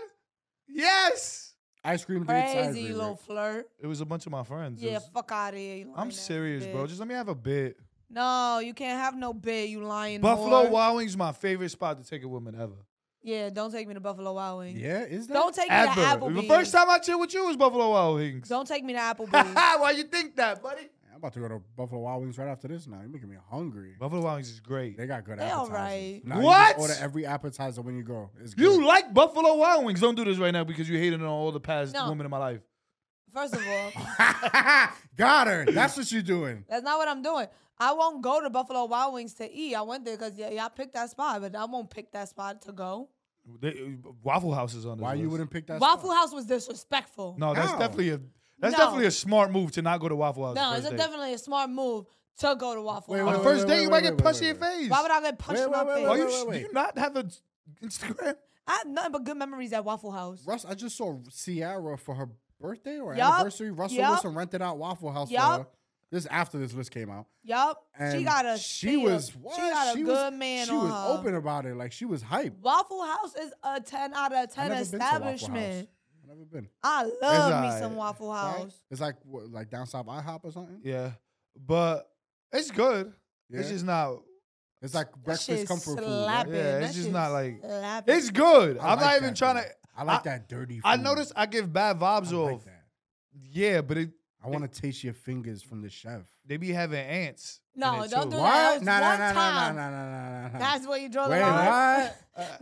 Speaker 2: Yes.
Speaker 3: Ice cream dates. I
Speaker 1: crazy
Speaker 3: agree
Speaker 1: you little
Speaker 3: with.
Speaker 1: flirt.
Speaker 2: It was a bunch of my friends. It
Speaker 1: Yeah,
Speaker 2: was-
Speaker 1: fuck out of here. you lying
Speaker 2: I'm
Speaker 1: ass
Speaker 2: serious, bro.
Speaker 1: bitch.
Speaker 2: Just let me have a bit.
Speaker 1: no, you can't have no bid. You lying.
Speaker 2: Buffalo
Speaker 1: whore.
Speaker 2: Wild Wings is my favorite spot to take a woman ever.
Speaker 1: Yeah, don't take me to Buffalo Wild Wings.
Speaker 3: Yeah, is that?
Speaker 1: Don't take me to
Speaker 2: Ever.
Speaker 1: Applebee's.
Speaker 2: The first time I chilled with you was Buffalo Wild
Speaker 1: [LAUGHS]
Speaker 2: Wings.
Speaker 1: Don't take
Speaker 2: [LAUGHS]
Speaker 1: me to Applebee's.
Speaker 2: Why you think that, buddy?
Speaker 3: I'm about to go to Buffalo Wild Wings right after this. Now you're making me hungry.
Speaker 2: Buffalo Wild Wings is great.
Speaker 3: They got good
Speaker 1: They all
Speaker 3: appetizers.
Speaker 1: right.
Speaker 3: Nah, you
Speaker 2: What?
Speaker 3: just order every appetizer when you go. It's good. [LAUGHS]
Speaker 2: You like Buffalo Wild Wings. Don't do this right now because you hated on all the past
Speaker 1: No.
Speaker 2: women in my life.
Speaker 1: First of all,
Speaker 3: Got her. That's what you're doing.
Speaker 1: that's not what I'm doing. I won't go to Buffalo Wild Wings to eat. I went there because yeah, y'all picked that spot, but I won't pick that spot to go.
Speaker 2: They, uh, Waffle House is on this
Speaker 3: Why you
Speaker 2: list.
Speaker 3: wouldn't pick that?
Speaker 1: Waffle
Speaker 3: spot?
Speaker 1: House was disrespectful.
Speaker 2: No, that's
Speaker 3: How?
Speaker 2: definitely a that's
Speaker 1: No.
Speaker 2: definitely a smart move to not go to Waffle House.
Speaker 1: No,
Speaker 2: the
Speaker 1: it's
Speaker 2: first
Speaker 1: a
Speaker 2: date.
Speaker 1: definitely a smart move to go to Waffle
Speaker 3: Wait,
Speaker 1: House.
Speaker 2: On the
Speaker 3: wait,
Speaker 2: first
Speaker 3: wait,
Speaker 2: date,
Speaker 3: wait,
Speaker 2: you
Speaker 3: wait,
Speaker 2: might get
Speaker 3: wait,
Speaker 2: punched in
Speaker 3: wait,
Speaker 2: your face.
Speaker 1: Why would I get punched
Speaker 3: Wait,
Speaker 1: in my
Speaker 3: wait, wait,
Speaker 1: face?
Speaker 2: Are you?
Speaker 3: wait,
Speaker 2: sh-
Speaker 3: wait.
Speaker 2: Do you not have an [LAUGHS] Instagram?
Speaker 1: I have nothing but good memories at Waffle House.
Speaker 3: Russ, I just saw Sierra for her birthday or
Speaker 1: Yup.
Speaker 3: anniversary. Russell
Speaker 1: Yup.
Speaker 3: Wilson rented out Waffle House
Speaker 1: Yup.
Speaker 3: for her. This is after this list came out.
Speaker 1: Yup. She
Speaker 3: And
Speaker 1: got a
Speaker 3: She
Speaker 1: steal.
Speaker 3: was.
Speaker 1: She
Speaker 3: what?
Speaker 1: got a
Speaker 3: She was-
Speaker 1: good man
Speaker 3: She
Speaker 1: on
Speaker 3: was
Speaker 1: her.
Speaker 3: open about it. Like she was hype.
Speaker 1: Waffle House is a ten out of
Speaker 3: I've
Speaker 1: ten
Speaker 3: never been to Waffle House.
Speaker 1: establishment.
Speaker 3: I've never been.
Speaker 1: I love me
Speaker 2: alright.
Speaker 1: some Waffle
Speaker 3: Right?
Speaker 1: House.
Speaker 3: It's like what, like down south IHOP or something.
Speaker 2: Yeah, but it's good. It's
Speaker 3: Yeah?
Speaker 2: just not.
Speaker 3: It's like breakfast
Speaker 1: shit
Speaker 3: comfort food.
Speaker 1: slapping.
Speaker 3: right?
Speaker 2: Yeah,
Speaker 1: that
Speaker 2: it's just
Speaker 1: shit
Speaker 2: not like
Speaker 1: slapping.
Speaker 2: it's good.
Speaker 3: I
Speaker 2: I'm
Speaker 3: like
Speaker 2: not even
Speaker 3: that
Speaker 2: trying
Speaker 3: food.
Speaker 2: to.
Speaker 3: I like that dirty. Food.
Speaker 2: I notice I give bad vibes
Speaker 3: I
Speaker 2: off.
Speaker 3: like that.
Speaker 2: Yeah, but it,
Speaker 3: I want to taste your fingers from the chef.
Speaker 2: they be having ants. in
Speaker 1: No,
Speaker 2: it,
Speaker 1: don't
Speaker 2: too.
Speaker 1: do that.
Speaker 3: Nah,
Speaker 1: That
Speaker 3: nah,
Speaker 1: was
Speaker 3: nah,
Speaker 1: one
Speaker 3: nah,
Speaker 1: time.
Speaker 3: nah, nah, nah, nah, nah.
Speaker 1: That's where you draw
Speaker 3: Wait,
Speaker 1: the line.
Speaker 3: what?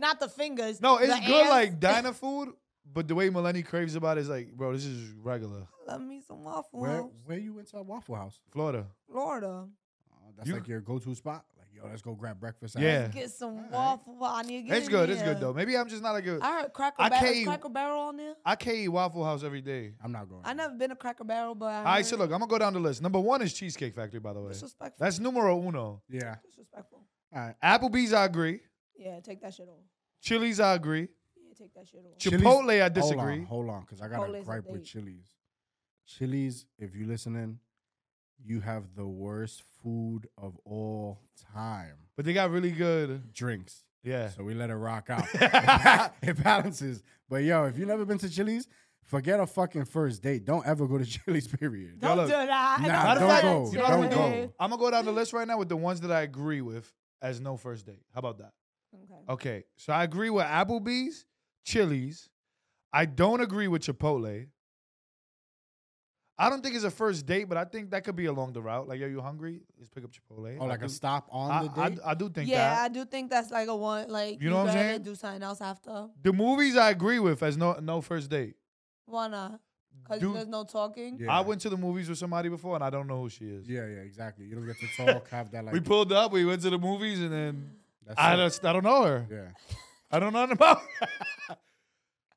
Speaker 1: [LAUGHS] Not the fingers.
Speaker 2: No, it's
Speaker 1: the
Speaker 2: good
Speaker 1: hands.
Speaker 2: like diner food, but the way Melanie craves about it is like, bro, this is regular
Speaker 1: Love me some Waffle
Speaker 3: Where
Speaker 1: House,
Speaker 3: where you went to a Waffle House?
Speaker 2: Florida.
Speaker 1: Florida.
Speaker 3: Oh, that's
Speaker 2: You-
Speaker 3: like your go-to spot. Like, yo, let's go grab breakfast. at-
Speaker 2: Yeah.
Speaker 1: Get some
Speaker 3: Alright.
Speaker 1: Waffle. I need to get
Speaker 2: It's
Speaker 1: in
Speaker 2: good. It's
Speaker 1: there.
Speaker 2: good though. Maybe I'm just not like a.
Speaker 1: I heard Cracker
Speaker 2: I
Speaker 1: Barrel.
Speaker 2: can't
Speaker 1: is
Speaker 2: even-
Speaker 1: Cracker Barrel on there.
Speaker 2: I can't eat Waffle House every day.
Speaker 3: I'm not going.
Speaker 1: I never been to Cracker Barrel, but I
Speaker 2: All right, so
Speaker 1: heard-
Speaker 2: look, I'm gonna go down the list. Number one is Cheesecake Factory, by the way.
Speaker 1: disrespectful.
Speaker 2: That's numero uno.
Speaker 3: Yeah.
Speaker 1: disrespectful.
Speaker 3: All right.
Speaker 2: Applebee's, I agree.
Speaker 1: Yeah, take that shit off.
Speaker 2: Chili's, I agree.
Speaker 1: Yeah, take that shit off.
Speaker 2: Chipotle,
Speaker 3: Chili's-
Speaker 2: I
Speaker 3: Hold on,
Speaker 2: disagree.
Speaker 3: hold on, because I got a
Speaker 1: Chipotle's a
Speaker 3: gripe with
Speaker 1: date.
Speaker 3: Chili's. Chili's, if you listening, you have the worst food of all time.
Speaker 2: But they got really good.
Speaker 3: Drinks.
Speaker 2: Yeah.
Speaker 3: So we let it rock
Speaker 2: [LAUGHS]
Speaker 3: out. it balances. But yo, if you never been to Chili's, forget a fucking first date. Don't ever go to [LAUGHS] Chili's, period.
Speaker 1: Don't
Speaker 2: look.
Speaker 1: do that. I
Speaker 3: Nah,
Speaker 1: don't
Speaker 2: don't
Speaker 1: do that
Speaker 2: go.
Speaker 1: shit.
Speaker 2: You know what I'm
Speaker 3: Don't
Speaker 2: doing?
Speaker 3: go.
Speaker 2: I'm gonna go down the list right now with the ones that I agree with as no first date. How about that?
Speaker 1: Okay.
Speaker 2: Okay, so I agree with Applebee's, Chili's. I don't agree with Chipotle. I don't think it's a first date, but I think that could be along the route. Like, are you hungry? Let's pick up Chipotle.
Speaker 3: Oh,
Speaker 2: I
Speaker 3: like
Speaker 2: do,
Speaker 3: a stop on
Speaker 2: I-
Speaker 3: the
Speaker 2: I,
Speaker 3: date?
Speaker 2: I, do think
Speaker 1: yeah,
Speaker 2: that.
Speaker 1: I do think that's like a one. Like
Speaker 2: You know what I'm
Speaker 1: gotta
Speaker 2: saying?
Speaker 1: Do something else after.
Speaker 2: the movies I agree with as no no first date.
Speaker 1: Why not? Because
Speaker 2: Dude,
Speaker 1: there's no talking.
Speaker 3: Yeah.
Speaker 2: I went to the movies with somebody before and I don't know who she is.
Speaker 3: yeah, yeah, exactly. You don't get to talk, have that
Speaker 2: [LAUGHS]
Speaker 3: like.
Speaker 2: we pulled up, we went to the movies, and then
Speaker 3: that's
Speaker 2: I
Speaker 3: it.
Speaker 2: just I don't know her.
Speaker 3: Yeah.
Speaker 2: I don't know nothing about. Her.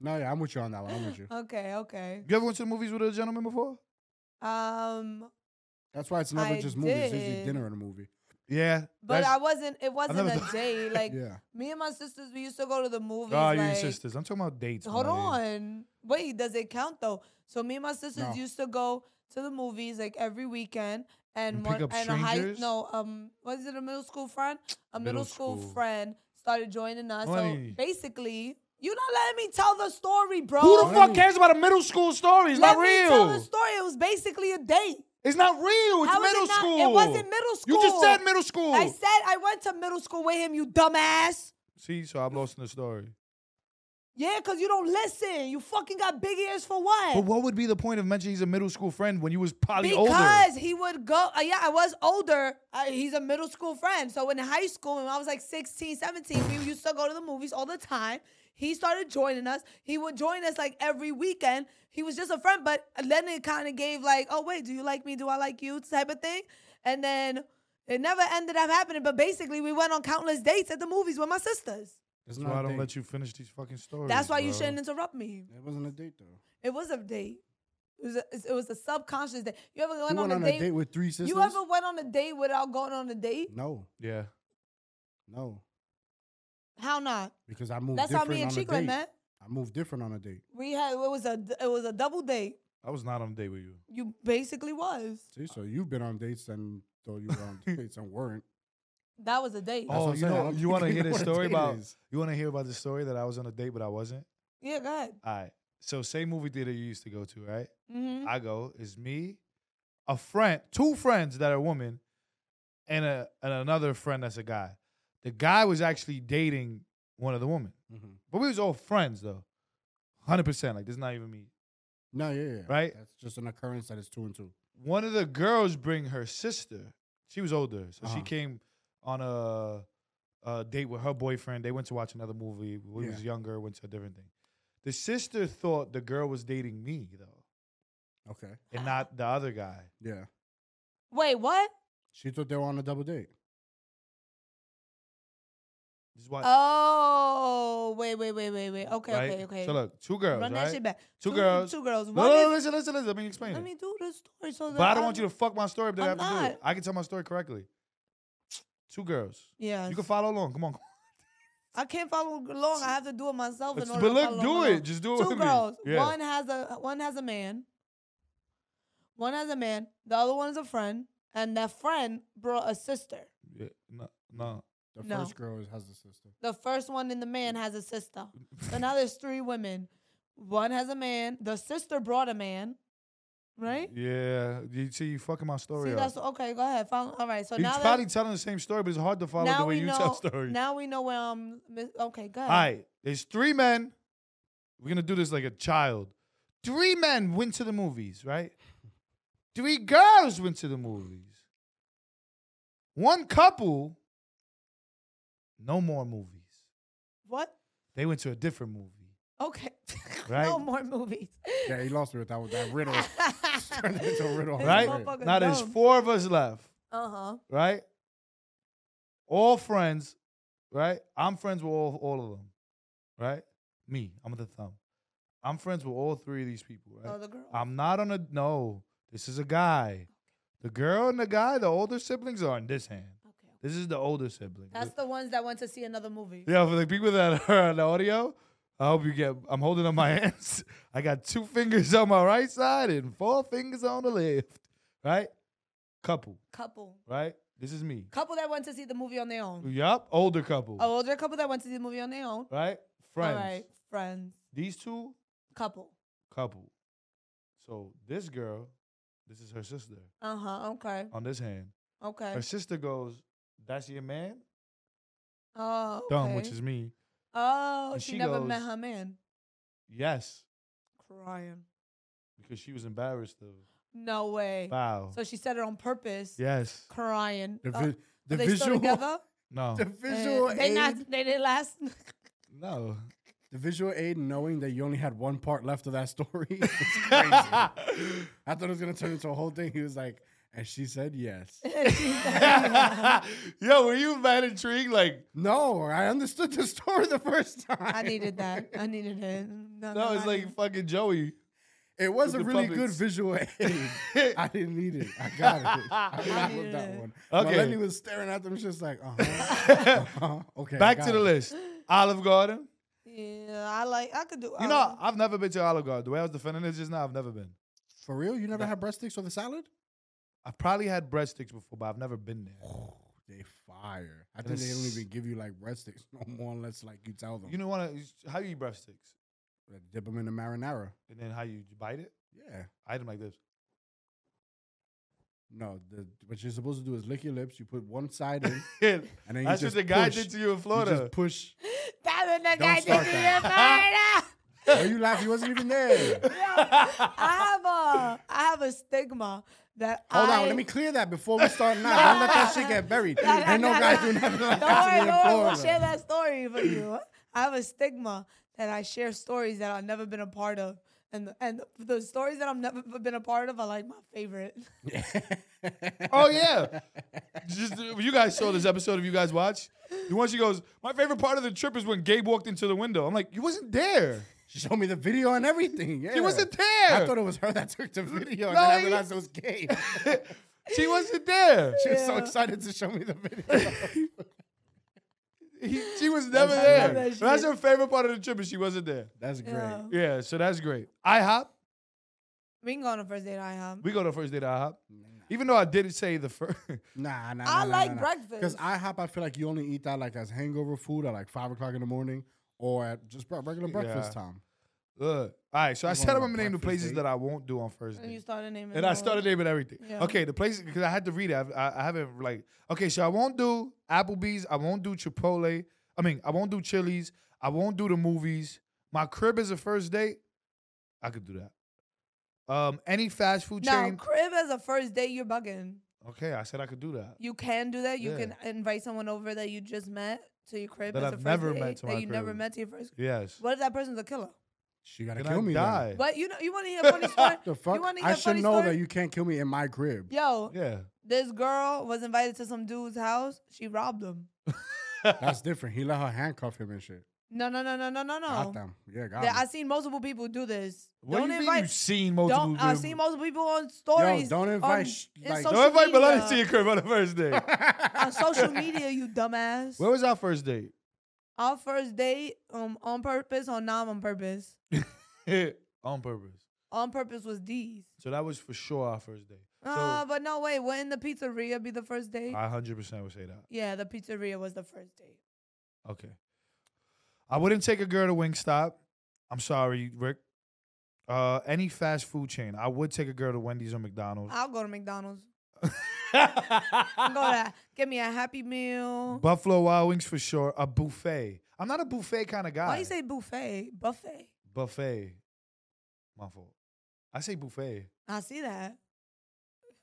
Speaker 3: No, yeah, I'm with you on that one. I'm with you.
Speaker 1: Okay. Okay.
Speaker 2: You ever went to the movies with a gentleman before?
Speaker 1: Um,
Speaker 3: That's why it's never
Speaker 1: I
Speaker 3: just movies. It's usually
Speaker 1: did.
Speaker 3: dinner and a movie.
Speaker 2: Yeah,
Speaker 1: but
Speaker 2: that's-
Speaker 1: I wasn't. It wasn't
Speaker 2: never
Speaker 1: a
Speaker 2: thought- [LAUGHS]
Speaker 1: date. Like
Speaker 3: yeah.
Speaker 1: me and my sisters, we used to go to the movies.
Speaker 2: Oh, you
Speaker 1: like,
Speaker 2: and sisters. I'm talking about dates.
Speaker 1: Hold
Speaker 2: my lady.
Speaker 1: on. Wait, does it count though? So me and my sisters
Speaker 3: No.
Speaker 1: used to go to the movies like every weekend and
Speaker 2: And pick
Speaker 1: one
Speaker 2: up
Speaker 1: and a high
Speaker 2: strangers?
Speaker 1: no, um was it a middle school friend? A middle,
Speaker 2: Middle
Speaker 1: school,
Speaker 2: school.
Speaker 1: friend started joining us.
Speaker 2: Lenny.
Speaker 1: So basically, you not letting me tell the story, bro.
Speaker 2: Who the
Speaker 3: Lenny.
Speaker 2: fuck cares about a middle school story? It's
Speaker 1: Let
Speaker 2: not
Speaker 1: me tell the
Speaker 2: real.
Speaker 1: story. It was basically a date.
Speaker 2: It's not real. It's
Speaker 1: How is
Speaker 2: middle
Speaker 1: it not-
Speaker 2: school.
Speaker 1: It wasn't middle school.
Speaker 2: You just said middle school.
Speaker 1: I said I went to middle school with him, you dumbass.
Speaker 2: See, so I'm lost in the story.
Speaker 1: Yeah, because you don't listen. You fucking got big ears for what?
Speaker 2: But what would be the point of mentioning he's a middle school friend when you was probably
Speaker 1: because
Speaker 2: older?
Speaker 1: he would go uh, yeah i was older uh, he's a middle school friend so in high school when i was like 16 17 we used to go to the movies all the time he started joining us he would join us like every weekend he was just a friend but then it kind of gave like oh wait do you like me do i like you type of thing and then it never ended up happening but basically we went on countless dates at the movies with my sisters
Speaker 3: It's
Speaker 2: That's why I don't let you finish these fucking stories.
Speaker 1: that's why you
Speaker 2: bro.
Speaker 1: shouldn't interrupt me
Speaker 3: It wasn't a date though.
Speaker 1: it was a date it was a, it was a subconscious date you ever
Speaker 3: You
Speaker 1: went,
Speaker 3: went on a date with three sisters.
Speaker 1: You ever went on a date without going on a date?
Speaker 3: No,
Speaker 2: Yeah.
Speaker 3: no,
Speaker 1: How not?
Speaker 3: because I moved.
Speaker 1: That's how
Speaker 3: different
Speaker 1: me and
Speaker 3: on a
Speaker 1: Chico
Speaker 3: date.
Speaker 1: met.
Speaker 3: I moved different on a date.
Speaker 1: We had it was a it was a double date.
Speaker 2: I was not on a date with you.
Speaker 1: You basically was.
Speaker 3: See, so you've been on dates and thought you were
Speaker 1: [LAUGHS]
Speaker 3: on dates and weren't.
Speaker 1: That was a date.
Speaker 3: That's what
Speaker 2: oh,
Speaker 3: I'm
Speaker 2: you
Speaker 3: saying. I
Speaker 2: know,
Speaker 3: don't
Speaker 2: you want to
Speaker 3: think
Speaker 2: hear
Speaker 3: you know
Speaker 2: this
Speaker 3: what a
Speaker 2: story
Speaker 3: date
Speaker 2: about?
Speaker 3: is.
Speaker 2: You want to hear about the story that I was on a date but I wasn't?
Speaker 1: Yeah, go ahead.
Speaker 2: All right. So same movie theater you used to go to, right?
Speaker 3: Mm-hmm.
Speaker 1: hmm
Speaker 2: I go is me, a friend, two friends that are women, and a and another friend that's a guy. The guy was actually dating one of the women,
Speaker 3: Mhm.
Speaker 2: but we was all friends though, hundred percent. Like this is not even me.
Speaker 3: No, yeah, yeah,
Speaker 2: Right?
Speaker 3: That's just an occurrence that is two and two.
Speaker 2: One of the girls bring her sister. She was older, so
Speaker 3: Uh-huh.
Speaker 2: she came on a, a date with her boyfriend. They went to watch another movie. We was
Speaker 3: Yeah.
Speaker 2: younger, went to a different thing. The sister thought the girl was dating me though.
Speaker 3: Okay.
Speaker 2: and not the other guy.
Speaker 3: Yeah.
Speaker 1: Wait, what?
Speaker 3: She thought they were on a double date.
Speaker 2: This is why.
Speaker 1: Oh, wait, wait, wait, wait, wait. Okay,
Speaker 2: right?
Speaker 1: okay, okay.
Speaker 2: So look, two girls,
Speaker 1: Run that
Speaker 2: right?
Speaker 1: shit back.
Speaker 2: Two girls.
Speaker 1: Two girls.
Speaker 2: No,
Speaker 1: One
Speaker 2: no, no,
Speaker 1: is,
Speaker 2: listen, listen, listen. Let me explain
Speaker 1: let
Speaker 2: it.
Speaker 1: me do the story. So
Speaker 2: but
Speaker 1: that
Speaker 2: I don't want you to fuck my story if they
Speaker 1: I'm
Speaker 2: have to do it.
Speaker 1: not.
Speaker 2: I can tell my story correctly. Two girls.
Speaker 1: Yeah.
Speaker 2: You can follow along. Come on.
Speaker 1: I can't follow along. I have to do it myself. In order
Speaker 2: but
Speaker 1: to
Speaker 2: look,
Speaker 1: follow
Speaker 2: do
Speaker 1: along.
Speaker 2: it. Just [LAUGHS] do it
Speaker 1: Two
Speaker 2: with me.
Speaker 1: girls.
Speaker 2: Yeah.
Speaker 1: One has a one has a man. One has a man. The other one is a friend, and that friend brought a sister.
Speaker 2: Yeah, no, no.
Speaker 3: The
Speaker 1: No.
Speaker 3: first girl is- has a sister.
Speaker 1: The first one in the man has a sister. So now there's three women. One has a man. The sister brought a man, right?
Speaker 2: Yeah. You see, you fucking my story.
Speaker 1: See,
Speaker 2: up.
Speaker 1: that's okay. Go ahead. Follow, all right. So
Speaker 2: He's
Speaker 1: now
Speaker 2: probably
Speaker 1: that,
Speaker 2: telling the same story, but it's hard to follow
Speaker 1: now
Speaker 2: the way
Speaker 1: we
Speaker 2: you
Speaker 1: know.
Speaker 2: tell stories.
Speaker 1: Now we know where um. Okay, go ahead.
Speaker 2: All right, there's three men. We're gonna do this like a child. Three men went to the movies, right? Three girls went to the movies. One couple, no more movies.
Speaker 1: What?
Speaker 2: They went to a different movie.
Speaker 1: Okay. [LAUGHS] no
Speaker 2: Right.
Speaker 1: more movies.
Speaker 3: Yeah, he lost me with that one.
Speaker 1: [LAUGHS]
Speaker 3: That riddle. Turned it into a riddle.
Speaker 1: This
Speaker 2: Right?
Speaker 1: motherfucker
Speaker 2: Now there's
Speaker 1: dumb.
Speaker 2: four of us left,
Speaker 1: Uh-huh.
Speaker 2: right? All friends, right? I'm friends with all, all of them, right? Me, I'm the thumb. I'm friends with all three of these people, right? Um,
Speaker 1: Oh, the girl.
Speaker 2: I'm not on a no. This is a guy. The girl and the guy, the older siblings are in this hand.
Speaker 1: okay.
Speaker 2: This is the older sibling.
Speaker 1: That's the ones that went to see another movie.
Speaker 2: yeah, for the people that [LAUGHS] are on the audio, I hope you get. I'm holding up my [LAUGHS] hands. I got two fingers on my right side and four fingers on the left. Right, couple.
Speaker 1: Couple.
Speaker 2: Right, this is me.
Speaker 1: Couple that went to see the movie on their own.
Speaker 2: Yup, older couple.
Speaker 1: Oh, older couple that went to see the movie on their own.
Speaker 2: Right, friends.
Speaker 1: All right. Friends.
Speaker 2: These two
Speaker 1: Couple.
Speaker 2: couple. So this girl, this is her sister
Speaker 1: Uh-huh. Okay.
Speaker 2: on this hand.
Speaker 1: Okay.
Speaker 2: Her sister goes, "That's your man."
Speaker 1: Oh. Okay.
Speaker 2: dumb, which is me.
Speaker 1: Oh,
Speaker 2: and
Speaker 1: she,
Speaker 2: she
Speaker 1: never met
Speaker 2: goes-
Speaker 1: her man.
Speaker 2: Yes,
Speaker 1: Crying.
Speaker 2: because she was embarrassed of
Speaker 1: No way.
Speaker 2: wow.
Speaker 1: So she said it on purpose.
Speaker 3: [LAUGHS]
Speaker 2: yes,
Speaker 1: Crying.
Speaker 3: The,
Speaker 1: Uh,
Speaker 3: vi- the
Speaker 1: are they still
Speaker 2: [LAUGHS]
Speaker 3: visual.
Speaker 1: together?
Speaker 2: no,
Speaker 3: [LAUGHS] The
Speaker 1: Eh,
Speaker 3: visual
Speaker 1: they
Speaker 3: aid.
Speaker 1: not. They didn't last. [LAUGHS]
Speaker 3: [LAUGHS]
Speaker 2: no.
Speaker 3: the visual aid, knowing that you only had one part left of that story. [LAUGHS]
Speaker 2: [LAUGHS]
Speaker 3: is crazy. I
Speaker 2: Yo,
Speaker 3: thought it was gonna turn into a whole thing. He was like, and she said yes.
Speaker 1: She
Speaker 2: [LAUGHS]
Speaker 1: said-
Speaker 2: were you mad intrigued? Like,
Speaker 3: No, I understood the story the first time.
Speaker 1: I needed that. I needed it. No,
Speaker 2: no,
Speaker 1: no,
Speaker 2: it's
Speaker 1: I
Speaker 2: like
Speaker 1: didn't.
Speaker 2: fucking Joey. [LAUGHS]
Speaker 3: It was
Speaker 2: With the
Speaker 3: a really good
Speaker 2: puppets.
Speaker 3: visual aid. [LAUGHS] I didn't need it. I got it. I
Speaker 1: needed
Speaker 3: remembered that
Speaker 1: it.
Speaker 3: one.
Speaker 2: Okay.
Speaker 3: Okay. Melanie was staring at them, just like, uh huh.
Speaker 2: [LAUGHS]
Speaker 3: uh-huh. Okay. I
Speaker 2: Back
Speaker 3: got
Speaker 2: to the
Speaker 3: it.
Speaker 2: list. Olive Garden.
Speaker 1: Yeah, I like. I could do.
Speaker 2: You know, I've never been to Olive Garden. The way I was defending it just now, I've never been.
Speaker 3: For real? You never
Speaker 2: Nah.
Speaker 3: had breadsticks with a salad? [SIGHS]
Speaker 2: I've probably had breadsticks before, but I've never been there.
Speaker 3: Oh, they fire. I
Speaker 2: And
Speaker 3: think they don't
Speaker 2: it's-
Speaker 3: even give you like breadsticks no more unless like you tell them.
Speaker 2: You know, want to how you eat breadsticks,
Speaker 3: Like, dip them in the marinara.
Speaker 2: and then how you bite it.
Speaker 3: Yeah.
Speaker 2: I eat them like this. [LAUGHS]
Speaker 3: No, the, what you're supposed to do is lick your lips. You put one side in, and then you
Speaker 2: That's what
Speaker 3: just
Speaker 2: the guy
Speaker 3: push.
Speaker 2: did to you in
Speaker 3: You
Speaker 2: Florida. [LAUGHS]
Speaker 3: just push.
Speaker 1: That's what the
Speaker 3: Don't
Speaker 1: guy
Speaker 3: start
Speaker 1: did to
Speaker 3: that.
Speaker 1: you,
Speaker 3: Why you laugh? You wasn't even there.
Speaker 1: I have a, I have a stigma that
Speaker 3: Hold
Speaker 1: I,
Speaker 3: on, let me clear that before we start now. Don't let that shit
Speaker 1: [LAUGHS]
Speaker 3: get buried.
Speaker 1: Nah, nah,
Speaker 3: Ain't no
Speaker 1: nah,
Speaker 3: guys
Speaker 1: nah.
Speaker 3: do nothing
Speaker 1: Don't
Speaker 3: like that to
Speaker 1: worry,
Speaker 3: me
Speaker 1: don't worry.
Speaker 3: in
Speaker 1: We'll share
Speaker 3: Florida.
Speaker 1: that story for you. I have a stigma that I share stories that I've never been a part of, and the, and the stories that I've never been a part of are like my favorite.
Speaker 2: Oh yeah. Just you guys saw this episode. If you guys watch, the one she goes, my favorite part of the trip is when Gabe walked into the window. I'm like, you wasn't there.
Speaker 3: She showed me the video and everything. Yeah.
Speaker 2: He wasn't there.
Speaker 3: I thought it was her that took the video, and
Speaker 2: No,
Speaker 3: then I
Speaker 2: he-
Speaker 3: realized it was
Speaker 2: [LAUGHS]
Speaker 3: Gabe.
Speaker 2: she wasn't there.
Speaker 3: she was so
Speaker 1: Yeah.
Speaker 3: excited to show me the video.
Speaker 2: [LAUGHS] He- she was never
Speaker 3: I
Speaker 2: there.
Speaker 3: love
Speaker 1: that
Speaker 2: But that's
Speaker 1: shit.
Speaker 2: her favorite part of the trip, and she wasn't there.
Speaker 3: That's great.
Speaker 1: Yeah.
Speaker 2: Yeah, so that's great. IHOP.
Speaker 1: We can go on a first date. I have.
Speaker 2: We go to first date at IHOP. Even though I didn't say the first.
Speaker 3: Nah, nah.
Speaker 1: I like
Speaker 3: Because
Speaker 1: breakfast.
Speaker 3: IHOP, I feel like you only eat that like as hangover food at like five o'clock in the morning or at just bre- regular breakfast
Speaker 2: Yeah.
Speaker 3: time.
Speaker 2: [LAUGHS] Look. All right, so I
Speaker 3: You
Speaker 2: said
Speaker 3: going
Speaker 2: I'm
Speaker 3: on
Speaker 2: gonna name the
Speaker 3: breakfast
Speaker 2: places
Speaker 3: date?
Speaker 2: that I won't do on first
Speaker 1: And Oh, you
Speaker 2: date.
Speaker 1: started naming.
Speaker 2: And I
Speaker 1: all-
Speaker 2: started naming everything.
Speaker 1: Yeah.
Speaker 2: Okay, the places because I had to read it. I've- I, I haven't like okay, so I won't do Applebee's. I won't do Chipotle. I mean, I won't do Chili's. I won't do the movies. My crib is a first date. I could do that. Um, any fast food
Speaker 1: Now,
Speaker 2: chain.
Speaker 1: crib as a first date, you're bugging.
Speaker 2: Okay, I said I could do that.
Speaker 1: You can do that. You
Speaker 2: Yeah.
Speaker 1: can invite someone over that you just met to your crib
Speaker 2: That
Speaker 1: as
Speaker 2: I've
Speaker 1: a first
Speaker 2: never
Speaker 1: date
Speaker 2: met to
Speaker 1: that
Speaker 2: my
Speaker 1: you never
Speaker 2: crib.
Speaker 1: met to your first.
Speaker 2: Yes.
Speaker 1: What if that person's a killer?
Speaker 3: She gotta
Speaker 2: Then
Speaker 3: kill
Speaker 2: I
Speaker 3: me. then.
Speaker 2: die.
Speaker 1: But you know, you want to hear
Speaker 2: [LAUGHS]
Speaker 1: a funny story?
Speaker 3: The fuck?
Speaker 1: wanna hear
Speaker 3: I
Speaker 1: a
Speaker 3: should
Speaker 1: funny
Speaker 3: know
Speaker 1: story?
Speaker 3: that you can't kill me in my crib.
Speaker 1: Yo,
Speaker 2: Yeah.
Speaker 1: this girl was invited to some dude's house. She robbed him.
Speaker 3: That's different. He let her handcuff him and shit.
Speaker 1: No, no, no, no, no, no,
Speaker 3: Got
Speaker 1: no.
Speaker 3: them. Yeah, got
Speaker 1: Yeah,
Speaker 3: him.
Speaker 1: I seen multiple people do this.
Speaker 2: [LAUGHS] What do
Speaker 1: don't
Speaker 2: you mean
Speaker 1: invite.
Speaker 2: you've seen multiple
Speaker 1: don't. I
Speaker 2: people?
Speaker 1: seen multiple people on stories.
Speaker 3: don't invite
Speaker 1: on-
Speaker 3: sh-
Speaker 1: in
Speaker 3: like-
Speaker 1: social
Speaker 2: Don't invite Melania
Speaker 1: media.
Speaker 2: to your [LAUGHS] crib on the first
Speaker 1: [LAUGHS]
Speaker 2: date.
Speaker 1: on social media, you dumbass.
Speaker 2: Where was our first date?
Speaker 1: Our first date, um, on purpose or not on purpose.
Speaker 2: [LAUGHS] on purpose.
Speaker 1: On purpose was D's.
Speaker 2: So that was for sure our first date. So
Speaker 1: uh, but no, wait. Wouldn't the pizzeria be the first date?
Speaker 2: I hundred percent would say that.
Speaker 1: yeah, the pizzeria was the first date.
Speaker 2: Okay. I wouldn't take a girl to Wingstop. I'm sorry, Rick. Uh, any fast food chain. I would take a girl to Wendy's or McDonald's.
Speaker 1: I'll go to McDonald's. Ah, Go
Speaker 2: [LAUGHS]
Speaker 1: to get me a Happy Meal.
Speaker 2: Buffalo Wild Wings for sure. A buffet. I'm not a buffet kind of guy.
Speaker 1: Why you say buffet? Buffet.
Speaker 2: buffet? My fault. I say buffet.
Speaker 1: I see that.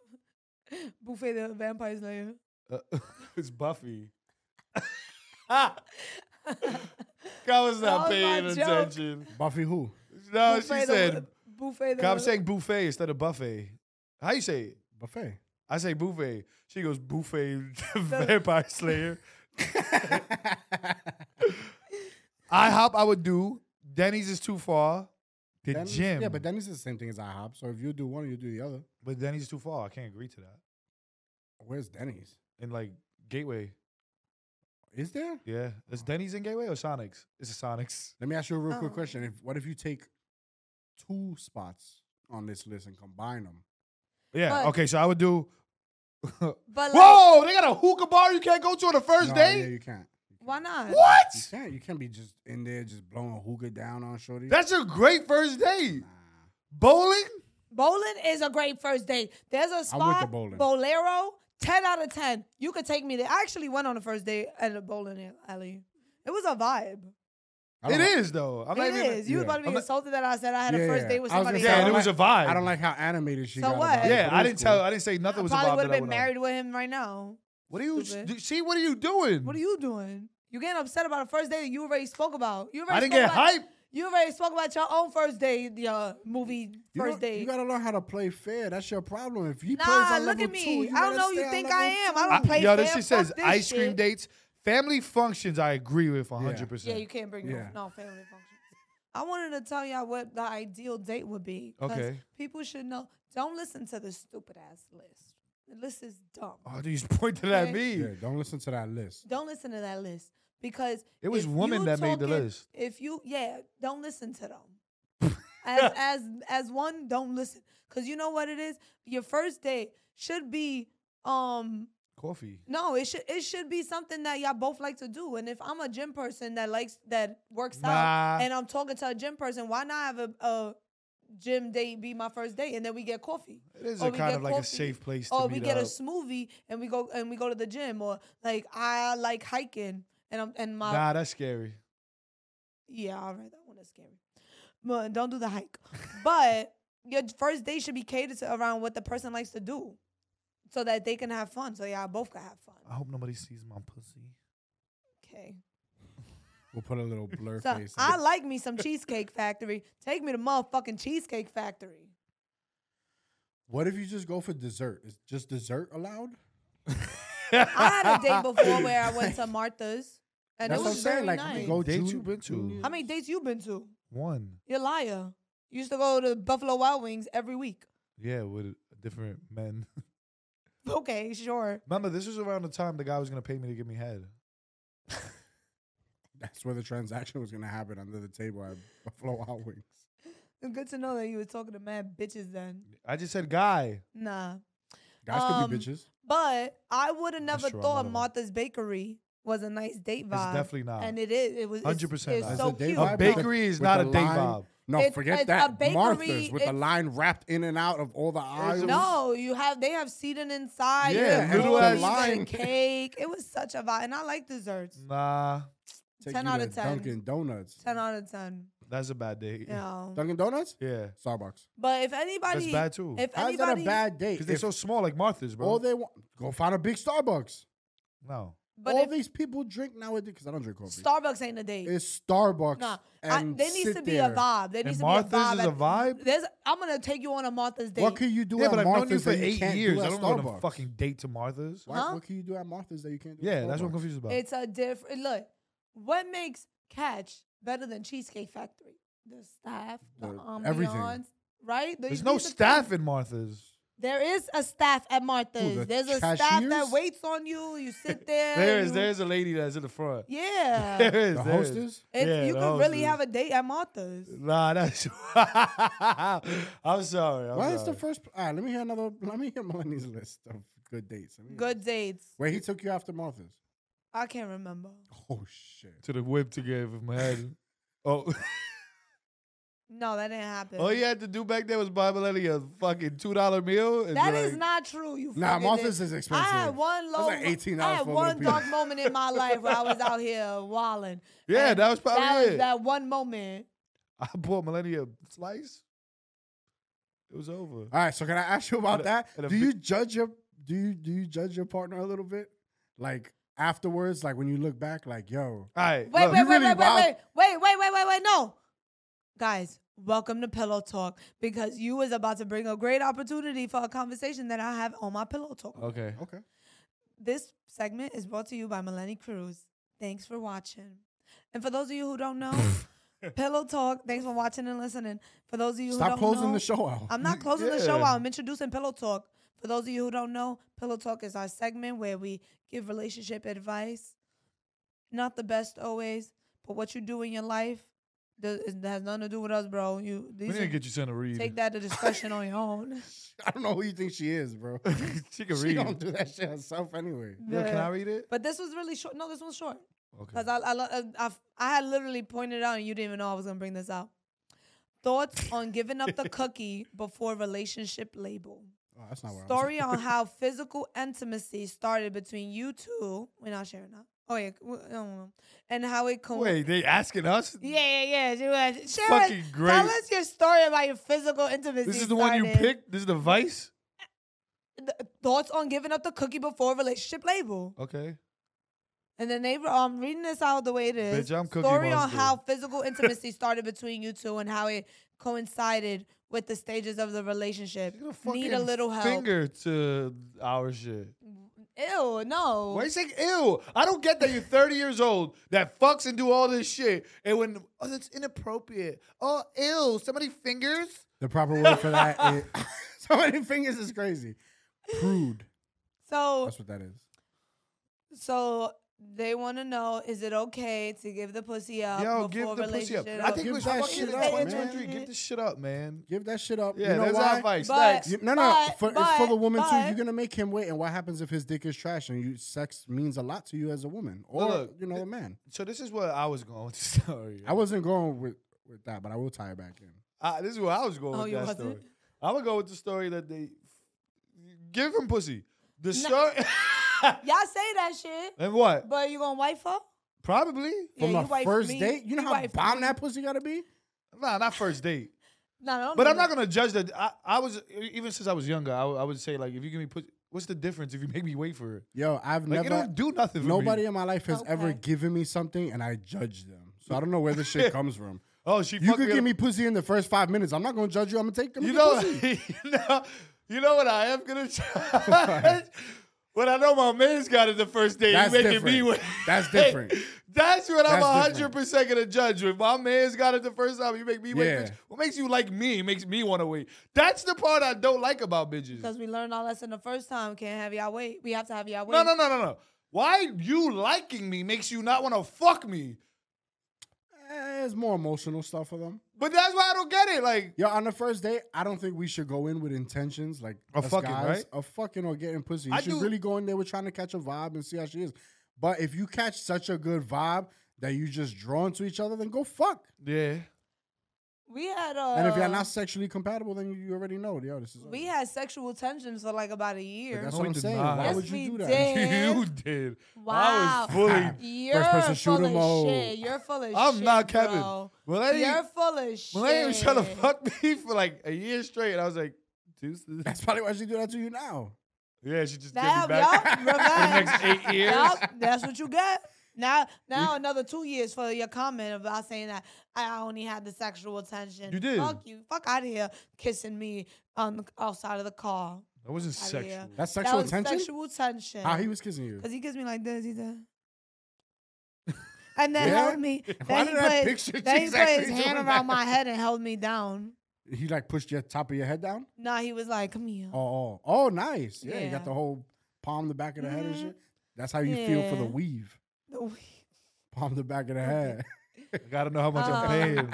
Speaker 1: [LAUGHS] buffet the Vampire Slayer.
Speaker 2: Uh, [LAUGHS]
Speaker 1: [LAUGHS]
Speaker 2: it's Buffy. [LAUGHS] I was
Speaker 1: That was
Speaker 2: not paying
Speaker 1: my joke.
Speaker 2: attention.
Speaker 3: [LAUGHS] Buffy who?
Speaker 2: No,
Speaker 1: buffet
Speaker 2: Uh, she
Speaker 1: the-
Speaker 2: said.
Speaker 1: [LAUGHS]
Speaker 2: [LAUGHS]
Speaker 1: buffet the
Speaker 3: [LAUGHS]
Speaker 2: I'm saying buffet instead of buffet. How you say it?
Speaker 3: Buffet.
Speaker 2: I say buffet. She goes buffet [LAUGHS] vampire slayer. I hop I would do. Denny's is too far. [LAUGHS] The
Speaker 3: Denny's-
Speaker 2: gym.
Speaker 3: Yeah, but Denny's is the same thing as IHOP. So if you do one, you do the other.
Speaker 2: But Denny's is too far. I can't agree to that.
Speaker 3: Where's Denny's?
Speaker 2: And like Gateway.
Speaker 3: Is there?
Speaker 2: Yeah. Is Denny's in Gateway or Sonic's? It's a Sonic's.
Speaker 3: Let me ask you a real quick
Speaker 1: Oh.
Speaker 3: question. If what if you take two spots on this list and combine them?
Speaker 2: Yeah.
Speaker 1: But-
Speaker 2: okay, so I would do
Speaker 1: [LAUGHS] But like,
Speaker 2: Whoa, they got a hookah bar you can't go to on the first
Speaker 3: Yeah,
Speaker 2: day?
Speaker 3: you can't.
Speaker 1: why not?
Speaker 2: What?
Speaker 3: You can't. You can't be just in there just blowing hookah down on shorty.
Speaker 2: That's a great first date.
Speaker 3: nah.
Speaker 2: Bowling?
Speaker 1: Bowling is a great first date. There's a
Speaker 3: the
Speaker 1: spot.
Speaker 3: bowling.
Speaker 1: Bolero, 10 out of 10. You could take me there. I actually went on the first date at a bowling alley. It was a vibe.
Speaker 3: I
Speaker 2: It
Speaker 3: don't like-
Speaker 2: is though. I'm not
Speaker 1: It
Speaker 2: even
Speaker 1: is. You was
Speaker 3: yeah.
Speaker 1: about to be
Speaker 2: I'm not-
Speaker 1: insulted that I said I had
Speaker 3: Yeah,
Speaker 1: a first
Speaker 3: yeah.
Speaker 1: date with
Speaker 3: I was
Speaker 1: somebody.
Speaker 3: gonna say,
Speaker 2: Yeah,
Speaker 3: I
Speaker 2: and it
Speaker 3: don't
Speaker 2: was a
Speaker 3: like-
Speaker 2: vibe.
Speaker 3: I don't like how animated she
Speaker 1: So
Speaker 3: got.
Speaker 1: what?
Speaker 3: about it,
Speaker 2: Yeah,
Speaker 3: but
Speaker 2: I
Speaker 3: it was
Speaker 2: didn't
Speaker 3: cool.
Speaker 2: tell. I didn't say nothing
Speaker 1: I
Speaker 2: was
Speaker 1: probably
Speaker 2: about
Speaker 1: would
Speaker 2: that.
Speaker 1: have
Speaker 2: I
Speaker 1: been
Speaker 2: went on.
Speaker 1: married with him right now.
Speaker 2: What are you
Speaker 1: Stupid.
Speaker 2: do- see? What are you doing?
Speaker 1: What are you doing? You getting upset about a first date you already spoke about. You already
Speaker 2: I didn't
Speaker 1: spoke
Speaker 2: get
Speaker 1: about,
Speaker 2: hype.
Speaker 1: You already spoke about your own first date, your movie
Speaker 3: You
Speaker 1: first
Speaker 3: don't-
Speaker 1: date.
Speaker 3: You gotta learn how to play fair. That's your problem. If he plays
Speaker 1: nah,
Speaker 3: on
Speaker 1: look
Speaker 3: level
Speaker 1: at me.
Speaker 3: two, you
Speaker 1: I don't
Speaker 3: gotta
Speaker 1: know.
Speaker 3: stay
Speaker 1: You
Speaker 3: on
Speaker 1: think
Speaker 3: level
Speaker 1: I am?
Speaker 3: two.
Speaker 1: I don't play
Speaker 2: Yo, this
Speaker 1: fair.
Speaker 2: shit says
Speaker 1: Fuck this
Speaker 2: ice cream
Speaker 1: shit.
Speaker 2: dates, family functions. I agree with 100.
Speaker 1: Yeah,
Speaker 2: percent
Speaker 1: you can't bring
Speaker 3: Yeah.
Speaker 1: no, no family functions. I wanted to tell y'all what the ideal date would be. 'cause
Speaker 2: Okay.
Speaker 1: People should know. Don't listen to the stupid ass list. The list is dumb.
Speaker 2: Oh, dude, you just [LAUGHS] pointed at
Speaker 1: Yeah.
Speaker 2: me.
Speaker 3: Yeah, don't listen to that list.
Speaker 1: Don't listen to that list because
Speaker 2: It was
Speaker 1: if
Speaker 2: women
Speaker 1: you
Speaker 2: that made the
Speaker 1: talking-
Speaker 2: list.
Speaker 1: If you yeah, don't listen to them.
Speaker 2: [LAUGHS]
Speaker 1: as as as one, don't listen because you know what it is. Your first date should be um
Speaker 2: Coffee.
Speaker 1: no, it should it should be something that y'all both like to do. And if I'm a gym person that likes that works
Speaker 2: Nah.
Speaker 1: out, and I'm talking to a gym person, why not have a, a gym date be my first date, and then we get coffee,
Speaker 2: It is
Speaker 1: Or
Speaker 2: a
Speaker 1: Oh, we
Speaker 2: kind
Speaker 1: get
Speaker 2: of like a
Speaker 1: coffee.
Speaker 2: safe place to
Speaker 1: or
Speaker 2: meet
Speaker 1: we get
Speaker 2: up.
Speaker 1: a smoothie and we go and we go to the gym, or like I like hiking, and I'm and my
Speaker 2: nah, that's scary.
Speaker 1: yeah, all right, that one is scary. But don't do the hike. but your first date should be catered to around what the person likes to do, so that they can have fun, so y'all both can have
Speaker 2: I
Speaker 3: Uh,
Speaker 1: fun.
Speaker 2: hope nobody sees my pussy.
Speaker 1: Okay.
Speaker 3: We'll put a [LAUGHS] little blur
Speaker 1: So
Speaker 3: face.
Speaker 1: I like me some Cheesecake Factory. Take me to motherfucking Cheesecake
Speaker 3: [LAUGHS]
Speaker 1: Factory.
Speaker 3: what if you just go for dessert? Is just dessert allowed?
Speaker 1: [LAUGHS] I had
Speaker 2: [LAUGHS]
Speaker 1: a date before where I went to Martha's, and
Speaker 3: That's
Speaker 1: it
Speaker 3: what
Speaker 1: was
Speaker 3: I'm saying.
Speaker 1: very
Speaker 3: Like
Speaker 1: nice.
Speaker 3: we go
Speaker 2: Date
Speaker 3: June,
Speaker 2: you've been to.
Speaker 3: June-
Speaker 1: How many dates you been to?
Speaker 2: One.
Speaker 1: You're a liar. You used to go to Buffalo Wild Wings every week. [LAUGHS]
Speaker 2: Yeah, with different men. [LAUGHS]
Speaker 1: Okay, sure.
Speaker 2: Remember, this was around the time the guy was gonna pay me to give me head.
Speaker 3: That's where the transaction was gonna happen under the table at [LAUGHS] Buffalo Wild Wings.
Speaker 1: It's good to know that you were talking to mad bitches then.
Speaker 2: I just said guy.
Speaker 1: Nah.
Speaker 3: Guys could be
Speaker 1: Um,
Speaker 3: bitches.
Speaker 1: But I would have never
Speaker 2: true, I'm
Speaker 1: thought
Speaker 2: not a-
Speaker 1: Martha's Bakery was a nice date vibe.
Speaker 2: definitely not.
Speaker 1: And it is. It was. it's-
Speaker 2: 100%
Speaker 1: It's,
Speaker 2: not.
Speaker 1: so
Speaker 3: As a date
Speaker 1: cute.
Speaker 3: vibe,
Speaker 2: A
Speaker 3: with
Speaker 2: bakery is
Speaker 3: with
Speaker 2: not
Speaker 3: the
Speaker 2: a date
Speaker 3: line-
Speaker 2: vibe.
Speaker 3: No,
Speaker 1: It-
Speaker 3: forget
Speaker 1: it's
Speaker 3: that.
Speaker 1: a bakery,
Speaker 3: Martha's with the
Speaker 1: it's-
Speaker 3: line wrapped in and out of all the aisles.
Speaker 1: No, you have they have seating inside. you
Speaker 2: Yeah,
Speaker 1: have
Speaker 2: little
Speaker 1: rollies
Speaker 2: ass-
Speaker 1: and
Speaker 3: Line.
Speaker 1: cake. It was such a vibe, and I like desserts.
Speaker 2: Mm. Nah,
Speaker 3: Take
Speaker 1: 10
Speaker 3: you
Speaker 1: out
Speaker 3: to
Speaker 1: of 10.
Speaker 3: Dunkin' Donuts.
Speaker 1: Ten out of ten.
Speaker 2: that's a bad date.
Speaker 1: You know.
Speaker 3: Dunkin' Donuts.
Speaker 2: [LAUGHS] Yeah.
Speaker 3: Starbucks.
Speaker 1: But if anybody,
Speaker 2: That's bad too.
Speaker 1: if
Speaker 3: How's that
Speaker 1: anybody,
Speaker 3: a bad date?
Speaker 2: Because they're
Speaker 3: If
Speaker 2: so small, like Martha's, bro.
Speaker 3: all they want, go find a big Starbucks.
Speaker 2: no.
Speaker 1: But
Speaker 3: all
Speaker 1: if
Speaker 3: these people drink nowadays because I don't drink coffee.
Speaker 1: Starbucks ain't a date.
Speaker 3: it's Starbucks.
Speaker 1: Nah, I,
Speaker 3: and
Speaker 1: there needs
Speaker 3: sit
Speaker 1: to be
Speaker 3: there.
Speaker 1: a vibe. There
Speaker 2: And
Speaker 1: needs to
Speaker 2: Martha's
Speaker 1: be a vibe.
Speaker 2: is a
Speaker 1: at-
Speaker 2: vibe?
Speaker 1: There's, I'm gonna take you on a Martha's date.
Speaker 3: What can you do
Speaker 2: Yeah,
Speaker 3: at
Speaker 2: but I've known you
Speaker 3: Martha's
Speaker 2: for
Speaker 3: that you
Speaker 2: eight
Speaker 3: can't
Speaker 2: years.
Speaker 3: do
Speaker 2: I
Speaker 3: at
Speaker 2: don't
Speaker 3: Starbucks?
Speaker 2: want to fucking date to Martha's.
Speaker 3: Why,
Speaker 1: Huh?
Speaker 3: What can you do at Martha's that you can't do? at
Speaker 2: Yeah, that's what I'm
Speaker 3: Starbucks?
Speaker 2: confused about.
Speaker 1: it's a different look. What makes Catch better than Cheesecake Factory? The staff, the
Speaker 3: The-
Speaker 1: ambiance,
Speaker 3: everything.
Speaker 1: right? The-
Speaker 2: There's
Speaker 1: you
Speaker 2: no
Speaker 1: need to-
Speaker 2: staff in Martha's.
Speaker 1: There is a staff at Martha's.
Speaker 3: the
Speaker 1: there's a staff that
Speaker 3: cashiers?
Speaker 1: waits on you.
Speaker 2: [LAUGHS]
Speaker 1: You sit there.
Speaker 2: There
Speaker 1: and
Speaker 2: is
Speaker 1: you-
Speaker 2: there's a lady that's in the front.
Speaker 1: Yeah.
Speaker 2: [LAUGHS] There is
Speaker 3: The
Speaker 2: there is.
Speaker 3: hostess.
Speaker 1: If
Speaker 2: Yeah,
Speaker 1: you
Speaker 2: the
Speaker 1: could really
Speaker 2: hostess.
Speaker 1: have a date at Martha's.
Speaker 2: Nah, that's. [LAUGHS] I'm sorry. I'm
Speaker 3: Why is the
Speaker 2: sorry.
Speaker 3: first? All right, let me hear another. [LAUGHS] Let me hear Melanie's list of good dates. Let me hear this.
Speaker 1: Good dates.
Speaker 3: Where he took you after Martha's?
Speaker 1: I can't remember.
Speaker 3: Oh shit!
Speaker 2: to the whip to give him
Speaker 3: [LAUGHS]
Speaker 2: head? Oh, [LAUGHS]
Speaker 1: No, that didn't happen.
Speaker 2: all you had to do back there was buy Melanie a fucking two dollar meal. and
Speaker 1: That
Speaker 2: be
Speaker 1: is
Speaker 2: like,
Speaker 1: not true. You
Speaker 3: Nah,
Speaker 1: fucking
Speaker 3: Martha's
Speaker 1: dick.
Speaker 3: is expensive.
Speaker 1: I had one low.
Speaker 3: like $18
Speaker 1: I had
Speaker 3: for a little
Speaker 1: one
Speaker 3: piece.
Speaker 1: dark moment in my life where I was out here walling.
Speaker 2: Yeah,
Speaker 1: And
Speaker 2: that was probably
Speaker 1: that was
Speaker 2: it.
Speaker 1: that one moment.
Speaker 2: I bought Melanie a slice. It was over.
Speaker 3: All right, so can I ask you
Speaker 2: And
Speaker 3: about
Speaker 2: a-
Speaker 3: that?
Speaker 2: and a
Speaker 3: do
Speaker 2: bi-
Speaker 3: you judge your do you do you judge your partner a little bit, like afterwards, like when you look back, like yo,
Speaker 2: All right.
Speaker 1: Wait,
Speaker 2: look,
Speaker 1: wait, wait,
Speaker 3: you really
Speaker 1: wait,
Speaker 3: wild.
Speaker 1: wait, wait, wait, wait, wait, wait, wait, no. Guys, welcome to Pillow Talk because you was about to bring a great opportunity for a conversation that I have on my Pillow Talk.
Speaker 3: Oh.
Speaker 2: Okay.
Speaker 3: okay,
Speaker 1: This segment is brought to you by Melanie Cruz. Thanks for watching. And for those of you who don't
Speaker 3: [LAUGHS]
Speaker 1: know, Pillow Talk, thanks for watching and listening. For those of you who
Speaker 3: stop
Speaker 1: don't
Speaker 3: closing
Speaker 1: know,
Speaker 3: the show out.
Speaker 1: I'm not closing the show
Speaker 2: Yeah.
Speaker 1: out. I'm introducing Pillow Talk. For those of you who don't know, Pillow Talk is our segment where we give relationship advice. Not the best always, but what you do in your life does, is- has nothing to do with us, bro. You
Speaker 2: We
Speaker 1: these
Speaker 2: need to
Speaker 1: are-
Speaker 2: get you something to read. [LAUGHS]
Speaker 1: take that to discussion on your own.
Speaker 3: [LAUGHS] I don't know who you think she
Speaker 2: [LAUGHS]
Speaker 3: is, bro.
Speaker 2: she can
Speaker 3: she
Speaker 2: read.
Speaker 3: don't do that shit herself anyway.
Speaker 2: Look, can I
Speaker 1: Yeah.
Speaker 2: read it?
Speaker 1: But this was really short. No, this one's short.
Speaker 2: Okay.
Speaker 1: Because I, I, lo- uh, I, f- I had literally pointed it out and you didn't even know I was going to bring this out. Thoughts on giving up
Speaker 2: [LAUGHS]
Speaker 1: the cookie before relationship label.
Speaker 3: Oh, that's not where
Speaker 1: Story on how physical intimacy started between you two. We're not sharing that. Oh, yeah. we- um, And how it. Con-
Speaker 2: Wait, they asking us?
Speaker 1: Yeah, yeah, yeah. She was- Share
Speaker 2: Fucking
Speaker 1: us-
Speaker 2: great.
Speaker 1: Tell us your story about your physical intimacy.
Speaker 2: This is the one you
Speaker 1: started.
Speaker 2: picked. This is the vice.
Speaker 1: Th- Thoughts on giving up the cookie before relationship label.
Speaker 2: Okay.
Speaker 1: And then they were um reading this out the way it is.
Speaker 2: Bitch, I'm Cookie
Speaker 1: Story on
Speaker 2: Monster.
Speaker 1: how
Speaker 2: [LAUGHS]
Speaker 1: physical intimacy started between you two and how it coincided with the stages of the relationship.
Speaker 2: She's gonna
Speaker 1: Need a
Speaker 2: fucking
Speaker 1: little help.
Speaker 2: Finger to our shit.
Speaker 1: Ew, no.
Speaker 2: Why you saying ew? I don't get that you're 30 years old that fucks and do all this shit, and when oh that's inappropriate. Oh ew, somebody fingers.
Speaker 3: the proper word for that.
Speaker 1: [LAUGHS]
Speaker 3: Is, [LAUGHS] so many fingers is crazy. Prude.
Speaker 1: So
Speaker 3: That's what that is.
Speaker 1: so they want to know: Is it okay to give the pussy up?
Speaker 2: Yo, give
Speaker 1: before
Speaker 2: the pussy up.
Speaker 1: relationship?
Speaker 2: I think
Speaker 3: Give
Speaker 2: we're
Speaker 3: that
Speaker 2: fucking
Speaker 3: shit
Speaker 2: in
Speaker 3: up, man.
Speaker 2: 2023. Give this shit up, man.
Speaker 3: Give that shit up.
Speaker 2: Yeah,
Speaker 3: you know
Speaker 2: that's
Speaker 3: why?
Speaker 2: our advice.
Speaker 1: But-
Speaker 2: Next.
Speaker 3: You- no, no, no.
Speaker 1: But-
Speaker 3: for, it's for the
Speaker 1: but-
Speaker 3: woman too.
Speaker 1: but-
Speaker 3: You're gonna make him wait, and what happens if his dick is trash and you sex means a lot to you as a woman or
Speaker 2: Look,
Speaker 3: you know
Speaker 2: th-
Speaker 3: a man?
Speaker 2: So this is where I was going with the [LAUGHS] story.
Speaker 3: I wasn't going with with that, but I will tie it back in.
Speaker 2: I, this is where I was going
Speaker 1: Oh,
Speaker 2: with
Speaker 1: you
Speaker 2: that
Speaker 1: wasn't?
Speaker 2: story. I'm gonna go with the story that they give him pussy. The story
Speaker 1: [LAUGHS] Y'all say that shit,
Speaker 2: and what?
Speaker 1: but you gonna wife her?
Speaker 2: Probably.
Speaker 1: Yeah,
Speaker 3: From
Speaker 1: you
Speaker 3: the
Speaker 1: wife
Speaker 3: first
Speaker 1: me.
Speaker 3: date, you know
Speaker 1: You
Speaker 3: how
Speaker 1: wife
Speaker 3: bomb
Speaker 1: me.
Speaker 3: that pussy gotta be.
Speaker 2: Nah, not first date.
Speaker 1: No, no.
Speaker 2: But
Speaker 1: no,
Speaker 2: I'm not
Speaker 1: no.
Speaker 2: gonna judge that. I, I was e-, even since I was younger. I, would- I would say like if you give me put, what's the difference if you make me wait for it?
Speaker 3: Yo, I've
Speaker 2: Like it
Speaker 3: never.
Speaker 2: don't do nothing. For
Speaker 3: Nobody
Speaker 2: Me.
Speaker 3: in my life has ever
Speaker 1: Okay.
Speaker 3: given me something and I judge them. So I don't know where this
Speaker 2: [LAUGHS]
Speaker 3: shit comes from.
Speaker 2: Oh, she.
Speaker 3: You
Speaker 2: fucked
Speaker 3: could
Speaker 2: me
Speaker 3: give
Speaker 2: up.
Speaker 3: me pussy in the first five minutes. I'm not gonna judge you. I'm gonna take them.
Speaker 2: You
Speaker 3: You
Speaker 2: know,
Speaker 3: pussy.
Speaker 2: [LAUGHS] you know. You know what I am gonna [LAUGHS] judge. What I know my man's got it the first day.
Speaker 3: That's
Speaker 2: you making me
Speaker 3: different.
Speaker 2: wait. [LAUGHS]
Speaker 3: That's different.
Speaker 2: That's what I'm
Speaker 3: That's
Speaker 2: 100 percent gonna judge. If my man's got it the first time, you make me wait.
Speaker 3: Yeah.
Speaker 2: Bitch. What makes you like me? Makes me want to wait. That's the part I don't like about bitches.
Speaker 1: Because we learned our lesson the first time. Can't have y'all wait. We have to have y'all wait.
Speaker 2: No, no, no, no, no. Why you liking me makes you not want to fuck me?
Speaker 3: Eh, it's more emotional stuff for them.
Speaker 2: But that's why I don't get it. Like,
Speaker 3: Yo, on the first date, I don't think we should go in with intentions like
Speaker 2: Of
Speaker 3: us
Speaker 2: fucking,
Speaker 3: guys,
Speaker 2: right?
Speaker 3: of fucking or getting pussy. You
Speaker 2: I
Speaker 3: should
Speaker 2: do-
Speaker 3: really go in there with trying to catch a vibe and see how she is. But if you catch such a good vibe that you just drawn to each other, then go fuck.
Speaker 2: yeah,
Speaker 1: We had uh,
Speaker 3: and if you're not sexually compatible, then you, you already know. Yo, this is
Speaker 1: we had sexual tensions for like about a year.
Speaker 3: But that's
Speaker 2: No,
Speaker 3: what
Speaker 2: we
Speaker 3: I'm
Speaker 2: did
Speaker 3: saying.
Speaker 2: not.
Speaker 3: Why
Speaker 2: Yes,
Speaker 3: would
Speaker 1: we
Speaker 3: you do that? [LAUGHS]
Speaker 1: did.
Speaker 2: [LAUGHS] you did. I
Speaker 1: Wow.
Speaker 2: was fully.
Speaker 1: You're
Speaker 3: person shooter
Speaker 1: full of
Speaker 3: mode.
Speaker 1: shit. You're full of
Speaker 2: I'm
Speaker 1: shit.
Speaker 2: not Kevin.
Speaker 1: Bro.
Speaker 2: Melanie,
Speaker 1: You're full of shit.
Speaker 2: Melanie was trying to fuck me for like a year straight, and I was like, deuces.
Speaker 3: That's probably why she do that to you now.
Speaker 2: [LAUGHS] Yeah, she just
Speaker 1: Now,
Speaker 2: did me
Speaker 1: [LAUGHS]
Speaker 2: back
Speaker 3: [LAUGHS]
Speaker 1: yup, revenge.
Speaker 2: [LAUGHS] for the next eight years.
Speaker 1: Yup, that's what you get. Now, now another two years for your comment about saying that I only had the sexual attention.
Speaker 2: You did.
Speaker 1: Fuck you. Fuck out of here kissing me on the outside of the car.
Speaker 2: That wasn't
Speaker 1: Outta here.
Speaker 2: sexual.
Speaker 3: That's sexual
Speaker 1: that was
Speaker 3: attention.
Speaker 1: sexual tension.
Speaker 3: How he was kissing you?
Speaker 1: Cause he gives me like this, he
Speaker 3: [LAUGHS]
Speaker 1: did. And then
Speaker 3: Yeah?
Speaker 1: held me. Then
Speaker 3: Why
Speaker 1: he
Speaker 3: did I
Speaker 1: put,
Speaker 3: picture
Speaker 1: then he
Speaker 3: exactly
Speaker 1: put his
Speaker 3: [LAUGHS]
Speaker 1: hand
Speaker 3: doing
Speaker 1: around
Speaker 3: that?
Speaker 1: my head and held me down.
Speaker 3: He like pushed your top of your head down.
Speaker 1: Nah, he was like, "Come here."
Speaker 3: Oh, oh, oh nice. Yeah, you
Speaker 1: Yeah.
Speaker 3: got the whole palm the back of the head and
Speaker 1: Mhm.
Speaker 3: shit. That's how you feel for the
Speaker 1: Yeah.
Speaker 3: weave.
Speaker 1: The-
Speaker 3: Palm the back of the head. [LAUGHS]
Speaker 2: I gotta know how much I'm
Speaker 1: Um,
Speaker 2: paying.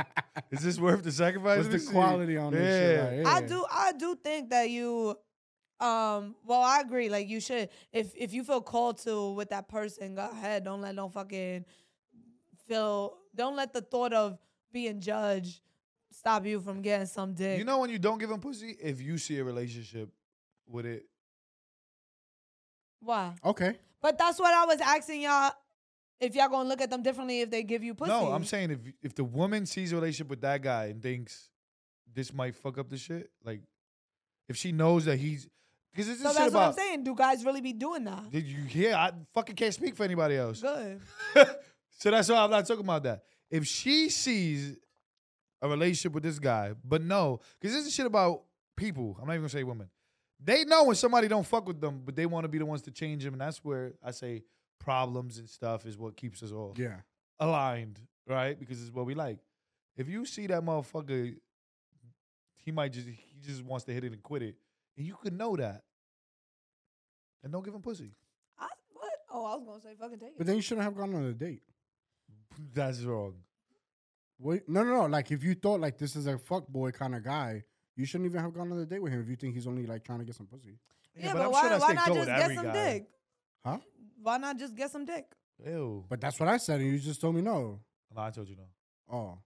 Speaker 2: Is this worth the sacrifice?
Speaker 3: What's
Speaker 2: Let me
Speaker 3: the
Speaker 2: see.
Speaker 3: quality on this shit?
Speaker 1: I
Speaker 3: right here?
Speaker 1: do, I do think that you, um, well, I agree. Like you should, if if you feel called to with that person, go ahead. Don't let no fucking feel. Don't let the thought of being judged stop you from getting some dick.
Speaker 2: You know when you don't give him pussy, if you see a relationship with it,
Speaker 1: why?
Speaker 3: Okay.
Speaker 1: But that's what I was asking y'all. If y'all gonna look at them differently if they give you pussy.
Speaker 2: No, I'm saying if if the woman sees a relationship with that guy and thinks this might fuck up the shit, like if she knows that he's because it's
Speaker 1: So
Speaker 2: just
Speaker 1: that's
Speaker 2: shit
Speaker 1: what I'm
Speaker 2: about.
Speaker 1: saying. Do guys really be doing that?
Speaker 2: Did you hear? I fucking can't speak for anybody else.
Speaker 1: Good.
Speaker 2: so that's why I'm not talking about that. If she sees a relationship with this guy, but no, because this is shit about people. I'm not even gonna say women. They know when somebody don't fuck with them, but they want to be the ones to change them, and that's where I say problems and stuff is what keeps us all
Speaker 3: Yeah.
Speaker 2: aligned, right? Because it's what we like. If you see that motherfucker, he might just he just wants to hit it and quit it, and you could know that, and don't give him pussy. [LAUGHS]
Speaker 1: I, what? Oh, I was gonna say fucking take it.
Speaker 3: But then you shouldn't have gone on a date.
Speaker 2: That's wrong.
Speaker 3: Wait, no, no, no. Like if you thought like this is a fuck boy kind of guy, you shouldn't even have gone on a date with him if you think he's only like trying to get some pussy.
Speaker 1: yeah, but, why, why not just get some dick?
Speaker 3: Huh?
Speaker 1: Why not just get some dick?
Speaker 2: Ew.
Speaker 3: But that's what I said, and you just told me no.
Speaker 2: no, I told you no.
Speaker 3: Oh,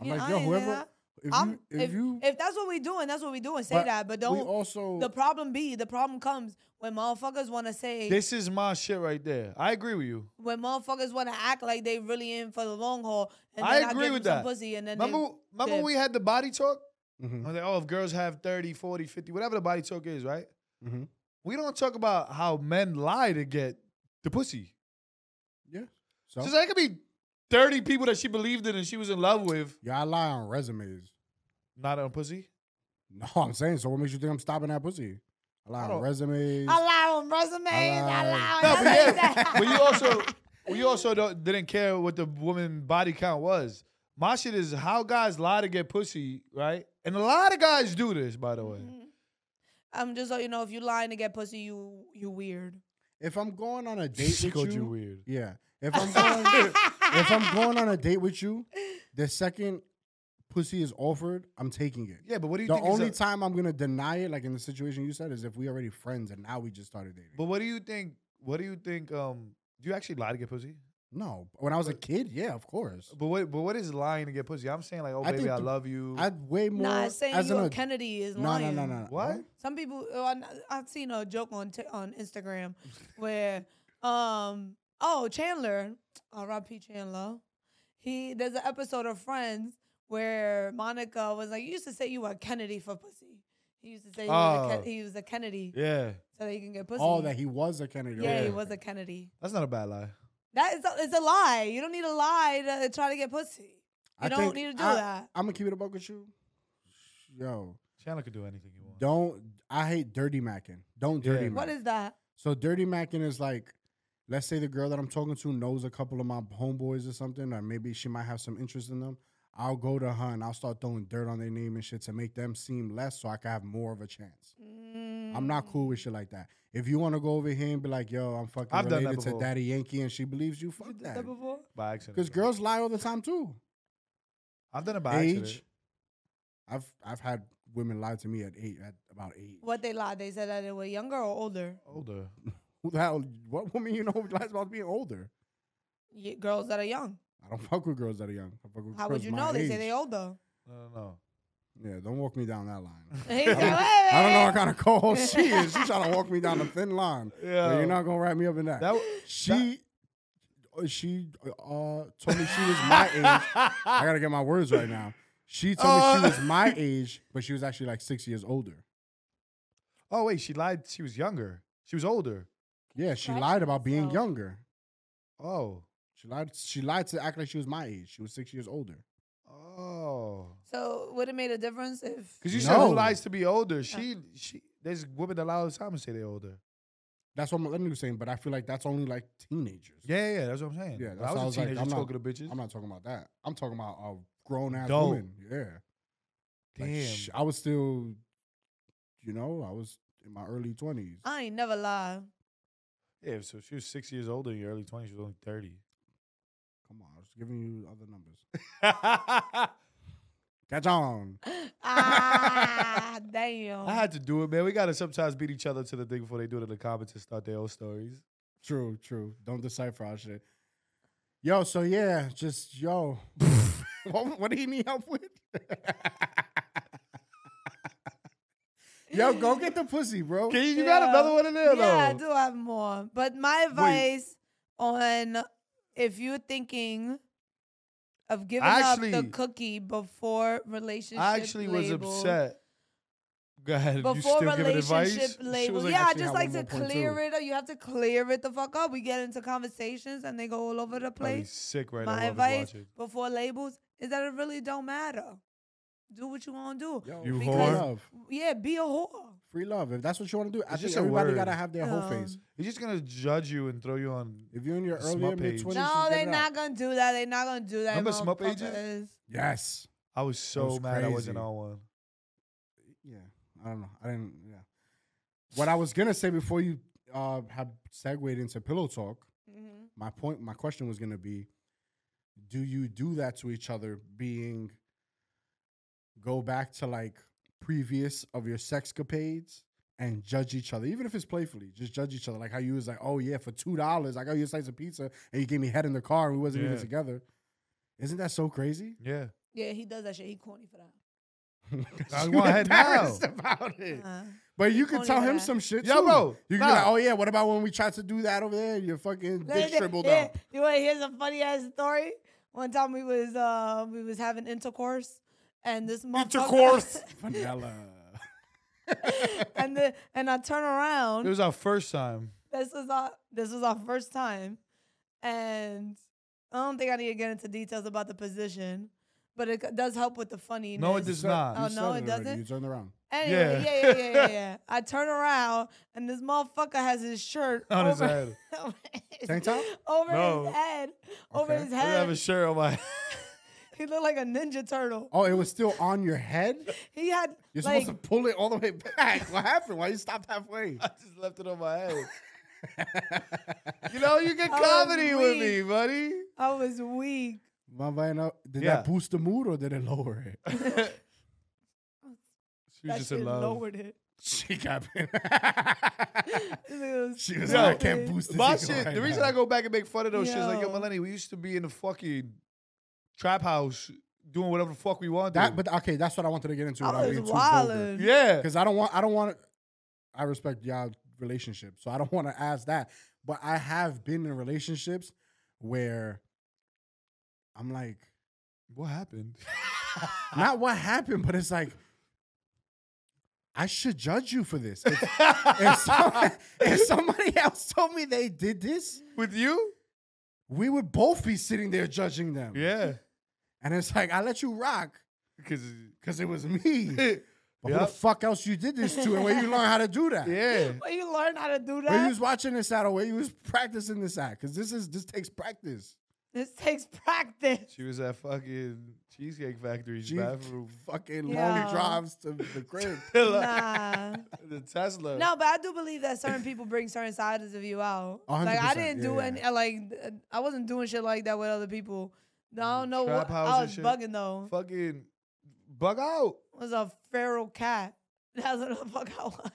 Speaker 3: I'm
Speaker 1: Yeah,
Speaker 3: like
Speaker 1: I
Speaker 3: yo,
Speaker 1: ain't
Speaker 3: whoever.
Speaker 1: that.
Speaker 3: If
Speaker 1: I'm-
Speaker 3: you, if, you,
Speaker 1: if that's what we doing, that's what we doing. Say
Speaker 3: But
Speaker 1: that, but
Speaker 3: we
Speaker 1: don't.
Speaker 3: also
Speaker 1: the problem be the problem comes when motherfuckers want to say
Speaker 2: This is my shit right there. I agree with you.
Speaker 1: when motherfuckers want to act like they really in for the long haul. And
Speaker 2: I
Speaker 1: then
Speaker 2: agree
Speaker 1: give
Speaker 2: with
Speaker 1: them some
Speaker 2: that.
Speaker 1: Pussy and then they-
Speaker 2: Remember, remember
Speaker 1: they-
Speaker 2: when we had the body talk? I
Speaker 3: Mhm,
Speaker 2: was like, oh, if girls have 30, 40, 50, whatever the body talk is, right?
Speaker 3: mhm.
Speaker 2: We don't talk about how men lie to get the pussy.
Speaker 3: yeah. So
Speaker 2: So there could be 30 people that she believed in and she was in love with,
Speaker 3: yeah, I lie on resumes. [LAUGHS]
Speaker 2: not on pussy.
Speaker 3: No, I'm saying. So what makes you think I'm stopping that pussy? I lie
Speaker 2: I
Speaker 3: on
Speaker 2: don't-
Speaker 3: resumes.
Speaker 1: I lie on resumes. I lie on
Speaker 2: No,
Speaker 1: [LAUGHS]
Speaker 2: but yeah,
Speaker 1: everything.
Speaker 2: [LAUGHS] but you also we also don't, didn't care what the woman body count was. My shit is how guys lie to get pussy, right? And a lot of guys do this, by the way.
Speaker 1: Mm. I'm just so you know, if you lying to get pussy, you you weird.
Speaker 3: if I'm going on
Speaker 1: [LAUGHS]
Speaker 3: a date
Speaker 2: She
Speaker 3: with
Speaker 2: called you
Speaker 3: you,
Speaker 2: weird.
Speaker 3: yeah. If I'm going, if I'm going on a date with you, the second pussy is offered, I'm taking it.
Speaker 2: Yeah, but what do you
Speaker 3: The
Speaker 2: think? is
Speaker 3: only
Speaker 2: a-
Speaker 3: time I'm gonna deny it, like in the situation you said, is if we already friends and now we just started dating.
Speaker 2: but what do you think? What do you think? Um, do you actually lie to get pussy?
Speaker 3: no, when I was a kid, yeah, of course.
Speaker 2: But what? But what is lying to get pussy? I'm saying like, oh
Speaker 3: I
Speaker 2: baby,
Speaker 3: think
Speaker 2: I
Speaker 3: the-
Speaker 2: love you.
Speaker 3: I'd way more
Speaker 1: Nah, saying
Speaker 3: as
Speaker 1: you
Speaker 3: an
Speaker 1: a
Speaker 3: ad-
Speaker 1: Kennedy is
Speaker 3: No, no,
Speaker 1: lying.
Speaker 3: no, no.
Speaker 2: what?
Speaker 1: Some people, oh, I- I've seen a joke on t- on
Speaker 3: [LAUGHS]
Speaker 1: Instagram where, um, oh Chandler, R.I.P. Chandler, he there's an episode of Friends where Monica was like, you used to say you were a Kennedy for pussy. He used to say he, was, a
Speaker 2: Oh.
Speaker 1: Ken- he was a Kennedy
Speaker 2: Yeah,
Speaker 1: so that he can get pussy.
Speaker 3: Oh, that he was a Kennedy.
Speaker 1: yeah,
Speaker 3: okay.
Speaker 1: he was a Kennedy.
Speaker 2: that's not a bad lie.
Speaker 1: That is a, it's a lie. You don't need to lie to try to get pussy. You
Speaker 3: I
Speaker 1: don't
Speaker 3: think
Speaker 1: need to do
Speaker 3: I-
Speaker 1: that.
Speaker 3: I'm gonna keep it a buck with you. Yo,
Speaker 2: Chandler could do anything you want.
Speaker 3: don't. I hate dirty macking. Don't dirty.
Speaker 2: Yeah.
Speaker 3: Mac.
Speaker 1: What is that?
Speaker 3: So dirty macking is like, let's say the girl that I'm talking to knows a couple of my homeboys or something, or maybe she might have some interest in them. I'll go to her and I'll start throwing dirt on their name and shit to make them seem less, so I can have more of a chance. I'm not
Speaker 1: Mm.
Speaker 3: cool with shit like that. If you want to go over here and be like, "Yo, I'm fucking
Speaker 2: I've done that
Speaker 3: related to
Speaker 2: before.
Speaker 3: Daddy Yankee," and she believes you, fuck that.
Speaker 1: That before?
Speaker 2: By accident.
Speaker 3: Because girls lie all the time too.
Speaker 2: I've done it by
Speaker 3: Age.
Speaker 2: accident.
Speaker 3: I've I've had women lie to me at eight at about eight.
Speaker 1: What they lied? They said that they were younger or older.
Speaker 2: Older.
Speaker 3: Who the hell? What woman you know [LAUGHS] lies about being older?
Speaker 1: Ye- girls that are young.
Speaker 3: I don't fuck with girls that are young. I fuck with
Speaker 1: How
Speaker 3: girls
Speaker 1: would you
Speaker 3: my
Speaker 1: know? They say
Speaker 3: age.
Speaker 1: they older. [LAUGHS]
Speaker 2: No, no, no.
Speaker 3: Yeah, don't walk me down that line.
Speaker 1: He said,
Speaker 3: I don't know
Speaker 1: "Wait,
Speaker 3: what kind of [LAUGHS] co-host she
Speaker 1: [LAUGHS]
Speaker 3: is. She's trying to walk me down the thin line. But
Speaker 2: Yeah.
Speaker 3: you're not gonna wrap me up in that.
Speaker 2: That
Speaker 3: [LAUGHS]
Speaker 2: w-
Speaker 3: she, uh, she uh, told me she was my
Speaker 2: [LAUGHS]
Speaker 3: age. I gotta get my words right now. She told me
Speaker 2: Uh.
Speaker 3: she was my age, but she was actually like six years older.
Speaker 2: oh wait, she lied. She was younger. She was older.
Speaker 3: Yeah, she
Speaker 1: Right,
Speaker 3: lied about being
Speaker 1: so-
Speaker 3: younger.
Speaker 2: Oh.
Speaker 3: She lied. She lied to act like she was my age. She was six years older.
Speaker 2: Oh.
Speaker 1: So would it made a difference if?
Speaker 2: Because you said who
Speaker 3: No.
Speaker 2: lies to be older? She she there's women that lie all the time and say they're older.
Speaker 3: That's what Melanie was saying, but I feel like that's only like teenagers.
Speaker 2: Yeah, yeah, that's what I'm saying.
Speaker 3: Yeah,
Speaker 2: When
Speaker 3: that's
Speaker 2: I was
Speaker 3: why
Speaker 2: a
Speaker 3: I was like,
Speaker 2: teenager
Speaker 3: I'm not-
Speaker 2: talking to bitches.
Speaker 3: I'm not talking about that. I'm talking about a grown ass
Speaker 2: Adult.
Speaker 3: woman. Yeah. Like,
Speaker 2: Damn.
Speaker 3: sh- I was still, you know, I was in my early 20s.
Speaker 2: Ah.
Speaker 1: I ain't never
Speaker 3: [LAUGHS]
Speaker 1: lie.
Speaker 2: yeah, so she was six years older in your early twenties, she was only
Speaker 1: [LAUGHS]
Speaker 2: thirty.
Speaker 3: Come on, I was giving you other numbers.
Speaker 2: I
Speaker 3: Catch on.
Speaker 1: ah, damn.
Speaker 2: had to do it, man. We gotta sometimes beat each other to the thing before they do it in the comments and start their own stories.
Speaker 3: True, true. Don't decipher our shit. Yo, so yeah, just yo.
Speaker 2: [LAUGHS]
Speaker 3: [LAUGHS] what, what do you need help with? [LAUGHS] yo, go get the pussy, bro.
Speaker 2: Can you, you got
Speaker 1: Yeah.
Speaker 2: another one in there
Speaker 1: yeah, I
Speaker 2: though?
Speaker 1: do have more. But my advice on if you're thinking of giving up
Speaker 2: Actually-
Speaker 1: the cookie before relationship
Speaker 2: I actually was
Speaker 1: label-
Speaker 2: upset. Go ahead. you
Speaker 1: Before
Speaker 2: still giving advice?
Speaker 1: relationship
Speaker 2: [LAUGHS]
Speaker 3: was
Speaker 1: label,
Speaker 3: like,
Speaker 1: yeah, I
Speaker 3: actually
Speaker 1: just
Speaker 3: have
Speaker 1: like
Speaker 3: one
Speaker 1: to
Speaker 3: more point,
Speaker 1: clear
Speaker 3: too.
Speaker 1: it. up. You have to clear it the fuck up. We get into conversations and they go all over the
Speaker 2: Probably
Speaker 1: place.
Speaker 2: sick right
Speaker 1: My
Speaker 2: now. whoever's
Speaker 1: advice
Speaker 2: watching.
Speaker 1: before labels is that it really don't matter. Do what you want to do.
Speaker 3: Yo,
Speaker 2: You
Speaker 3: free
Speaker 1: whore.
Speaker 3: love.
Speaker 1: Yeah, be a whore.
Speaker 3: Free love. If that's what you want to do, I
Speaker 2: It's
Speaker 3: think
Speaker 2: just a
Speaker 3: everybody
Speaker 2: word.
Speaker 3: gotta have their whole
Speaker 1: Um,
Speaker 3: face.
Speaker 2: He's just gonna judge you and throw you on.
Speaker 3: If you're in your
Speaker 2: the
Speaker 3: earlier
Speaker 2: smut
Speaker 3: mid
Speaker 2: page.
Speaker 3: twenties,
Speaker 1: No, they not gonna do that. They not gonna do that.
Speaker 2: Remember Smut Pages?
Speaker 1: motherfuckers.
Speaker 3: Yes.
Speaker 2: I was so
Speaker 3: was
Speaker 2: mad I wasn't
Speaker 3: crazy.
Speaker 2: on one.
Speaker 3: Yeah. I don't know. I didn't. Yeah. What I was gonna say before you uh, have segued into pillow talk
Speaker 1: Mhm.
Speaker 3: my point my question was going to be do you do that to each other being go back to like previous of your sexcapades and judge each other even if it's playfully just judge each other like how you was like oh yeah for two dollars i got you a slice of pizza and you gave me head in the car and we wasn't even
Speaker 2: Yeah.
Speaker 3: together isn't that
Speaker 2: [LAUGHS]
Speaker 3: so crazy
Speaker 2: Yeah.
Speaker 1: [LAUGHS] Yeah, he does that shit. He corny for that.
Speaker 2: I
Speaker 3: You
Speaker 2: want head now.
Speaker 3: embarrassed about it
Speaker 1: Uh,
Speaker 3: but you
Speaker 1: He
Speaker 3: could
Speaker 1: corny
Speaker 3: tell
Speaker 1: for
Speaker 3: him
Speaker 1: that.
Speaker 3: some shit
Speaker 2: Yo,
Speaker 3: too.
Speaker 2: bro,
Speaker 3: you could
Speaker 2: nah.
Speaker 3: be like oh yeah what about when we tried to do that over there and your fucking dick shriveled up
Speaker 1: You want to hear some funny ass story? One time we was uh, we was having intercourse, and this motherfucker- [LAUGHS]
Speaker 3: vanilla
Speaker 1: and the, and I turn around.
Speaker 2: It was our first time. [LAUGHS]
Speaker 1: this was our this was our first time, and I don't think I need to get into details about the position, but it c- does help with the funny.
Speaker 2: No, it does
Speaker 3: said-
Speaker 2: not.
Speaker 1: Oh,
Speaker 3: You
Speaker 1: no, it
Speaker 3: said already.
Speaker 1: doesn't?
Speaker 3: You turned around.
Speaker 1: Anyway,
Speaker 2: Yeah.
Speaker 1: yeah. yeah, yeah, yeah, yeah, I turn around and this motherfucker has his shirt
Speaker 2: On his
Speaker 1: over,
Speaker 2: head.
Speaker 1: [LAUGHS] over his,
Speaker 3: Tank top?
Speaker 1: over
Speaker 2: No.
Speaker 1: his head, over
Speaker 3: Okay.
Speaker 1: his
Speaker 2: I didn't have a
Speaker 1: head.
Speaker 2: shirt on my.
Speaker 1: He looked like a ninja turtle.
Speaker 3: Oh, it was still on your head.
Speaker 1: He had
Speaker 3: You're
Speaker 1: like
Speaker 3: supposed to pull it all the way back. [LAUGHS] What happened? Why you stopped halfway?
Speaker 2: I just left it on my
Speaker 3: [LAUGHS]
Speaker 2: head. you know, you get
Speaker 1: I was
Speaker 2: comedy with me,
Speaker 1: weak.
Speaker 3: [LAUGHS]
Speaker 2: buddy.
Speaker 1: I was weak.
Speaker 3: My vagina- Did
Speaker 2: Yeah.
Speaker 3: that boost the mood or did it lower it?
Speaker 2: She was
Speaker 1: That
Speaker 2: just
Speaker 1: shit
Speaker 2: in love.
Speaker 3: [LAUGHS]
Speaker 1: lowered it.
Speaker 3: [LAUGHS] she got
Speaker 1: [LAUGHS] It was
Speaker 3: She was
Speaker 2: Yo,
Speaker 3: like, I can't boost this.
Speaker 2: My
Speaker 3: ego
Speaker 2: shit.
Speaker 3: right
Speaker 2: the reason
Speaker 3: now."
Speaker 2: I go back and make fun of those shit is like, yo,
Speaker 1: Yo.
Speaker 2: Melanie, we used to be in the fucking trap house doing whatever the fuck we wanted.
Speaker 3: that, but okay, that's what I wanted to get into.
Speaker 1: I
Speaker 3: without
Speaker 1: was
Speaker 3: being
Speaker 1: [LAUGHS]
Speaker 3: too
Speaker 1: wildin'.
Speaker 2: yeah,
Speaker 3: because I don't want. I don't want. I respect y'all relationship, so I don't want to ask that. But I have been in relationships where I'm like,
Speaker 2: what happened?
Speaker 3: not what happened, but it's like I should judge you for this.
Speaker 2: [LAUGHS]
Speaker 3: If, if, some- if somebody else told me they did this,
Speaker 2: [LAUGHS] with you?
Speaker 3: we would both be sitting there judging them.
Speaker 2: Yeah,
Speaker 3: and it's like I let you rock
Speaker 2: because
Speaker 3: because it
Speaker 2: [LAUGHS]
Speaker 3: was me. But who the
Speaker 2: Yup.
Speaker 3: fuck else you did this to, and where you learn how to do that?
Speaker 2: yeah,
Speaker 1: Well, you learn how to do
Speaker 3: Where you
Speaker 1: that.
Speaker 3: was watching this at, or where you was practicing this at? Because this is this takes practice.
Speaker 1: This takes
Speaker 3: [LAUGHS]
Speaker 1: practice.
Speaker 2: she was at fucking Cheesecake Factory's
Speaker 3: Gee,
Speaker 2: bathroom.
Speaker 1: [LAUGHS]
Speaker 2: [LAUGHS]
Speaker 3: Fucking long
Speaker 1: Yeah.
Speaker 3: drives to the crib. [LAUGHS]
Speaker 1: Nah.
Speaker 2: the Tesla.
Speaker 1: No, but I do believe that certain people bring certain sides of you out.
Speaker 3: A hundred
Speaker 1: Like I
Speaker 3: percent,
Speaker 1: didn't
Speaker 3: yeah,
Speaker 1: do
Speaker 3: yeah.
Speaker 1: any. uh, Like uh, I wasn't doing shit like that with other people.
Speaker 3: Mm,
Speaker 1: No, I don't know
Speaker 2: Trap
Speaker 1: what
Speaker 2: house
Speaker 1: I
Speaker 2: and
Speaker 1: was
Speaker 2: shit.
Speaker 1: bugging though.
Speaker 2: Fucking bug out.
Speaker 1: I was a feral cat. [LAUGHS] That's what the fuck I
Speaker 3: [LAUGHS]
Speaker 1: was.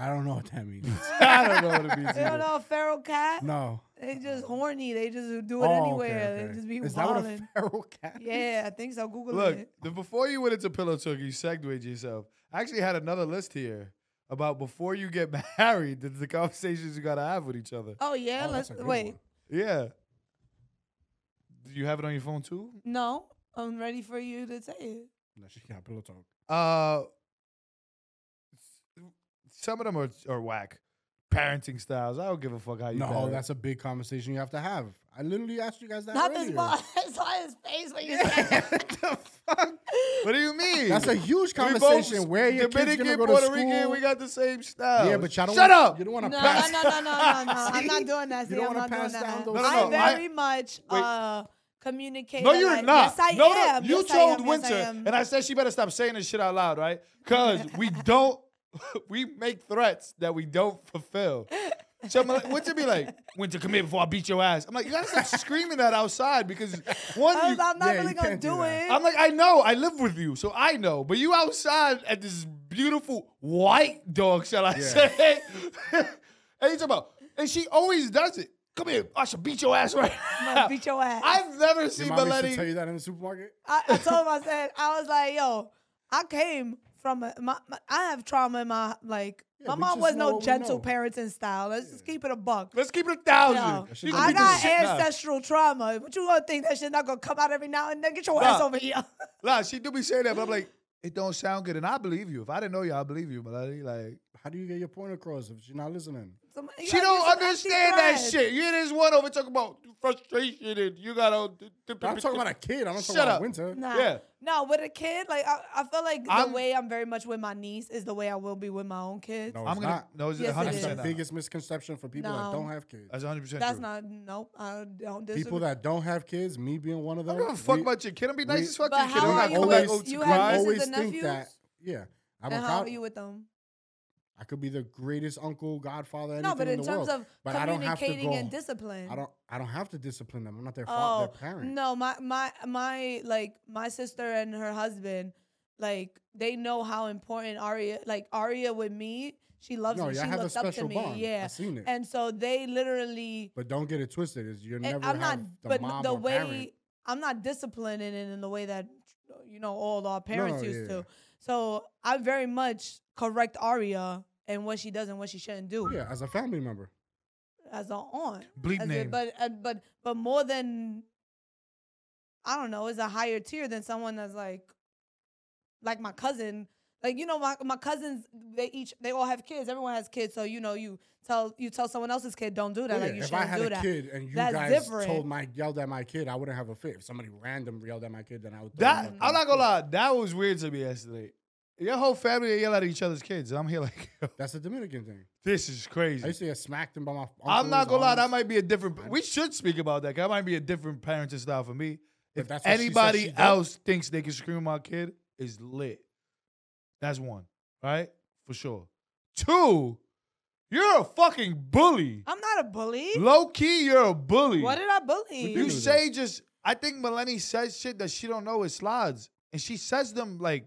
Speaker 3: I don't know what that means.
Speaker 2: [LAUGHS] [LAUGHS] I don't know what it means.
Speaker 1: You
Speaker 2: either.
Speaker 1: don't know a feral cat?
Speaker 3: No.
Speaker 1: They just horny. They just do it
Speaker 3: Oh, okay,
Speaker 1: anywhere.
Speaker 3: okay.
Speaker 1: They just be
Speaker 3: Is that what [LAUGHS]
Speaker 1: wilding.
Speaker 3: a feral cat? Oh, is?
Speaker 1: Yeah, I think so. Google
Speaker 2: Look,
Speaker 1: it.
Speaker 2: the, before you went into pillow talk, you segued yourself. I actually had another list here about before you get [LAUGHS] married, the, the conversations you gotta have with each other.
Speaker 1: Oh yeah,
Speaker 3: Oh, that's
Speaker 1: let's
Speaker 3: a good
Speaker 1: wait.
Speaker 3: one.
Speaker 2: Yeah. Do you have it on your phone too?
Speaker 1: No, I'm ready for you to say it.
Speaker 3: No, she got pillow talk.
Speaker 2: Uh, some of them are are whack. parenting styles. I don't give a fuck how you.
Speaker 3: No,
Speaker 2: parent. [LAUGHS]
Speaker 3: that's a big conversation you have to have. I literally asked you guys that.
Speaker 1: Not this
Speaker 3: earlier.
Speaker 1: ball. [LAUGHS] I saw his face when you said that.
Speaker 3: what the fuck?
Speaker 2: What [LAUGHS] do you mean?
Speaker 3: That's a huge
Speaker 2: We both-
Speaker 3: conversation. Where your
Speaker 2: Dominican,
Speaker 3: kids gonna go
Speaker 2: Puerto
Speaker 3: to school?
Speaker 2: Rican, we got the same style.
Speaker 3: yeah, but y'all don't
Speaker 2: shut
Speaker 3: [LAUGHS] wanna-
Speaker 2: up.
Speaker 3: You don't
Speaker 1: No,
Speaker 3: want to
Speaker 1: no,
Speaker 3: pass.
Speaker 1: no, no, no, no, no. I'm not
Speaker 3: See?
Speaker 1: doing that.
Speaker 3: You
Speaker 1: See,
Speaker 3: don't
Speaker 1: I'm
Speaker 3: wanna
Speaker 1: not doing
Speaker 3: pass down
Speaker 1: that.
Speaker 3: those
Speaker 2: No, no,
Speaker 1: I
Speaker 2: no, I-
Speaker 1: very much
Speaker 2: Wait.
Speaker 1: uh, communicate.
Speaker 2: No,
Speaker 1: that
Speaker 2: you're
Speaker 1: I-
Speaker 2: not.
Speaker 1: Yes, I
Speaker 2: no,
Speaker 1: am.
Speaker 2: no. You
Speaker 1: Yes, I am.
Speaker 2: told
Speaker 1: Yes,
Speaker 2: Winter,
Speaker 1: I am.
Speaker 2: and I said she better stop saying this shit out loud, right?
Speaker 1: [LAUGHS]
Speaker 2: Because we don't, [LAUGHS] we make threats that we don't fulfill. So I'm like, Winter be like, Winter, come here before I beat your ass. I'm like, you gotta stop screaming that
Speaker 1: [LAUGHS]
Speaker 2: outside because one,
Speaker 1: I
Speaker 2: you,
Speaker 1: was, I'm not
Speaker 3: yeah,
Speaker 1: really
Speaker 3: you
Speaker 1: gonna
Speaker 3: can't do
Speaker 1: do
Speaker 3: that.
Speaker 1: it.
Speaker 2: I'm like, I know, I live with you, so I know. But you outside at this beautiful white dog, shall I say? [LAUGHS] and you talk about, and she always does it. Come here, I should beat your ass right
Speaker 1: I'm
Speaker 2: now.
Speaker 1: gonna beat your ass. I,
Speaker 2: I've never
Speaker 3: Your
Speaker 2: seen
Speaker 3: mom used to tell
Speaker 2: Maletti.
Speaker 3: you that in the supermarket.
Speaker 1: I told him. I said. I was like, yo, I came from a, my, my. I have trauma in my like.
Speaker 3: Yeah,
Speaker 1: my
Speaker 3: we
Speaker 1: mom
Speaker 3: just
Speaker 1: was
Speaker 3: know
Speaker 1: no
Speaker 3: what we
Speaker 1: gentle
Speaker 3: know.
Speaker 1: parenting style. Let's just keep it a buck.
Speaker 2: Let's keep it a thousand.
Speaker 1: Yo,
Speaker 2: You
Speaker 3: shit
Speaker 2: can
Speaker 1: I
Speaker 2: beat
Speaker 1: got
Speaker 2: this shit now.
Speaker 1: ancestral trauma. What you gonna think that shit not gonna come out every now and then? Get your
Speaker 2: Nah.
Speaker 1: ass over here. [LAUGHS]
Speaker 2: Nah, she do be saying that, but I'm like, it don't sound good, and I believe you. If I didn't know you, I believe you, Maletti. Like,
Speaker 3: How do you get your point across if she's not listening?
Speaker 1: Some- you
Speaker 2: she
Speaker 1: gotta
Speaker 2: don't
Speaker 1: get some empty
Speaker 2: understand that
Speaker 1: thread.
Speaker 2: shit. You hear this one over talking about frustration and you gotta.
Speaker 3: I'm talking about a kid. I'm not
Speaker 2: Shut
Speaker 3: talking about
Speaker 2: up.
Speaker 3: winter.
Speaker 1: Nah.
Speaker 2: Yeah.
Speaker 1: No, with a kid, like I, I feel like the
Speaker 2: I'm-
Speaker 1: way I'm very much with my niece is the way I will be with my own kids.
Speaker 3: No, it's
Speaker 2: I'm gonna.
Speaker 3: not.
Speaker 2: No, it's
Speaker 1: Yes, it
Speaker 2: 100
Speaker 3: That's
Speaker 1: is.
Speaker 3: the
Speaker 1: Nah.
Speaker 3: biggest misconception for people that
Speaker 1: No.
Speaker 3: don't have kids.
Speaker 2: That's 100 percent.
Speaker 1: That's not nope. I don't disagree.
Speaker 3: People that don't have kids, me being one of them.
Speaker 2: I don't give a fuck
Speaker 3: we-
Speaker 2: about your kid. I'm be nice
Speaker 3: we-
Speaker 2: as fuck to
Speaker 1: But
Speaker 2: your kid.
Speaker 1: how
Speaker 2: I'm
Speaker 1: are
Speaker 2: not
Speaker 1: you
Speaker 2: coming
Speaker 1: with-
Speaker 2: back over to
Speaker 1: you
Speaker 2: cry.
Speaker 1: have
Speaker 3: I
Speaker 1: nieces
Speaker 3: always
Speaker 1: and
Speaker 3: think
Speaker 1: nephews?
Speaker 3: that. Yeah, I'm
Speaker 1: and
Speaker 3: a
Speaker 1: how
Speaker 3: proud-
Speaker 1: are you with them?
Speaker 3: I could be the greatest uncle, godfather, anything
Speaker 1: No, but in,
Speaker 3: the
Speaker 1: terms
Speaker 3: world.
Speaker 1: of
Speaker 3: but I don't have to
Speaker 1: communicating
Speaker 3: go.
Speaker 1: and discipline.
Speaker 3: I don't. I don't have to discipline them. I'm not their, fa-
Speaker 1: Oh
Speaker 3: their parent.
Speaker 1: no, my my my like my sister and her husband, like they know how important Aria. Like Aria with me, she loves
Speaker 3: No,
Speaker 1: me. She
Speaker 3: y'all have a
Speaker 1: looked up to
Speaker 3: special
Speaker 1: me.
Speaker 3: bond.
Speaker 1: Yeah,
Speaker 3: I've seen it.
Speaker 1: and so they literally.
Speaker 3: But don't get it twisted. Is you're
Speaker 1: and
Speaker 3: never.
Speaker 1: I'm
Speaker 3: have
Speaker 1: not,
Speaker 3: the
Speaker 1: but
Speaker 3: mom
Speaker 1: the
Speaker 3: or
Speaker 1: way
Speaker 3: parent.
Speaker 1: I'm not disciplining it in the way that you know all our parents
Speaker 3: No,
Speaker 1: used
Speaker 3: yeah.
Speaker 1: to. So I very much correct Aria and what she does and what she shouldn't do
Speaker 3: Yeah, as a family member.
Speaker 1: as an aunt.
Speaker 2: Bleep
Speaker 1: As a-
Speaker 2: name.
Speaker 1: but uh, but but more than I don't know, is a higher tier than someone that's like like my cousin. Like you know, my my cousins they each they all have kids. Everyone has kids, so you know you tell you tell someone else's kid don't do that.
Speaker 3: Yeah,
Speaker 1: Like you
Speaker 3: if I
Speaker 1: shouldn't
Speaker 3: had
Speaker 1: do
Speaker 3: a
Speaker 1: that.
Speaker 3: kid and you
Speaker 1: That's
Speaker 3: guys
Speaker 1: different.
Speaker 3: told my yelled at my kid, I wouldn't have a fit. If somebody random yelled at my kid, then I would. throw
Speaker 2: That
Speaker 3: them out.
Speaker 2: I'm not gonna lie, that was weird to me yesterday. Your whole family they yell at each other's kids. I'm here [LAUGHS] like, yo,
Speaker 3: That's a Dominican thing.
Speaker 2: this is
Speaker 3: I
Speaker 2: crazy.
Speaker 3: used to get smacked him by my.
Speaker 2: I'm not gonna lie, that
Speaker 3: I'm.
Speaker 2: might be a different. We should speak about that. 'cause That might be a different parenting style for me.
Speaker 3: But
Speaker 2: If
Speaker 3: that's what she said
Speaker 2: anybody
Speaker 3: she did.
Speaker 2: else thinks they can scream at my kid, is lit. That's one, right? For sure. Two, you're a fucking bully.
Speaker 1: I'm not a bully.
Speaker 2: Low key, you're a bully.
Speaker 1: What did I
Speaker 3: do
Speaker 2: You
Speaker 1: bully?
Speaker 3: this.
Speaker 2: say just I think Melanie says shit that she don't know is slides. And she says them like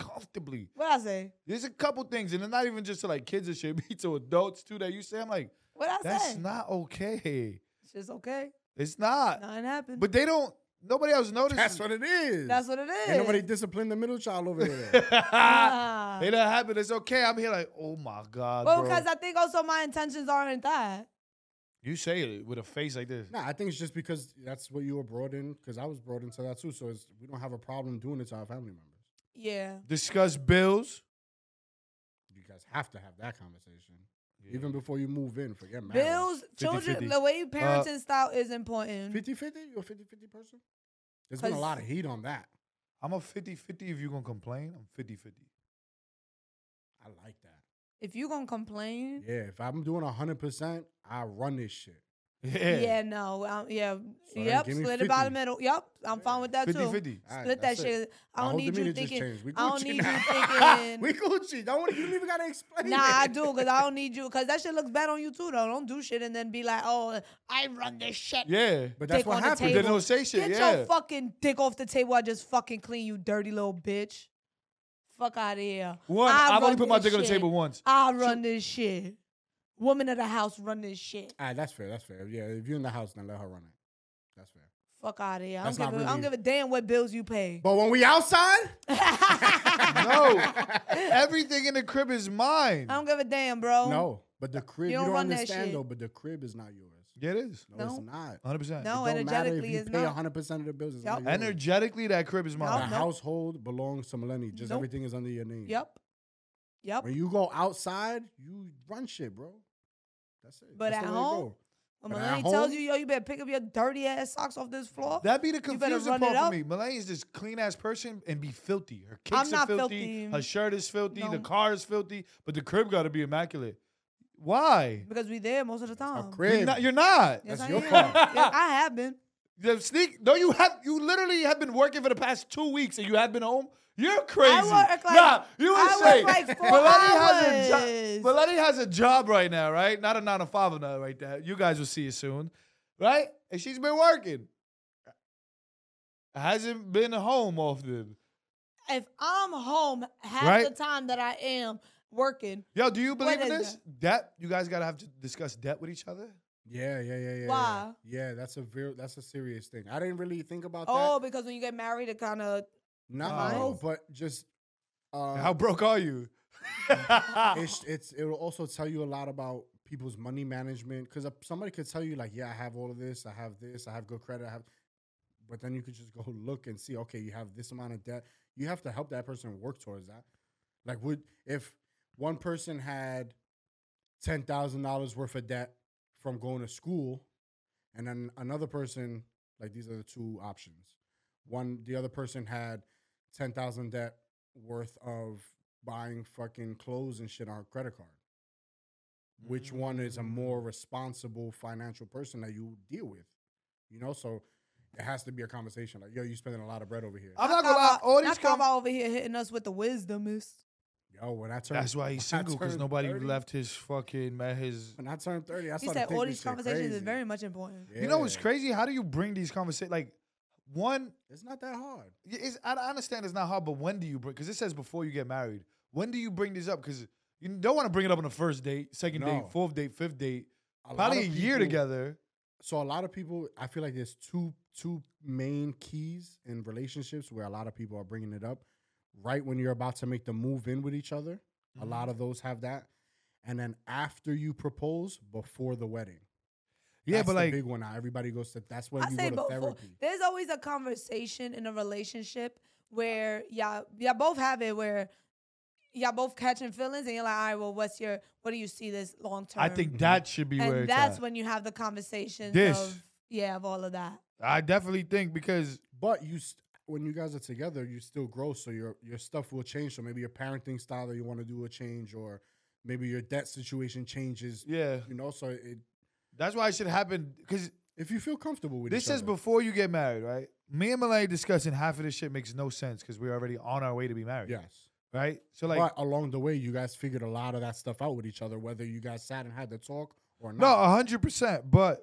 Speaker 2: comfortably.
Speaker 1: What I say?
Speaker 2: There's a couple things, and they're not even just to like kids and shit, [LAUGHS] be to adults too that you say. I'm like,
Speaker 1: What I
Speaker 2: that's
Speaker 1: say?
Speaker 2: not okay.
Speaker 1: it's just okay.
Speaker 2: It's not.
Speaker 1: Nothing happened.
Speaker 2: But they don't nobody else notices.
Speaker 3: That's what it is.
Speaker 1: that's what it is.
Speaker 3: Ain't nobody disciplined the middle
Speaker 2: [LAUGHS]
Speaker 3: child over there.
Speaker 1: Nah.
Speaker 2: It don't happen. It's okay. I'm here like, oh my God.
Speaker 1: Well,
Speaker 2: bro.
Speaker 1: because I think also my intentions aren't that.
Speaker 2: you say it with a face like this.
Speaker 3: nah, I think it's just because that's what you were brought in. Because I was brought into that too. So it's, we don't have a problem doing it to our family members.
Speaker 1: Yeah.
Speaker 2: Discuss bills.
Speaker 3: You guys have to have that conversation even before you move in. Forget marriage.
Speaker 1: Bills,
Speaker 2: 50-50.
Speaker 1: children, the
Speaker 3: Uh,
Speaker 1: way parenting style is important.
Speaker 3: 50 50? You're a 50 50 person? There's been a
Speaker 1: 'Cause-
Speaker 3: lot of heat on that.
Speaker 2: I'm a 50 50 if you're gonna complain. I'm 50 50.
Speaker 3: I like that.
Speaker 1: If you gonna complain,
Speaker 3: Yeah, if I'm doing 100%, I run this shit. [LAUGHS]
Speaker 1: yeah, no, um, yeah,
Speaker 3: then
Speaker 1: yep,
Speaker 3: give me
Speaker 1: split it by the
Speaker 3: 50.
Speaker 1: middle. Yep, I'm fine with that
Speaker 2: 50
Speaker 1: too.
Speaker 2: 50.
Speaker 3: All right,
Speaker 1: Split that
Speaker 3: that's it.
Speaker 1: shit. I
Speaker 3: My
Speaker 1: don't
Speaker 3: whole
Speaker 1: need you
Speaker 3: demeanor just
Speaker 1: thinking.
Speaker 3: changed. We
Speaker 1: I don't
Speaker 3: Gucci
Speaker 1: need you
Speaker 3: [LAUGHS] now.
Speaker 1: thinking.
Speaker 3: we Gucci. Don't wanna, you don't even got
Speaker 2: [LAUGHS]
Speaker 3: to explain
Speaker 1: Nah,
Speaker 3: it.
Speaker 1: I do, cause I don't need you, cause that shit looks bad on you too, though. Don't do shit and then be like, oh, I run this shit.
Speaker 2: Yeah.
Speaker 3: But that's
Speaker 1: Dick
Speaker 3: what
Speaker 1: on the
Speaker 3: happened.
Speaker 1: table.
Speaker 2: They don't say shit.
Speaker 1: Get
Speaker 2: yeah.
Speaker 1: your fucking dick off the table. I just fucking clean you, dirty little bitch. Fuck out of here.
Speaker 2: One,
Speaker 1: I
Speaker 2: I've only
Speaker 1: run
Speaker 2: put my
Speaker 1: this
Speaker 2: dick on the
Speaker 1: shit. [LAUGHS]
Speaker 2: table once.
Speaker 1: I run this shit. Woman of the house run this shit.
Speaker 3: All right, Ah, that's fair. That's fair. Yeah, if you're in the house, then let her run it. That's fair.
Speaker 1: Fuck out of here. I don't,
Speaker 3: That's
Speaker 1: give
Speaker 3: not
Speaker 1: a, I don't
Speaker 3: really-
Speaker 1: give a damn what bills you pay.
Speaker 3: But when we outside,
Speaker 1: [LAUGHS] I
Speaker 2: No, everything in the crib is mine.
Speaker 1: don't give a damn, bro.
Speaker 3: no. But the crib, you
Speaker 1: Oh, don't
Speaker 3: don't,
Speaker 1: run that
Speaker 3: understand
Speaker 1: shit.
Speaker 3: though. But the crib is not yours.
Speaker 2: Yeah, it is.
Speaker 3: No,
Speaker 1: No.
Speaker 3: it's not.
Speaker 2: One hundred percent.
Speaker 1: No,
Speaker 3: Don't matter if
Speaker 1: energetically
Speaker 3: you
Speaker 1: is
Speaker 3: pay
Speaker 1: not.
Speaker 3: 100 percent of the bills. It's
Speaker 1: Yup.
Speaker 3: not yours.
Speaker 2: Energetically, that crib is
Speaker 3: The
Speaker 1: Oh,
Speaker 2: mine.
Speaker 1: Nope.
Speaker 3: household belongs to Melanie. Just
Speaker 1: Nope.
Speaker 3: everything is under your name.
Speaker 1: Yep. Yep.
Speaker 3: When you go outside, you run shit, bro. That's it.
Speaker 1: But
Speaker 3: That's
Speaker 1: at
Speaker 3: the way it
Speaker 1: home,
Speaker 3: go.
Speaker 1: When
Speaker 3: But at
Speaker 1: Melanie tells
Speaker 3: home-
Speaker 1: you, yo, you better pick up your dirty ass socks off this floor.
Speaker 2: That'd be the
Speaker 1: better
Speaker 2: confusing
Speaker 1: run
Speaker 2: part
Speaker 1: it
Speaker 2: for
Speaker 1: up.
Speaker 2: me. Melania is this clean ass person and be filthy. Her
Speaker 1: I'm
Speaker 2: kicks are
Speaker 1: not
Speaker 2: filthy,
Speaker 1: filthy.
Speaker 2: Her shirt is filthy. The
Speaker 1: No.
Speaker 2: car is filthy. But the crib got to be immaculate. Why?
Speaker 1: because we there most of the
Speaker 3: A
Speaker 1: time.
Speaker 2: You're
Speaker 3: crib.
Speaker 2: not. You're not.
Speaker 1: Yes,
Speaker 3: That's
Speaker 1: I
Speaker 3: your
Speaker 1: am.
Speaker 3: fault.
Speaker 1: Yeah, I have been.
Speaker 2: [LAUGHS] The sneak. No, you have. You literally have been working for the past two weeks, and you have been home. You're crazy.
Speaker 1: work like-
Speaker 2: nah, you
Speaker 1: I work
Speaker 2: insane.
Speaker 1: like four
Speaker 2: has a
Speaker 1: hours.
Speaker 2: job. Melanie has a job right now, right? Not a nine to five or nothing right there. You guys will see it soon, right? And she's been working. Hasn't been home often.
Speaker 1: If I'm home half
Speaker 2: Right?
Speaker 1: the time that I am working,
Speaker 2: Yo, do you believe
Speaker 1: What
Speaker 2: in
Speaker 1: is
Speaker 2: this debt? You guys gotta have to discuss debt with each other.
Speaker 3: Yeah, yeah, yeah, yeah.
Speaker 1: Why?
Speaker 3: Yeah, Yeah, that's a very that's a serious thing. I didn't really think about
Speaker 1: oh,
Speaker 3: that.
Speaker 1: because when you get married, it kind of
Speaker 3: Not
Speaker 2: Nice.
Speaker 3: no, but just uh,
Speaker 2: How broke are you? [LAUGHS]
Speaker 3: it's, it's it'll also tell you a lot about people's money management because somebody could tell you like, yeah, I have all of this, I have this, I have good credit, I have, but then you could just go [LAUGHS] look and see, okay, you have this amount of debt. You have to help that person work towards that. Like, would if one person had ten thousand dollars worth of debt from going to school, and then another person, like these are the two options. One, the other person had ten thousand debt worth of buying fucking clothes and shit on her credit card.
Speaker 2: Mm-hmm.
Speaker 3: Which one is a more responsible financial person that you deal with? You know, so it has to be a conversation. Like, yo, you spending a lot of bread over here.
Speaker 2: I'm not gonna lie. All these
Speaker 1: Not come
Speaker 2: com-
Speaker 1: over here hitting us with the wisdom is.
Speaker 3: Yo, when I turned
Speaker 2: That's why he's
Speaker 3: when I
Speaker 2: single because
Speaker 3: turned
Speaker 2: nobody
Speaker 3: 30
Speaker 2: left his fucking man. His
Speaker 3: When I turned thirty, I
Speaker 1: He
Speaker 3: started
Speaker 1: said all
Speaker 3: thinking
Speaker 1: these
Speaker 3: shit
Speaker 1: conversations is
Speaker 3: crazy.
Speaker 1: very much important.
Speaker 2: You know what's
Speaker 3: Yeah.
Speaker 2: crazy? How do you bring these conversations? Like, one,
Speaker 3: It's not that hard.
Speaker 2: y- it's, I I understand it's not hard, but when do you bring? Because it says before you get married. When do you bring this up? Because you don't want to bring it up on the first date, second
Speaker 3: No.
Speaker 2: date, fourth date, fifth date.
Speaker 3: A lot
Speaker 2: Probably a
Speaker 3: of
Speaker 2: year
Speaker 3: people-
Speaker 2: together.
Speaker 3: So a lot of people, I feel like there's two two main keys in relationships where a lot of people are bringing it up. Right when you're about to make the move in with each other, a lot
Speaker 2: Mm-hmm.
Speaker 3: of those have that, and then after you propose, before the wedding.
Speaker 2: Yeah,
Speaker 3: That's
Speaker 2: but
Speaker 3: the
Speaker 2: like,
Speaker 3: big one now. Everybody goes to that's when
Speaker 1: I
Speaker 3: you
Speaker 1: say
Speaker 3: go to
Speaker 1: both.
Speaker 3: therapy.
Speaker 1: There's always a conversation in a relationship where y'all y'all both have it where y'all both catching feelings and you're like, all right, well, what's your what do you see this long term?
Speaker 2: I think that should be where
Speaker 1: and
Speaker 2: it's
Speaker 1: that's
Speaker 2: at.
Speaker 1: when you have the conversations
Speaker 2: This.
Speaker 1: of yeah of all of that.
Speaker 2: I definitely think because
Speaker 3: But you, st- when you guys are together, you still grow, so your your stuff will change. So maybe your parenting style that you want to do will change, or maybe your debt situation changes.
Speaker 2: yeah,
Speaker 3: You know, so it,
Speaker 2: that's why it should happen. Because
Speaker 3: if you feel comfortable with
Speaker 2: This
Speaker 3: each
Speaker 2: says
Speaker 3: other.
Speaker 2: before you get married, right? Me and Malay discussing half of this shit makes no sense because we're already on our way to be married.
Speaker 3: yes.
Speaker 2: Right? So like
Speaker 3: but along the way, you guys figured a lot of that stuff out with each other, whether you guys sat and had the talk or
Speaker 2: no, uh,
Speaker 3: not.
Speaker 2: hundred percent. But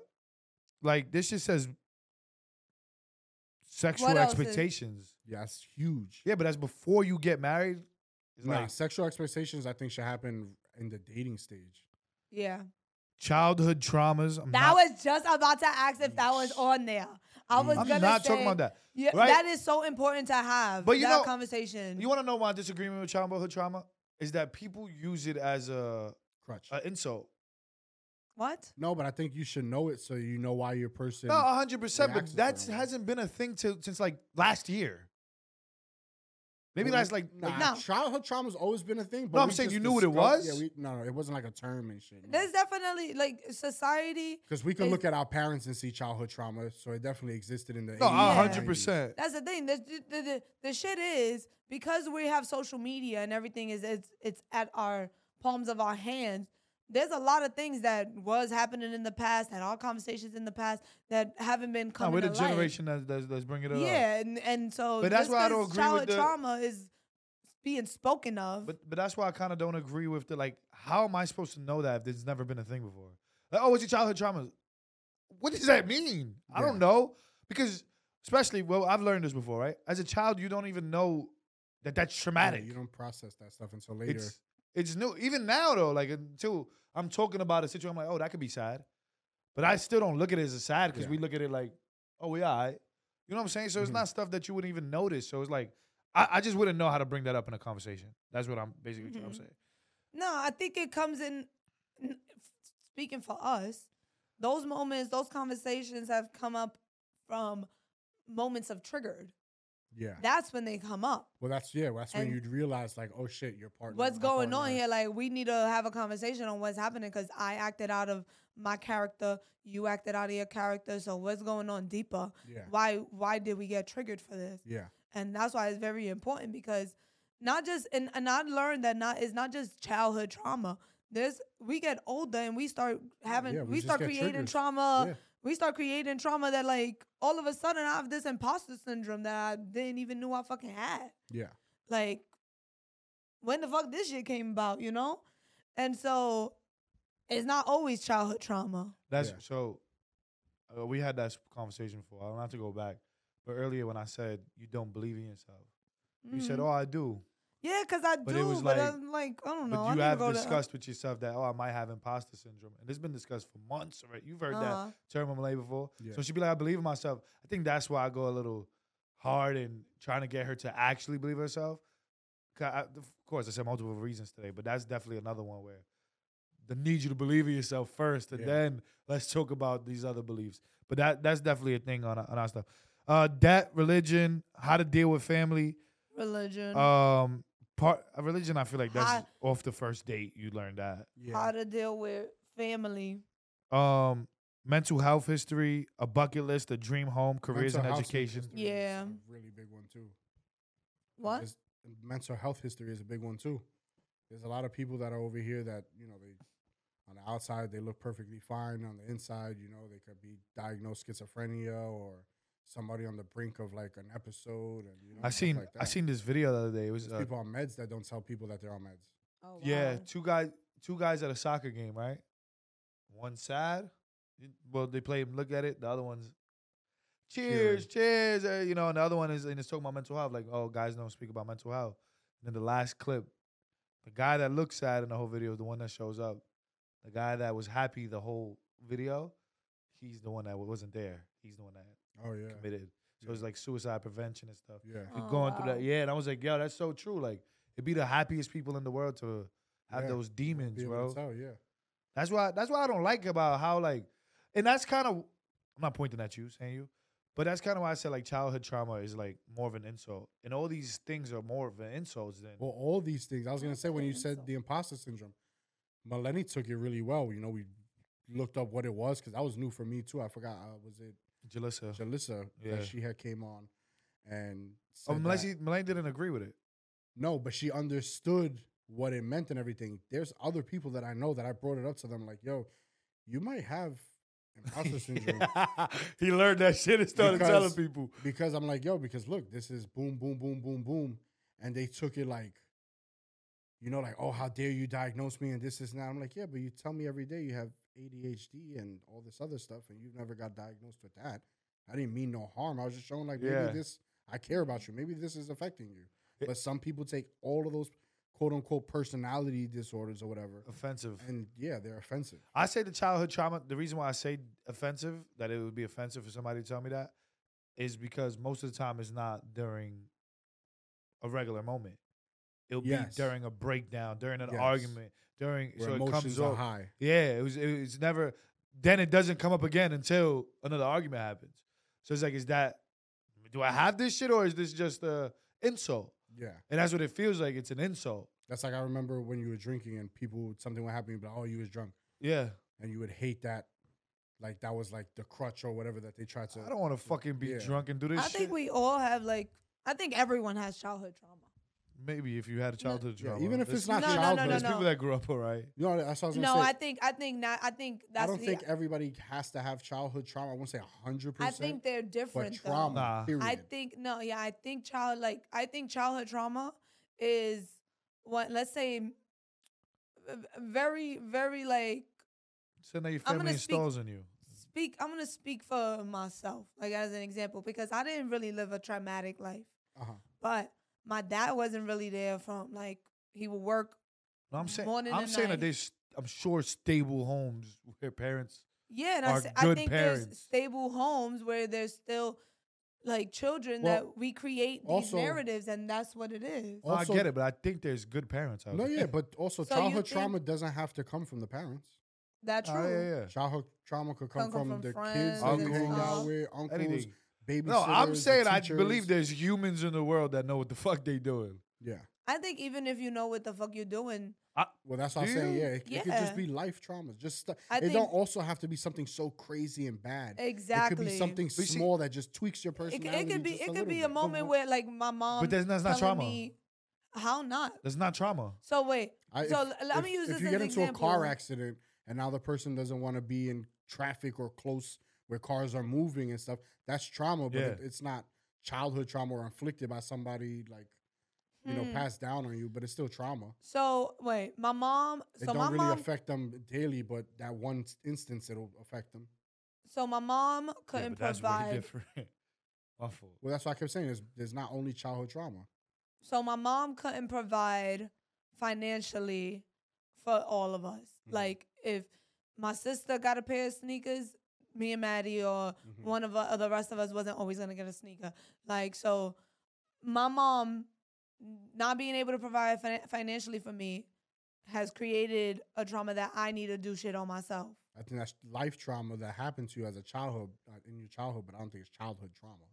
Speaker 2: like this just says sexual
Speaker 1: What else is-
Speaker 2: expectations.
Speaker 3: yeah, that's huge.
Speaker 2: yeah, but that's before you get married. It's
Speaker 3: nah,
Speaker 2: like
Speaker 3: sexual expectations, I think, should happen in the dating stage.
Speaker 1: Yeah,
Speaker 2: Mm-hmm. childhood traumas. I'm
Speaker 1: that
Speaker 2: not,
Speaker 1: was just about to ask if that was on there. I was
Speaker 2: Mm-hmm. I'm
Speaker 1: gonna
Speaker 2: not
Speaker 1: say,
Speaker 2: talking about that.
Speaker 1: Yeah,
Speaker 2: right?
Speaker 1: that is so important to have.
Speaker 2: But you
Speaker 1: that
Speaker 2: know-
Speaker 1: conversation.
Speaker 2: You wanna know my disagreement with childhood trauma? Is that people use it as a,
Speaker 3: Crutch.
Speaker 2: a insult.
Speaker 1: what?
Speaker 3: no, but I think you should know it so you know why your person.
Speaker 2: No, uh, hundred percent. But
Speaker 3: reacts a
Speaker 2: that
Speaker 3: certain way.
Speaker 2: hasn't been a thing till since like last year. Maybe
Speaker 3: Well,
Speaker 2: last like,
Speaker 3: nah,
Speaker 2: like-
Speaker 1: No.
Speaker 3: childhood trauma's always been a thing. But
Speaker 2: No, I'm
Speaker 3: we
Speaker 2: saying
Speaker 3: just
Speaker 2: you knew what it
Speaker 3: discussed-
Speaker 2: was?
Speaker 3: Yeah, we, no, no, it wasn't like a term and shit.
Speaker 1: There's definitely like society.
Speaker 3: Because we can
Speaker 1: it's-
Speaker 3: look at our parents and see childhood trauma, so it definitely existed in the.
Speaker 2: no,
Speaker 3: 80s,
Speaker 2: a
Speaker 1: Yeah.
Speaker 2: hundred
Speaker 3: 90s.
Speaker 2: percent.
Speaker 1: That's the thing. The, the, the, the- the shit is because we have social media and everything is it's, it's at our palms of our hands. There's a lot of things that was happening in the past and our conversations in the past that haven't been
Speaker 2: No,
Speaker 1: coming.
Speaker 2: we're the
Speaker 1: to light.
Speaker 2: generation that's that's, that's bringing it up.
Speaker 1: Yeah, and, and so.
Speaker 2: But that's
Speaker 1: just
Speaker 2: why I don't
Speaker 1: 'cause
Speaker 2: agree with
Speaker 1: childhood
Speaker 2: the-
Speaker 1: trauma is being spoken of.
Speaker 2: But but that's why I kind of don't agree with the like. How am I supposed to know that if there's never been a thing before? Like, oh, it's your childhood trauma. What does that mean? I
Speaker 3: Yeah.
Speaker 2: don't know because especially well, I've learned this before, right? As a child, you don't even know that that's
Speaker 3: Yeah,
Speaker 2: traumatic.
Speaker 3: you don't process that stuff until later.
Speaker 2: It's it's new. Even now though, like until I'm talking about a situation, I'm like, oh, that could be sad. But I still don't look at it as a sad because
Speaker 3: Yeah.
Speaker 2: we look at it like, oh, we all right. You know what I'm saying? So it's
Speaker 3: Mhm.
Speaker 2: not stuff that you wouldn't even notice. So it's like, I, I just wouldn't know how to bring that up in a conversation. That's what I'm basically trying
Speaker 1: Mhm.
Speaker 2: to say.
Speaker 1: No, I think it comes in. n- Speaking for us, those moments, those conversations have come up from moments of triggered.
Speaker 3: Yeah.
Speaker 1: That's when they come up.
Speaker 3: Well, that's yeah. That's when
Speaker 1: And-
Speaker 3: you'd realize like, oh shit, your partner.
Speaker 1: What's
Speaker 3: my
Speaker 1: going on
Speaker 3: partner-
Speaker 1: here? Like, we need to have a conversation on what's happening because I acted out of my character. You acted out of your character. So what's going on deeper?
Speaker 3: Yeah.
Speaker 1: Why? Why did we get triggered for this?
Speaker 3: Yeah.
Speaker 1: and that's why it's very important because not just and, and I learned that not it's not just childhood trauma. There's we get older and we start having
Speaker 3: yeah, we
Speaker 1: we,
Speaker 3: just
Speaker 1: start
Speaker 3: get
Speaker 1: creating
Speaker 3: triggers.
Speaker 1: trauma.
Speaker 3: Yeah.
Speaker 1: We start creating trauma that like all of a sudden I have this imposter syndrome that I didn't even knew I fucking had.
Speaker 3: Yeah.
Speaker 1: Like when the fuck this shit came about, you know? And so it's not always childhood trauma.
Speaker 2: That's
Speaker 3: Yeah.
Speaker 2: so. Uh, we had that s- conversation before. I don't have to go back, but earlier when I said you don't believe in yourself, you said,
Speaker 1: Mhm.
Speaker 2: "Oh, I do,"
Speaker 1: Yeah, because I
Speaker 2: but it
Speaker 1: do,
Speaker 2: was
Speaker 1: but
Speaker 2: like-
Speaker 1: I'm like, I don't know. Oh, I
Speaker 2: but you
Speaker 1: need
Speaker 2: have
Speaker 1: to go
Speaker 2: discussed with yourself that, "Oh, I might have imposter syndrome," and it's been discussed for months already. You've
Speaker 1: to,
Speaker 2: heard that
Speaker 1: uh-huh.
Speaker 2: term on Malay before,
Speaker 3: Yeah.
Speaker 2: so she'd be like, "I believe in myself." I think that's why I go a little hard in trying to get her to actually believe herself. 'Cause I, of course, I said multiple reasons today, but that's definitely another one where the need you to believe in yourself first, and
Speaker 3: Yeah.
Speaker 2: then let's talk about these other beliefs. But that that's definitely a thing on our- on our stuff. Uh, debt, religion, how to deal with family.
Speaker 1: religion.
Speaker 2: Um, part uh, religion, I feel like that's
Speaker 1: How-
Speaker 2: off the first date you learn that.
Speaker 3: Yeah.
Speaker 1: how to deal with family.
Speaker 2: Um, mental health history, a bucket list, a dream home, careers
Speaker 3: Mental
Speaker 2: and
Speaker 3: health
Speaker 2: education.
Speaker 3: history is
Speaker 1: Yeah.
Speaker 3: a really big one too.
Speaker 1: What?
Speaker 3: Just- mental health history is a big one too. There's a lot of people that are over here that you know they, on the outside they look perfectly fine. On the inside, you know they could be diagnosed schizophrenia or somebody on the brink of like an episode. And you know,
Speaker 2: I
Speaker 3: stuff
Speaker 2: seen
Speaker 3: Like
Speaker 2: I
Speaker 3: that.
Speaker 2: seen this video the other day. It was
Speaker 3: There's
Speaker 2: uh,
Speaker 3: people on meds that don't tell people that they're on meds.
Speaker 1: Oh, wow.
Speaker 2: yeah, two guys two guys at a soccer game, right? One sad, y- well they play look at it. The other one's cheers, cheers, uh, you know, and the other one is and it's talking about mental health. Like oh, guys don't speak about mental health. And then the last clip, the guy that looks sad in the whole video is the one that shows up. The guy that was happy the whole video, he's the one that wasn't there. He's the one that
Speaker 3: Oh yeah,
Speaker 2: committed. So
Speaker 3: Yeah.
Speaker 2: it's like suicide prevention and stuff.
Speaker 3: yeah.
Speaker 1: Oh,
Speaker 2: going through that.
Speaker 1: wow.
Speaker 2: Yeah, and I was like, yo, that's so true. Like, it'd be the happiest people in the world to have
Speaker 3: Yeah,
Speaker 2: those demons,
Speaker 3: Be able
Speaker 2: bro.
Speaker 3: to tell, yeah.
Speaker 2: That's why. That's why I don't like about how like, and that's kind of. I'm not pointing at you, saying you, but that's kind of why I said like childhood trauma is like more of an insult, and all these things are more of an insults than.
Speaker 3: Well, all these things. I was gonna say when you
Speaker 1: Okay,
Speaker 3: said
Speaker 1: so-
Speaker 3: the imposter syndrome, Melanie took it really well. You know, we looked up what it was because that was new for me too. I forgot. Uh, was it
Speaker 2: Jalissa.
Speaker 3: Jalissa
Speaker 2: Yeah.
Speaker 3: that she had came on and
Speaker 2: Oh,
Speaker 3: said that-
Speaker 2: Melanie, Melanie didn't agree with it.
Speaker 3: no, but she understood what it meant and everything. There's other people that I know that I brought it up to them like, yo, you might have
Speaker 2: [LAUGHS]
Speaker 3: imposter syndrome.
Speaker 2: he learned that shit and started telling
Speaker 3: Because-
Speaker 2: people.
Speaker 3: because I'm like, yo, because look, this is boom, boom, boom, boom, boom. And they took it like, you know, like, oh, how dare you diagnose me and this, this, and that. I'm like, yeah, but you tell me every day you have ADHD and all this other stuff, and you've never got diagnosed with that. I didn't mean no harm. I was just showing like maybe
Speaker 2: Yeah.
Speaker 3: this I care about you. Maybe this is affecting you.
Speaker 2: It-
Speaker 3: But some people take all of those quote unquote personality disorders or whatever.
Speaker 2: Offensive.
Speaker 3: And yeah, they're offensive.
Speaker 2: I say the childhood trauma. The reason why I say offensive, that it would be offensive for somebody to tell me that, is because most of the time it's not during a regular moment. It'll
Speaker 3: Yes.
Speaker 2: be during a breakdown, during an
Speaker 3: Yes.
Speaker 2: argument, during
Speaker 3: Where
Speaker 2: so it
Speaker 3: emotions
Speaker 2: comes
Speaker 3: are
Speaker 2: off.
Speaker 3: high.
Speaker 2: Yeah, it was. It, it's never. Then it doesn't come up again until another argument happens. So it's like, is that? Do I have this shit or is this just a insult?
Speaker 3: Yeah.
Speaker 2: And that's what it feels like. It's an insult.
Speaker 3: That's like I remember when you were drinking and people something would happen, you'd be like, oh, you was drunk.
Speaker 2: Yeah,
Speaker 3: and you would hate that. Like that was like the crutch or whatever that they tried to.
Speaker 2: I don't want to fucking be
Speaker 3: yeah.
Speaker 2: drunk and do this.
Speaker 1: I think
Speaker 2: shit.
Speaker 1: we all have like I think everyone has childhood trauma.
Speaker 2: Maybe if you had a childhood
Speaker 3: Yeah,
Speaker 2: trauma.
Speaker 3: even if
Speaker 2: There's
Speaker 3: it's not
Speaker 1: No, no, no,
Speaker 3: childhood,
Speaker 1: no,
Speaker 2: There's
Speaker 1: no.
Speaker 2: people that grew up all right.
Speaker 3: you know that's what I was gonna
Speaker 1: No,
Speaker 3: say.
Speaker 1: I think I think not I think that's
Speaker 3: I don't
Speaker 1: the,
Speaker 3: think everybody has to have childhood trauma. I won't say hundred
Speaker 1: I
Speaker 3: percent.
Speaker 1: think they're
Speaker 3: but
Speaker 1: different though.
Speaker 3: trauma.
Speaker 2: Nah. I
Speaker 3: Period.
Speaker 1: I think no, yeah, I think child like I think childhood trauma is what let's say m- v- very very like
Speaker 2: So now your
Speaker 1: I'm
Speaker 2: family
Speaker 1: gonna speak-
Speaker 2: installs on you.
Speaker 1: speak I'm going to speak for myself like as an example because I didn't really live a traumatic life.
Speaker 3: uh-huh.
Speaker 1: But my dad wasn't really there from like he would work
Speaker 2: No, I'm saying
Speaker 1: Morning
Speaker 2: I'm
Speaker 1: and
Speaker 2: saying that
Speaker 1: night.
Speaker 2: there's I'm sure stable homes where parents
Speaker 1: Yeah, and
Speaker 2: are
Speaker 1: I, s- I
Speaker 2: good
Speaker 1: think
Speaker 2: parents.
Speaker 1: there's stable homes where there's still like children
Speaker 3: Well,
Speaker 1: that we create these
Speaker 3: also-
Speaker 1: narratives, and that's what it is.
Speaker 2: well, I
Speaker 3: Also-
Speaker 2: get it, but I think there's good parents out
Speaker 3: No,
Speaker 2: there. [LAUGHS]
Speaker 3: yeah, but also
Speaker 1: So you
Speaker 3: childhood
Speaker 1: think-
Speaker 3: trauma doesn't have to come from the parents.
Speaker 1: That's
Speaker 2: Oh,
Speaker 1: true.
Speaker 2: yeah, yeah.
Speaker 3: Childhood trauma could come
Speaker 1: Come
Speaker 3: from,
Speaker 1: from
Speaker 3: the
Speaker 1: friends
Speaker 3: kids that you
Speaker 2: and
Speaker 3: hang out
Speaker 2: stuff.
Speaker 3: with, uncles,
Speaker 2: Anything.
Speaker 3: babysitters.
Speaker 2: No, I'm
Speaker 3: the
Speaker 2: saying I believe
Speaker 3: teachers.
Speaker 2: there's humans in the world that know what the fuck they doing.
Speaker 3: Yeah.
Speaker 1: I think even if you know what the fuck you're doing,
Speaker 3: Well, that's what I'm
Speaker 2: Do
Speaker 3: saying.
Speaker 2: you?
Speaker 3: Yeah, it, it could just
Speaker 1: Yeah.
Speaker 3: be life traumas. Just stu-
Speaker 1: I
Speaker 3: it
Speaker 1: think-
Speaker 3: don't also have to be something so crazy and bad.
Speaker 1: exactly.
Speaker 3: It could be something
Speaker 2: see-
Speaker 3: small that just tweaks your
Speaker 1: It,
Speaker 3: personality.
Speaker 1: it could be.
Speaker 3: just
Speaker 1: It
Speaker 3: little
Speaker 1: could be a
Speaker 3: bit.
Speaker 1: moment
Speaker 3: But
Speaker 1: where like my mom.
Speaker 2: But that's, that's not
Speaker 1: telling
Speaker 2: trauma.
Speaker 1: Me, how not?
Speaker 2: That's not trauma.
Speaker 1: So wait.
Speaker 3: I-
Speaker 1: so
Speaker 3: if-
Speaker 1: l- let me
Speaker 3: if-
Speaker 1: use
Speaker 3: if
Speaker 1: this
Speaker 3: you
Speaker 1: as
Speaker 3: get
Speaker 1: an
Speaker 3: into a car
Speaker 1: example.
Speaker 3: accident and now the person doesn't want to be in traffic or close where cars are moving and stuff, that's trauma. But
Speaker 2: Yeah.
Speaker 3: it, it's not childhood trauma or inflicted by somebody like you know
Speaker 1: Hmm.
Speaker 3: passed down on you, but it's still trauma.
Speaker 1: So wait, my mom.
Speaker 3: It
Speaker 1: So
Speaker 3: don't
Speaker 1: my
Speaker 3: really
Speaker 1: mom.
Speaker 3: affect them daily, but that one s- instance it'll affect them.
Speaker 1: So my mom
Speaker 2: Yeah,
Speaker 1: couldn't
Speaker 2: but that's way
Speaker 1: provide.
Speaker 2: different. [LAUGHS] My fault.
Speaker 3: Well, that's why I kept saying there's, there's not only childhood trauma.
Speaker 1: So my mom couldn't provide financially for all of us.
Speaker 3: Mhm.
Speaker 1: Like if my sister got a pair of sneakers, me and Maddie or
Speaker 3: Mhm.
Speaker 1: one of uh, the rest of us wasn't always gonna get a sneaker. Like so, my mom not being able to provide fin- financially for me has created a trauma that I need to do shit on myself.
Speaker 3: I think that's life trauma that happened to you as a childhood uh, in your childhood, but I don't think it's childhood trauma.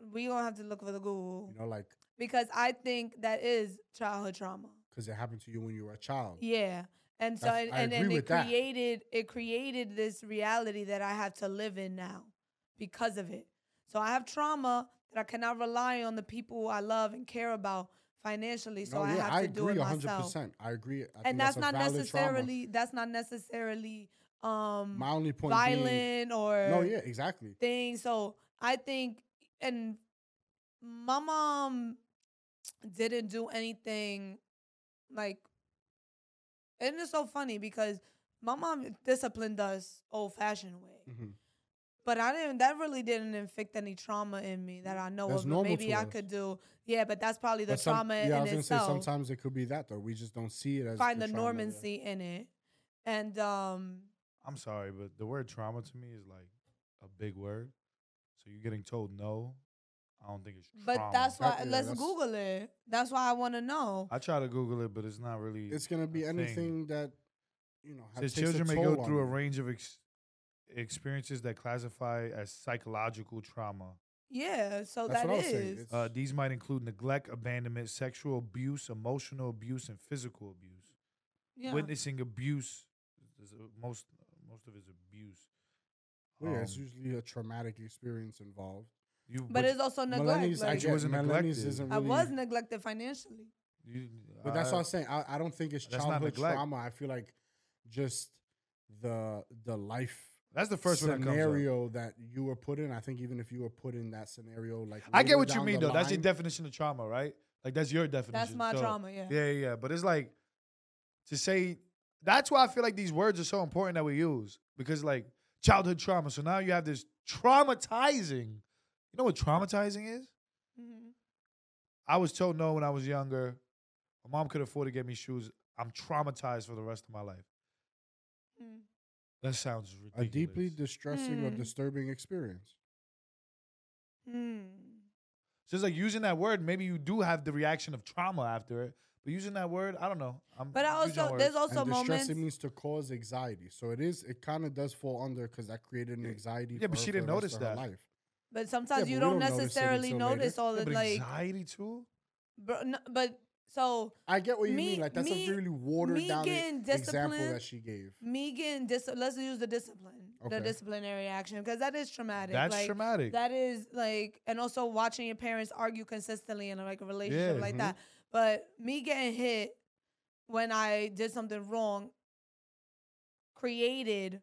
Speaker 1: We gonna have to look for the Google
Speaker 3: You know, like
Speaker 1: because I think that is childhood trauma.
Speaker 3: because it happened to you when you were a child.
Speaker 1: Yeah. And so
Speaker 3: That's-
Speaker 1: and,
Speaker 3: I
Speaker 1: and then
Speaker 3: agree
Speaker 1: it
Speaker 3: with that.
Speaker 1: created it created this reality that I have to live in now because of it. So I have trauma that I cannot rely on the people I love and care about financially. So
Speaker 3: No,
Speaker 1: I
Speaker 3: yeah,
Speaker 1: have to do it myself.
Speaker 3: I agree. I think
Speaker 1: And that's,
Speaker 3: a
Speaker 1: not
Speaker 3: valid
Speaker 1: necessarily that's not necessarily um
Speaker 3: trauma. my only point. Being,
Speaker 1: violent or
Speaker 3: no, yeah, exactly.
Speaker 1: thing. So I think, and my mom didn't do anything like, and it's so funny because my mom disciplined us old fashioned way.
Speaker 3: Mhm.
Speaker 1: But I didn't. That really didn't inflict any trauma in me that I know
Speaker 3: Mm, That's
Speaker 1: of. But
Speaker 3: normal
Speaker 1: maybe
Speaker 3: to
Speaker 1: I
Speaker 3: us.
Speaker 1: could do. Yeah, but that's probably the
Speaker 3: But some-
Speaker 1: trauma
Speaker 3: yeah, I
Speaker 1: in
Speaker 3: was gonna
Speaker 1: itself
Speaker 3: say sometimes it could be that though. We just don't see it as
Speaker 1: find the,
Speaker 3: the trauma, yeah.
Speaker 1: normancy in it, and um,
Speaker 2: I'm sorry, but the word trauma to me is like a big word. So you're getting told no. I don't think it's
Speaker 1: but
Speaker 2: trauma.
Speaker 1: that's why.
Speaker 3: That- yeah,
Speaker 1: let's
Speaker 3: that's-
Speaker 1: Google it. That's why I want to know.
Speaker 2: I try to Google it, but it's not really.
Speaker 3: It's gonna be
Speaker 2: a thing.
Speaker 3: anything that you know.
Speaker 2: It
Speaker 3: ha-
Speaker 2: Says
Speaker 3: takes a
Speaker 2: children may
Speaker 3: toll
Speaker 2: go
Speaker 3: on
Speaker 2: through a
Speaker 3: them.
Speaker 2: range of ex- experiences that classify as psychological trauma.
Speaker 1: Yeah, so
Speaker 3: That's
Speaker 1: that
Speaker 3: what I was saying.
Speaker 1: is.
Speaker 3: It's-
Speaker 2: Uh, these might include neglect, abandonment, sexual abuse, emotional abuse, and physical abuse.
Speaker 1: Yeah.
Speaker 2: Witnessing abuse, is, uh, most most of it's abuse.
Speaker 3: well, yeah, it's
Speaker 2: Um,
Speaker 3: usually a traumatic experience involved.
Speaker 2: you,
Speaker 1: but
Speaker 2: which-
Speaker 1: it's also neglect.
Speaker 3: Millennials, I
Speaker 1: Like,
Speaker 2: get- wasn't
Speaker 3: millennials
Speaker 2: neglected.
Speaker 3: isn't
Speaker 1: I
Speaker 3: really-
Speaker 1: was neglected financially.
Speaker 2: you-
Speaker 3: But that's
Speaker 2: I-
Speaker 3: what I'm saying. I, I don't think it's
Speaker 2: Uh, That's not
Speaker 3: childhood
Speaker 2: neglect.
Speaker 3: trauma. I feel like just the the life
Speaker 2: That's the first one that comes up.
Speaker 3: scenario that you were put in. I think even if you were put in that scenario, like
Speaker 2: I get
Speaker 3: later
Speaker 2: what you
Speaker 3: down
Speaker 2: mean
Speaker 3: the
Speaker 2: though. That's your
Speaker 3: line,
Speaker 2: definition of trauma, right? Like that's your definition.
Speaker 1: That's my
Speaker 2: So,
Speaker 1: trauma. Yeah.
Speaker 2: Yeah, yeah, yeah. But it's like to say that's why I feel like these words are so important that we use because like childhood trauma. So now you have this traumatizing. You know what traumatizing is?
Speaker 1: Mhm.
Speaker 2: I was told no when I was younger. My mom could afford to get me shoes. I'm traumatized for the rest of my life.
Speaker 1: Mm.
Speaker 2: That sounds
Speaker 3: a
Speaker 2: ridiculous.
Speaker 3: deeply distressing or
Speaker 1: Mm.
Speaker 3: disturbing experience.
Speaker 1: Mm.
Speaker 2: so it's like using that word. Maybe you do have the reaction of trauma after it, but using that word, I don't know. I'm
Speaker 1: But I
Speaker 2: using
Speaker 1: also
Speaker 2: words.
Speaker 1: there's also
Speaker 3: and
Speaker 1: moments.
Speaker 3: distressing means to cause anxiety. So it is. It kind of does fall under because that created an
Speaker 2: Yeah.
Speaker 3: anxiety.
Speaker 2: Yeah, but
Speaker 3: for her
Speaker 2: she
Speaker 3: for
Speaker 2: didn't
Speaker 3: the rest
Speaker 2: notice
Speaker 3: of her
Speaker 2: that.
Speaker 3: Life.
Speaker 1: but sometimes
Speaker 3: but
Speaker 1: you
Speaker 3: we
Speaker 1: don't
Speaker 3: don't notice it
Speaker 1: necessarily
Speaker 3: until later.
Speaker 1: notice all
Speaker 2: Yeah,
Speaker 1: the
Speaker 2: but
Speaker 1: like.
Speaker 2: anxiety too.
Speaker 1: Bro, no, but so
Speaker 3: I get what you
Speaker 1: Me-
Speaker 3: mean. Like that's
Speaker 1: me-
Speaker 3: a really watered
Speaker 1: me
Speaker 3: down e-
Speaker 1: getting
Speaker 3: example
Speaker 1: disciplined-
Speaker 3: that she gave.
Speaker 1: me getting dis- let's use the discipline, the
Speaker 3: Okay.
Speaker 1: disciplinary action because that is traumatic.
Speaker 2: That's
Speaker 1: like,
Speaker 2: traumatic.
Speaker 1: That is like, and also watching your parents argue consistently in like a relationship
Speaker 2: Yeah.
Speaker 1: like
Speaker 3: Mhm.
Speaker 1: that. But me getting hit when I did something wrong created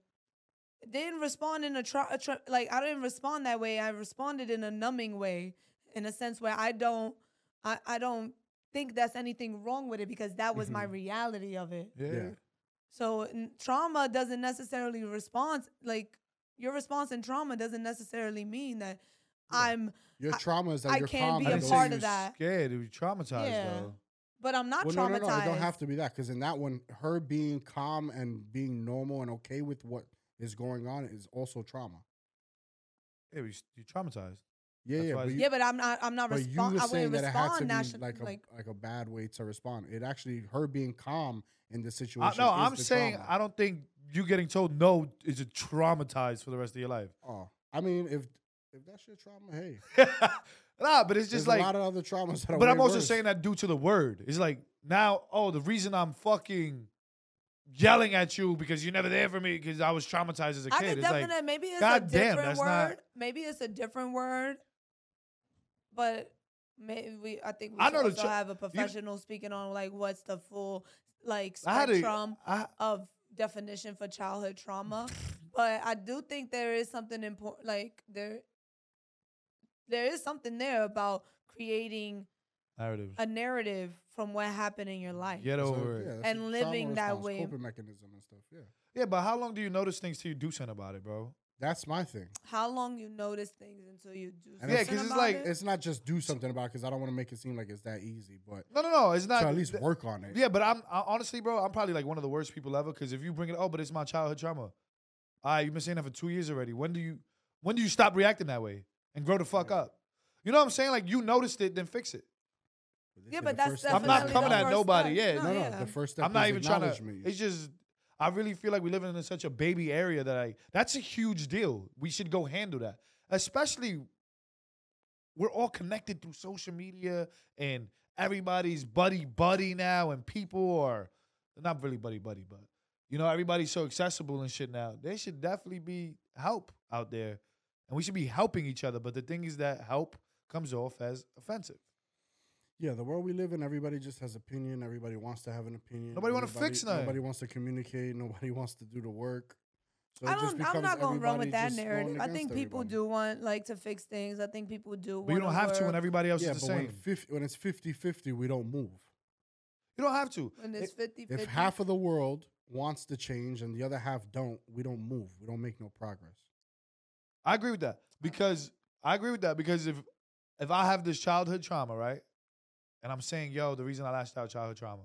Speaker 1: didn't respond in a, tra- a tra- like I didn't respond that way. I responded in a numbing way, in a sense where I don't, I, I don't think that's anything wrong with it because that was my
Speaker 3: Mhm.
Speaker 1: reality of it.
Speaker 2: yeah.
Speaker 3: Yeah.
Speaker 1: So n- trauma doesn't necessarily respond like your response in trauma doesn't necessarily mean that I'm
Speaker 3: Your
Speaker 1: I-
Speaker 3: trauma is that
Speaker 1: I
Speaker 3: you're
Speaker 1: can't
Speaker 3: calm.
Speaker 1: be
Speaker 2: I
Speaker 1: a
Speaker 2: didn't
Speaker 3: and
Speaker 2: say
Speaker 1: part
Speaker 2: you
Speaker 1: of
Speaker 2: were
Speaker 1: that.
Speaker 2: Scared, you were traumatized
Speaker 1: Yeah.
Speaker 2: though.
Speaker 1: but I'm not
Speaker 3: Well,
Speaker 1: traumatized.
Speaker 3: No, no, no. It don't have to be that because in that one, her being calm and being normal and okay with what is going on is also trauma.
Speaker 2: Yeah, you you traumatized.
Speaker 3: Yeah,
Speaker 2: That's
Speaker 3: yeah,
Speaker 2: why
Speaker 3: but
Speaker 2: it's-
Speaker 3: you,
Speaker 1: yeah, but I'm not I'm not
Speaker 3: but you were
Speaker 1: respond I
Speaker 3: saying
Speaker 1: wouldn't
Speaker 3: that it had to
Speaker 1: respond
Speaker 3: be
Speaker 1: nation-
Speaker 3: like a
Speaker 1: like
Speaker 3: like a bad way to respond. It actually her being calm in the
Speaker 2: I-
Speaker 3: situation.
Speaker 2: no,
Speaker 3: is
Speaker 2: I'm
Speaker 3: the
Speaker 2: saying
Speaker 3: trauma.
Speaker 2: I don't
Speaker 3: [LAUGHS]
Speaker 2: think you getting told no is a traumatized for the rest of your life.
Speaker 3: Oh, I mean, if if that shit
Speaker 2: [LAUGHS]
Speaker 3: trauma, hey,
Speaker 2: nah, but it's
Speaker 3: there's
Speaker 2: just
Speaker 3: a
Speaker 2: like
Speaker 3: lot of other traumas. That are
Speaker 2: But I'm
Speaker 3: way
Speaker 2: also
Speaker 3: worse.
Speaker 2: saying that due to the word. It's like now, oh, the reason I'm fucking yelling at you because you're never there for me because I was traumatized as a
Speaker 1: I
Speaker 2: kid.
Speaker 1: could
Speaker 2: It's
Speaker 1: definitely
Speaker 2: like
Speaker 1: maybe it's a
Speaker 2: God damn,
Speaker 1: different
Speaker 2: that's
Speaker 1: word.
Speaker 2: not-
Speaker 1: Maybe it's a different word, but maybe we. I think we
Speaker 2: I
Speaker 1: should
Speaker 2: know the
Speaker 1: also
Speaker 2: tr-
Speaker 1: have a professional speaking on like what's the full like
Speaker 2: I had
Speaker 1: spectrum
Speaker 2: a, I,
Speaker 1: of definition for childhood trauma. but I do think there is something important. Like there, there is something there about creating
Speaker 2: narrative.
Speaker 1: a narrative from what happened in your life.
Speaker 2: Get
Speaker 3: So,
Speaker 2: over it.
Speaker 3: yeah,
Speaker 2: Yeah.
Speaker 3: that's
Speaker 1: And
Speaker 3: a trauma
Speaker 1: living that
Speaker 3: response,
Speaker 1: way.
Speaker 3: coping mechanism and stuff. Yeah,
Speaker 2: but how long do you notice things till you do something about it, bro?
Speaker 3: that's my thing.
Speaker 1: How long you notice things until you do?
Speaker 3: And
Speaker 1: something
Speaker 3: Yeah,
Speaker 1: because
Speaker 2: 'cause it's like-
Speaker 3: It's not just do something about because I don't want to make it seem like it's that easy, but
Speaker 2: No, no, no. It's not.
Speaker 3: to at least
Speaker 2: th-
Speaker 3: work on it.
Speaker 2: Yeah, but I'm I, honestly, bro, I'm probably like one of the worst people ever because if you bring it, oh, but it's my childhood trauma. Ah, you've been saying that for two years already. When do you when do you stop reacting that way and grow the fuck
Speaker 3: Yeah.
Speaker 2: up? You know what I'm saying? Like you noticed it, then fix it.
Speaker 3: But
Speaker 1: Yeah,
Speaker 3: listen,
Speaker 1: but
Speaker 3: the
Speaker 1: that's
Speaker 3: first
Speaker 1: definitely
Speaker 3: step
Speaker 2: I'm not
Speaker 1: the
Speaker 3: is
Speaker 2: coming at
Speaker 1: first
Speaker 2: nobody,
Speaker 1: step.
Speaker 2: yeah.
Speaker 3: No, no.
Speaker 1: yeah.
Speaker 3: The first step.
Speaker 2: I'm not
Speaker 3: is
Speaker 2: even trying to.
Speaker 3: acknowledgement.
Speaker 2: It's just I really feel like we living in such a baby area that I that's a huge deal. We should go handle that, especially we're all connected through social media and everybody's buddy buddy now, and people are not really buddy buddy, but you know everybody's so accessible and shit now. There should definitely be help out there, and we should be helping each other. But the thing is that help comes off as offensive.
Speaker 3: Yeah, the world we live in, everybody just has opinion. Everybody wants to have an opinion.
Speaker 2: Nobody wanna
Speaker 3: everybody-
Speaker 2: fix nothing.
Speaker 3: Nobody wants to communicate. Nobody [LAUGHS] wants to do the work. So
Speaker 1: I
Speaker 3: it just
Speaker 1: don't. I'm
Speaker 3: becomes
Speaker 1: not going to run
Speaker 3: everybody
Speaker 1: with that
Speaker 3: just going
Speaker 1: narrative. I
Speaker 3: against
Speaker 1: think people
Speaker 3: everybody.
Speaker 1: do want like to fix things. I think people do.
Speaker 2: But you don't
Speaker 1: wanna
Speaker 2: have to
Speaker 1: work
Speaker 2: when everybody else
Speaker 3: Yeah,
Speaker 2: is the
Speaker 3: but
Speaker 2: same.
Speaker 3: when, 50, when it's 50-50, we don't move.
Speaker 2: you don't have to.
Speaker 1: when it's 50
Speaker 3: If half of the world wants to change and the other half don't, we don't move. We don't make no progress.
Speaker 2: I agree with that because I agree with that because if if I have this childhood trauma, right, and I'm saying, yo, the reason I lashed out childhood trauma,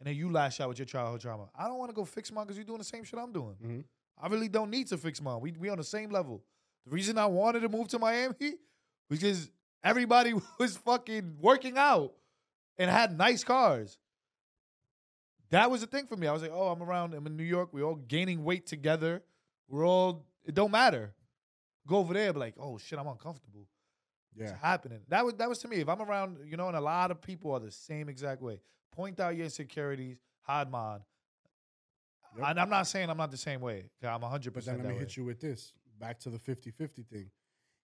Speaker 2: and then you lash out with your childhood trauma, I don't want to go fix mine because you're doing the same shit I'm doing.
Speaker 3: Mhm.
Speaker 2: I really don't need to fix mine. We we on the same level. The reason I wanted to move to Miami because everybody [LAUGHS] was fucking working out and had nice cars. That was the thing for me. I was like, oh, I'm around. I'm in New York. We're all gaining weight together. We're all. It don't matter. Go over there, be like, oh shit, I'm uncomfortable.
Speaker 3: Yeah.
Speaker 2: It's happening. That was that was to me. If I'm around, you know, and a lot of people are the same exact way. Point out your insecurities, hide mine.
Speaker 3: Yep.
Speaker 2: And I'm not saying I'm not the same way. 'cause I'm 100
Speaker 3: But then
Speaker 2: percent
Speaker 3: let
Speaker 2: that
Speaker 3: me
Speaker 2: way.
Speaker 3: hit you with this back to the 50 50 thing.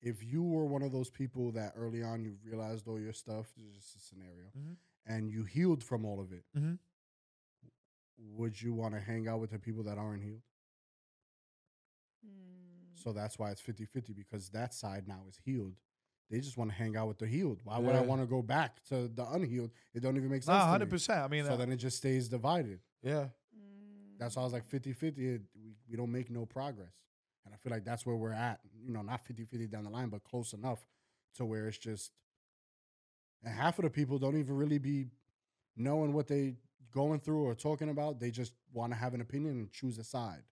Speaker 3: If you were one of those people that early on you realized all your stuff, this is just a scenario,
Speaker 2: Mhm.
Speaker 3: and you healed from all of it,
Speaker 2: Mhm.
Speaker 3: would you want to hang out with the people that aren't healed?
Speaker 1: Mm.
Speaker 3: So that's why it's 50 50 because that side now is healed. They just want to hang out with the healed. Why would I
Speaker 2: Yeah.
Speaker 3: want to go back to the unhealed? It don't even make sense.
Speaker 2: Nah,
Speaker 3: to me.
Speaker 2: 100. percent I mean,
Speaker 3: So
Speaker 2: uh,
Speaker 3: then it just stays divided.
Speaker 2: yeah.
Speaker 3: That's why I was like 50 50. We, we don't make no progress. And I feel like that's where we're at. You know, not 50 50 down the line, but close enough to where it's just. And half of the people don't even really be knowing what they going through or talking about. They just want to have an opinion and choose a side.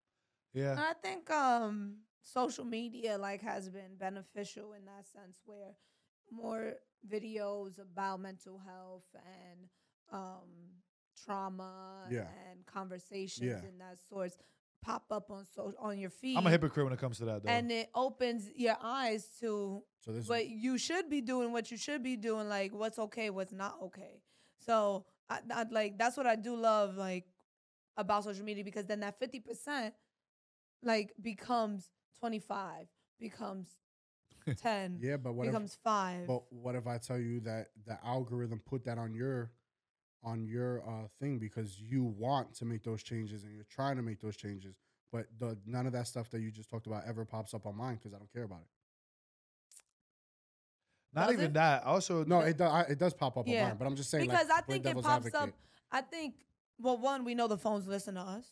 Speaker 2: Yeah.
Speaker 1: And I think um social media like has been beneficial in that sense where more videos about mental health and um trauma
Speaker 3: Yeah.
Speaker 1: and conversations
Speaker 3: Yeah.
Speaker 1: and that sorts pop up on so on your feed.
Speaker 2: I'm a hypocrite when it comes to that, though.
Speaker 1: and it opens your eyes to
Speaker 3: So this
Speaker 1: what you should be doing, what you should be doing, like what's okay, what's not okay. So I, I like that's what I do love like about social media because then that fifty percent like becomes twenty five,
Speaker 2: [LAUGHS]
Speaker 1: becomes ten,
Speaker 3: yeah, but what if,
Speaker 1: becomes five.
Speaker 3: but what if I tell you that the algorithm put that on your on your uh, thing because you want to make those changes and you're trying to make those changes, but the, none of that stuff that you just talked about ever pops up on mine because I don't care about it.
Speaker 2: Not
Speaker 1: Does
Speaker 2: even
Speaker 1: it?
Speaker 2: that. Also,
Speaker 3: No, it do, I, it does pop up
Speaker 1: Yeah.
Speaker 3: on mine, but I'm just saying like,
Speaker 1: because I
Speaker 3: play
Speaker 1: think it
Speaker 3: devil's
Speaker 1: pops up
Speaker 3: advocate.
Speaker 1: I think well one, we know the phones listen to us.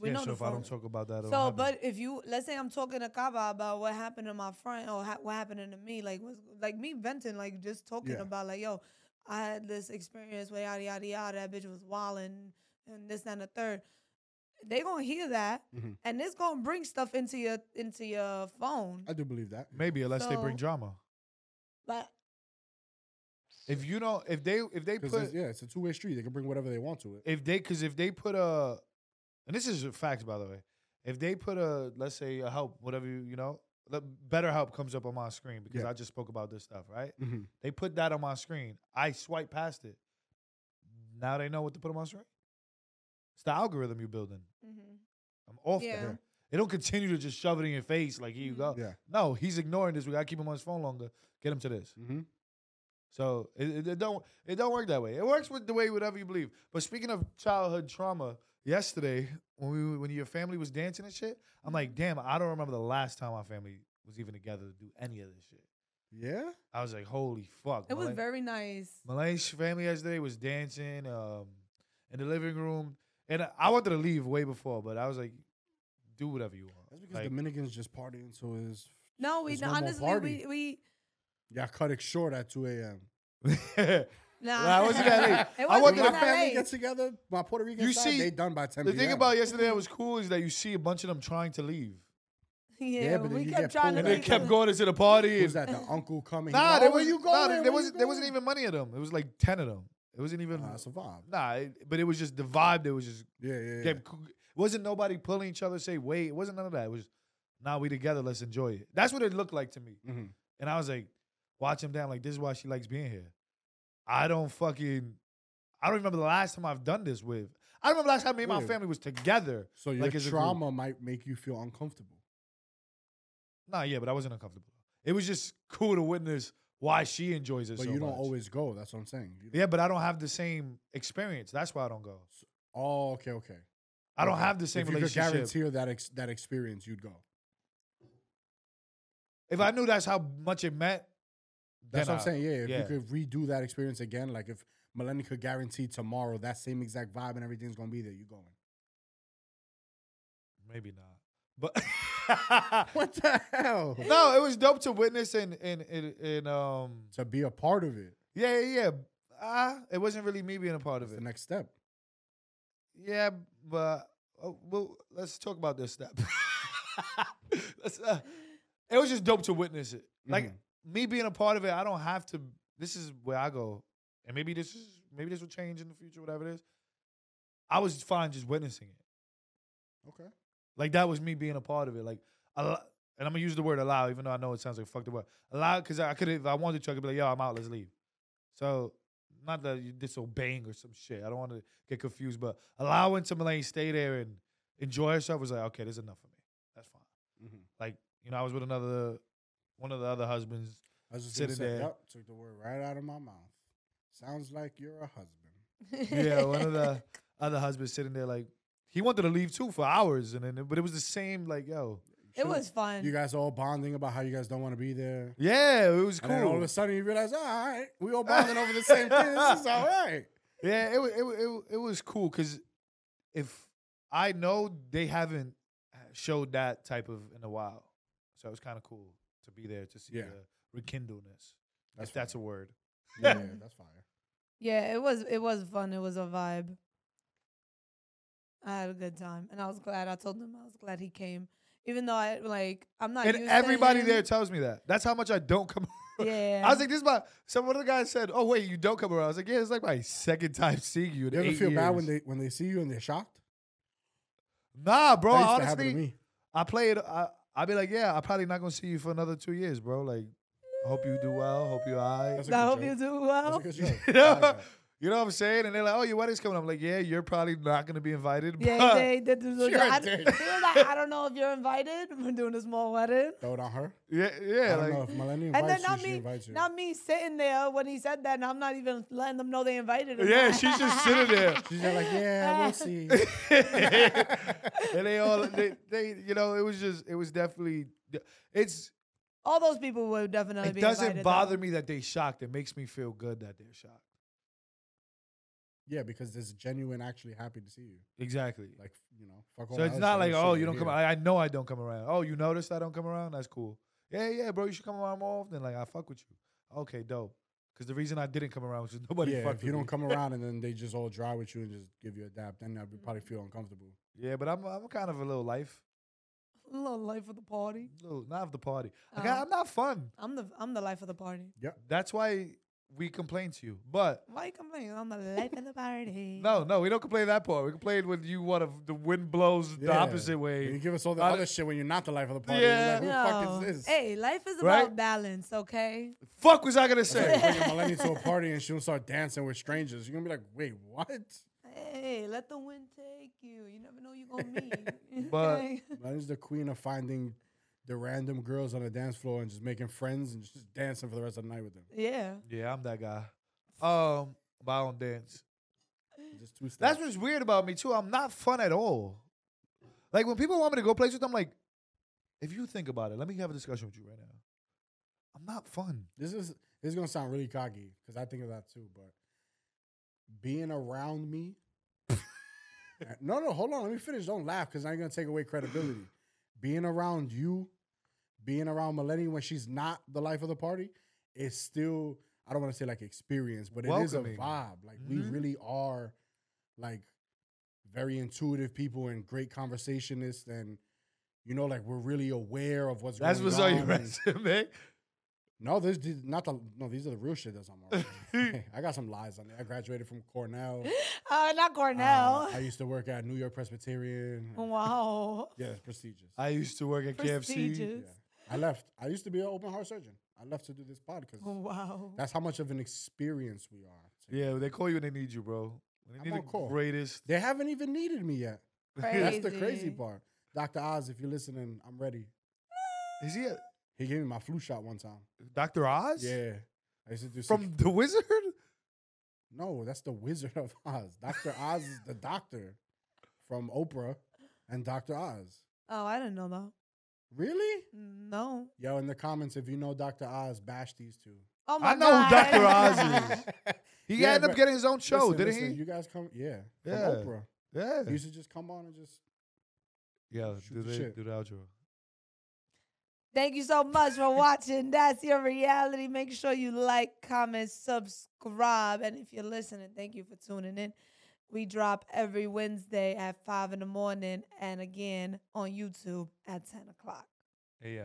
Speaker 1: We
Speaker 2: yeah,
Speaker 1: know
Speaker 2: so
Speaker 1: the
Speaker 2: if I don't
Speaker 1: phones.
Speaker 2: talk about that, I don't
Speaker 1: So,
Speaker 2: have it.
Speaker 1: but if you let's say I'm talking to Kaba about what happened to my friend or ha- what happened to me, like was like me venting, like just talking
Speaker 3: Yeah.
Speaker 1: about like yo, I had this experience where yada yada yada, that bitch was wilding and this that, and the third. They gonna hear that,
Speaker 2: Mm-hmm.
Speaker 3: Mhm.
Speaker 1: and it's gonna bring stuff into your into your phone.
Speaker 3: I do believe that.
Speaker 2: maybe unless they bring
Speaker 1: So-
Speaker 2: drama.
Speaker 1: But
Speaker 2: If you don't, if they if they
Speaker 3: 'Cause
Speaker 2: put
Speaker 3: it's- yeah, it's a two way street. They can bring whatever they want to it.
Speaker 2: if they because if they put a and this is a fact by the way if they put a let's say a help whatever you you know the BetterHelp comes up on my screen because
Speaker 3: Yeah.
Speaker 2: I just spoke about this stuff, right?
Speaker 3: Mhm.
Speaker 2: They put that on my screen. I swipe past it. Now they know what to put on my screen. It's the algorithm you're building.
Speaker 1: Mm-hmm.
Speaker 2: I'm off
Speaker 1: Yeah.
Speaker 2: that. They don't continue to just shove it in your face like here you go.
Speaker 3: Yeah.
Speaker 2: No, he's ignoring this. We gotta keep him on his phone longer. Get him to this.
Speaker 3: Mm-hmm.
Speaker 2: So it, it, it don't it don't work that way. It works with the way whatever you believe. But speaking of childhood trauma, yesterday when we when your family was dancing and shit, I'm like,
Speaker 1: Mm-hmm.
Speaker 2: damn, I don't remember the last time my family was even together to do any of this shit.
Speaker 3: Yeah.
Speaker 2: I was like, holy fuck.
Speaker 1: It was
Speaker 2: Malay-
Speaker 1: very nice.
Speaker 2: Malay's family yesterday was dancing um, in the living room, and I- I wanted to leave way before, but I was like, do whatever you want.
Speaker 3: That's because
Speaker 2: Like,
Speaker 3: Dominicans just party until it's
Speaker 1: No, we
Speaker 3: There's no more
Speaker 1: honestly
Speaker 3: party.
Speaker 1: we we
Speaker 3: yeah. Cut it short at two a.m.
Speaker 2: [LAUGHS]
Speaker 1: nah.
Speaker 2: Nah, it wasn't that late.
Speaker 1: [LAUGHS] It
Speaker 2: I
Speaker 1: wasn't
Speaker 2: want
Speaker 3: When
Speaker 2: the-
Speaker 3: my
Speaker 1: that
Speaker 3: family
Speaker 1: late.
Speaker 3: gets together, my Puerto Rican
Speaker 2: You
Speaker 3: side,
Speaker 2: see,
Speaker 3: they done by ten.
Speaker 2: the thing
Speaker 3: p.m.
Speaker 2: about yesterday that was cool is that you see a bunch of them trying to leave,
Speaker 1: [LAUGHS] Yeah,
Speaker 3: Yeah, but then
Speaker 1: we
Speaker 3: you
Speaker 1: kept
Speaker 3: get
Speaker 1: trying to.
Speaker 3: pulled
Speaker 2: and they
Speaker 1: make
Speaker 3: back
Speaker 2: kept
Speaker 1: [LAUGHS] it-
Speaker 2: going into the party.
Speaker 3: Who's
Speaker 2: And,
Speaker 3: that? The uncle coming?
Speaker 2: nah,
Speaker 3: oh,
Speaker 2: there
Speaker 3: where
Speaker 2: was
Speaker 3: you going?
Speaker 2: Nah,
Speaker 3: Where
Speaker 2: there
Speaker 3: you
Speaker 2: wasn't there wasn't
Speaker 3: going?"
Speaker 2: even many of them. It was like ten of them. It wasn't even.
Speaker 3: Nah, it's a vibe.
Speaker 2: Nah, it, but it was just the vibe that was just
Speaker 3: Yeah, yeah, yeah.
Speaker 2: Kept coo- wasn't nobody pulling each other say wait it wasn't none of that it was now nah, we together let's enjoy it that's what it looked like to me
Speaker 3: Mhm.
Speaker 2: and i was like watch him down like this is why she likes being here i don't fucking i don't remember the last time i've done this with i don't remember the last time me and my
Speaker 3: Weird.
Speaker 2: family was together
Speaker 3: So your
Speaker 2: Like, as a group.
Speaker 3: trauma might make you feel uncomfortable.
Speaker 2: nah yeah but i wasn't uncomfortable it was just cool to witness why she enjoys it
Speaker 3: But
Speaker 2: so
Speaker 3: you don't
Speaker 2: much.
Speaker 3: always go. That's what I'm saying. You don't-
Speaker 2: yeah but i don't have the same experience that's why i don't go
Speaker 3: Oh, okay, okay.
Speaker 2: i don't
Speaker 3: Okay.
Speaker 2: have the same
Speaker 3: if you
Speaker 2: relationship
Speaker 3: could guarantee her that ex- that experience, you'd go.
Speaker 2: if i knew that's how much it meant
Speaker 3: That's
Speaker 2: then
Speaker 3: what I'm
Speaker 2: I-
Speaker 3: saying. Yeah, if
Speaker 2: yeah.
Speaker 3: you could redo that experience again, like if Melanie could guarantee tomorrow that same exact vibe and everything's gonna be there, you going.
Speaker 2: Maybe not. But
Speaker 3: [LAUGHS] What the hell?
Speaker 2: [LAUGHS] no, it was dope to witness and and and, and um
Speaker 3: to be a part of it.
Speaker 2: yeah yeah yeah. Uh, it wasn't really me being a part
Speaker 3: That's
Speaker 2: of it.
Speaker 3: the next step.
Speaker 2: Yeah, but uh, well, let's talk about this step. [LAUGHS] Let's, uh, it was just dope to witness it. Like
Speaker 3: Mhm.
Speaker 2: me being a part of it, I don't have to. This is where I go, and maybe this is maybe this will change in the future, whatever it is. I was fine just witnessing it.
Speaker 3: Okay.
Speaker 2: Like that was me being a part of it. Like, allow, and I'm gonna use the word allow, even though I know it sounds like fucked up. word. Allow, because I could, if I wanted to, I could be like, yo, I'm out, let's leave. So, not that you're disobeying or some shit. I don't want to get confused, but allowing to Malay stay there and enjoy herself was like, okay, this is enough for me. That's fine.
Speaker 3: Mhm.
Speaker 2: Like, you know, I was with another, one of the other husbands.
Speaker 3: I was just gonna
Speaker 2: Sitting
Speaker 3: say,
Speaker 2: there.
Speaker 3: yup, took the word right out of my mouth. Sounds like you're a husband.
Speaker 2: Yeah, one of
Speaker 3: [LAUGHS]
Speaker 2: the other husbands sitting there, like, he wanted to leave too for hours, and then, but it was the same, like, yo.
Speaker 1: It
Speaker 3: Should've-
Speaker 2: [LAUGHS]
Speaker 1: was fun.
Speaker 3: You guys all bonding about how you guys don't want to be there.
Speaker 2: Yeah, it was cool.
Speaker 3: And then all of a sudden you realize, "Ah, all right, we all bonding over the same thing. This
Speaker 2: [LAUGHS]
Speaker 3: is all right.
Speaker 2: Yeah, it wa- it wa- it, wa- it was cool because if I know they haven't uh, showed that type of in a while, so it was kind of cool to be there to see
Speaker 3: Yeah.
Speaker 2: the rekindleness,
Speaker 3: That's
Speaker 2: if that's a word. [LAUGHS]
Speaker 3: Yeah, yeah, that's fire.
Speaker 1: Yeah, it was it was fun. It was a vibe. I had a good time, and I was glad. I told him I was glad he came, even though I like I'm not.
Speaker 2: And
Speaker 1: used to
Speaker 2: everybody
Speaker 1: him.
Speaker 2: there
Speaker 3: [LAUGHS]
Speaker 2: tells me that. That's how much I don't come. [LAUGHS]
Speaker 1: Yeah,
Speaker 2: I was like, this is my. So one of the guys said, "Oh wait, you don't come around." I was like, "Yeah, it's like my second time seeing you." In
Speaker 3: You ever
Speaker 2: eight
Speaker 3: feel bad when
Speaker 2: years."
Speaker 3: they when they see you and they're shocked?
Speaker 2: Nah, bro.
Speaker 3: that used to happen to
Speaker 2: honestly,
Speaker 3: me.
Speaker 2: I played. I I'd be like, yeah, I'm probably not gonna see you for another two years, bro. Like, hope you do well. Hope you're alright. [LAUGHS]
Speaker 3: That's a
Speaker 1: I
Speaker 3: good
Speaker 1: hope you
Speaker 3: joke.
Speaker 1: do
Speaker 3: [LAUGHS] That's a
Speaker 1: well.
Speaker 3: good joke.
Speaker 2: You
Speaker 3: I
Speaker 2: know?
Speaker 3: like that.
Speaker 2: You know what I'm saying? And they're like, "Oh, your wedding's coming." I'm like, "Yeah, you're probably not gonna be invited."
Speaker 1: Yeah,
Speaker 2: but-
Speaker 1: they did do
Speaker 3: [LAUGHS] You're a
Speaker 1: I,
Speaker 3: dick.
Speaker 1: he was like, I don't know if you're invited. [LAUGHS] We're doing a small wedding.
Speaker 3: Throw it on her.
Speaker 2: [LAUGHS] yeah,
Speaker 3: I
Speaker 2: yeah.
Speaker 3: don't know
Speaker 2: Like,
Speaker 3: if Melanie
Speaker 1: And then
Speaker 3: invites you,
Speaker 1: not
Speaker 3: she
Speaker 1: me,
Speaker 3: invites you.
Speaker 1: not me sitting there when he said that, and I'm not even letting them know they invited him. [LAUGHS]
Speaker 2: [LAUGHS] yeah, she's just sitting there, [LAUGHS]
Speaker 3: She's just like, yeah, we'll see.
Speaker 2: and they all, they, they, you know, it was just, it was definitely, it's,
Speaker 1: All those people would definitely
Speaker 2: it
Speaker 1: be
Speaker 2: doesn't
Speaker 1: invited,
Speaker 2: bother
Speaker 1: though.
Speaker 2: me that they shocked. It makes me feel good that they're shocked.
Speaker 3: yeah, because there's genuine, actually happy to see you.
Speaker 2: Exactly.
Speaker 3: Like, you know, fuck all
Speaker 2: so
Speaker 3: that
Speaker 2: it's
Speaker 3: other
Speaker 2: not
Speaker 3: shit,
Speaker 2: like,
Speaker 3: this shit
Speaker 2: oh,
Speaker 3: right
Speaker 2: you don't come.
Speaker 3: here.
Speaker 2: I, I know I don't come around. Oh, you noticed I don't come around. That's cool. Yeah, yeah, bro. You should come around more often. Like, I fuck with you. Okay, dope. Because the reason I didn't come around was because nobody
Speaker 3: yeah,
Speaker 2: fucked
Speaker 3: if you
Speaker 2: with
Speaker 3: don't
Speaker 2: me.
Speaker 3: [LAUGHS] come around and then they just all dry with you and just give you a dap, then I'd probably feel uncomfortable.
Speaker 2: Yeah, but I'm, I'm kind of a little life.
Speaker 1: I'm the life of the party.
Speaker 2: No, not of the party. Like,
Speaker 1: Oh.
Speaker 2: I, am not fun.
Speaker 1: I'm the I'm the life of the party.
Speaker 2: That's why we complain to you. But
Speaker 1: Why you complaining? I'm the life of the
Speaker 3: [LAUGHS]
Speaker 1: party.
Speaker 2: no, no, we don't complain that part. We complain when you want to, the wind blows the
Speaker 3: Yeah.
Speaker 2: opposite
Speaker 3: You
Speaker 2: way.
Speaker 3: give us all the
Speaker 2: I-
Speaker 3: other shit when you're not the life of the party. You're
Speaker 2: Yeah.
Speaker 3: Like, who the fuck is this?
Speaker 1: Hey, life is
Speaker 2: Right?
Speaker 1: about balance, okay?
Speaker 2: Fuck was I gonna
Speaker 3: Like,
Speaker 2: say?
Speaker 3: [LAUGHS] bring a millennial to a party and she'll start dancing with strangers. You're gonna be like, wait, what?
Speaker 1: Hey, let the wind take you. You never know who you gonna meet. [LAUGHS]
Speaker 2: But-
Speaker 1: Okay?
Speaker 3: Millennials the queen of finding the random girls on the dance floor and just making friends and just dancing for the rest of the night with them.
Speaker 1: yeah,
Speaker 2: yeah, I'm that guy. Um, but I don't dance.
Speaker 3: Just two steps.
Speaker 2: That's what's weird about me too. I'm not fun at all. Like when people want me to go places, I'm like, if you think about it, let me have a discussion with you right now. I'm not fun.
Speaker 3: this is this is gonna sound really cocky because I think of that too. But being around me, [LAUGHS] no, no, hold on, let me finish. Don't laugh because I'm gonna take away credibility. being around you, being around Millennium when she's not the life of the party, is still I don't want to say like experience, but it is a
Speaker 2: Welcoming.
Speaker 3: vibe. Like we
Speaker 2: Mhm.
Speaker 3: really are, like very intuitive people and great conversationists and. You know, like we're really aware of what's
Speaker 2: That's
Speaker 3: going
Speaker 2: what's
Speaker 3: on.
Speaker 2: on your
Speaker 3: and-
Speaker 2: resume.
Speaker 3: no, this these- not the no. These are the real shit that's on my. resume. I got some lies on there. I graduated from Cornell.
Speaker 1: uh, not Cornell. Oh,
Speaker 3: Uh, I used to work at New York Presbyterian.
Speaker 1: [LAUGHS] wow, [LAUGHS]
Speaker 3: Yeah, it's prestigious.
Speaker 2: I used to work at KFC.
Speaker 3: yeah.
Speaker 1: prestigious.
Speaker 3: I left. I used to be an open heart surgeon. I left to do this podcast.
Speaker 1: Oh, Wow.
Speaker 3: That's how much of an experience we are.
Speaker 2: Yeah, they call you when they need you, bro. When
Speaker 3: I'm
Speaker 2: they need
Speaker 3: on
Speaker 2: the
Speaker 3: call.
Speaker 2: greatest.
Speaker 3: They haven't even needed me yet.
Speaker 1: Crazy.
Speaker 3: That's the crazy part. Dr. Oz, if you're listening, I'm ready.
Speaker 2: Is he a,
Speaker 3: He gave me my flu shot one time.
Speaker 2: Dr. Oz?
Speaker 3: Yeah. I used to do
Speaker 2: From The Wizard?
Speaker 3: No, that's the Wizard of [LAUGHS] Oz. Dr. Oz is the doctor from Oprah and Dr. Oz.
Speaker 1: Oh, I didn't know that.
Speaker 3: Really?
Speaker 1: No.
Speaker 3: Yo, in the comments, if you know Dr. Oz, bash these two.
Speaker 1: Oh my
Speaker 2: I know
Speaker 1: God.
Speaker 2: who Dr. Oz is.
Speaker 3: [LAUGHS]
Speaker 2: He
Speaker 3: Yeah,
Speaker 2: ended up
Speaker 3: but-
Speaker 2: getting his own show,
Speaker 3: Listen,
Speaker 2: didn't
Speaker 3: listen,
Speaker 2: he?
Speaker 3: You guys come, yeah,
Speaker 2: Yeah.
Speaker 3: from Oprah.
Speaker 2: yeah.
Speaker 3: You should just come on and just.
Speaker 2: yeah,
Speaker 3: shoot
Speaker 2: do,
Speaker 3: the
Speaker 2: they,
Speaker 3: shit.
Speaker 2: do the outro.
Speaker 1: Thank you so much for watching. That's your reality. Make sure you like, comment, subscribe. And if you're listening, thank you for tuning in. We drop every Wednesday at 5 in the morning and again on YouTube at 10 o'clock.
Speaker 2: Yeah.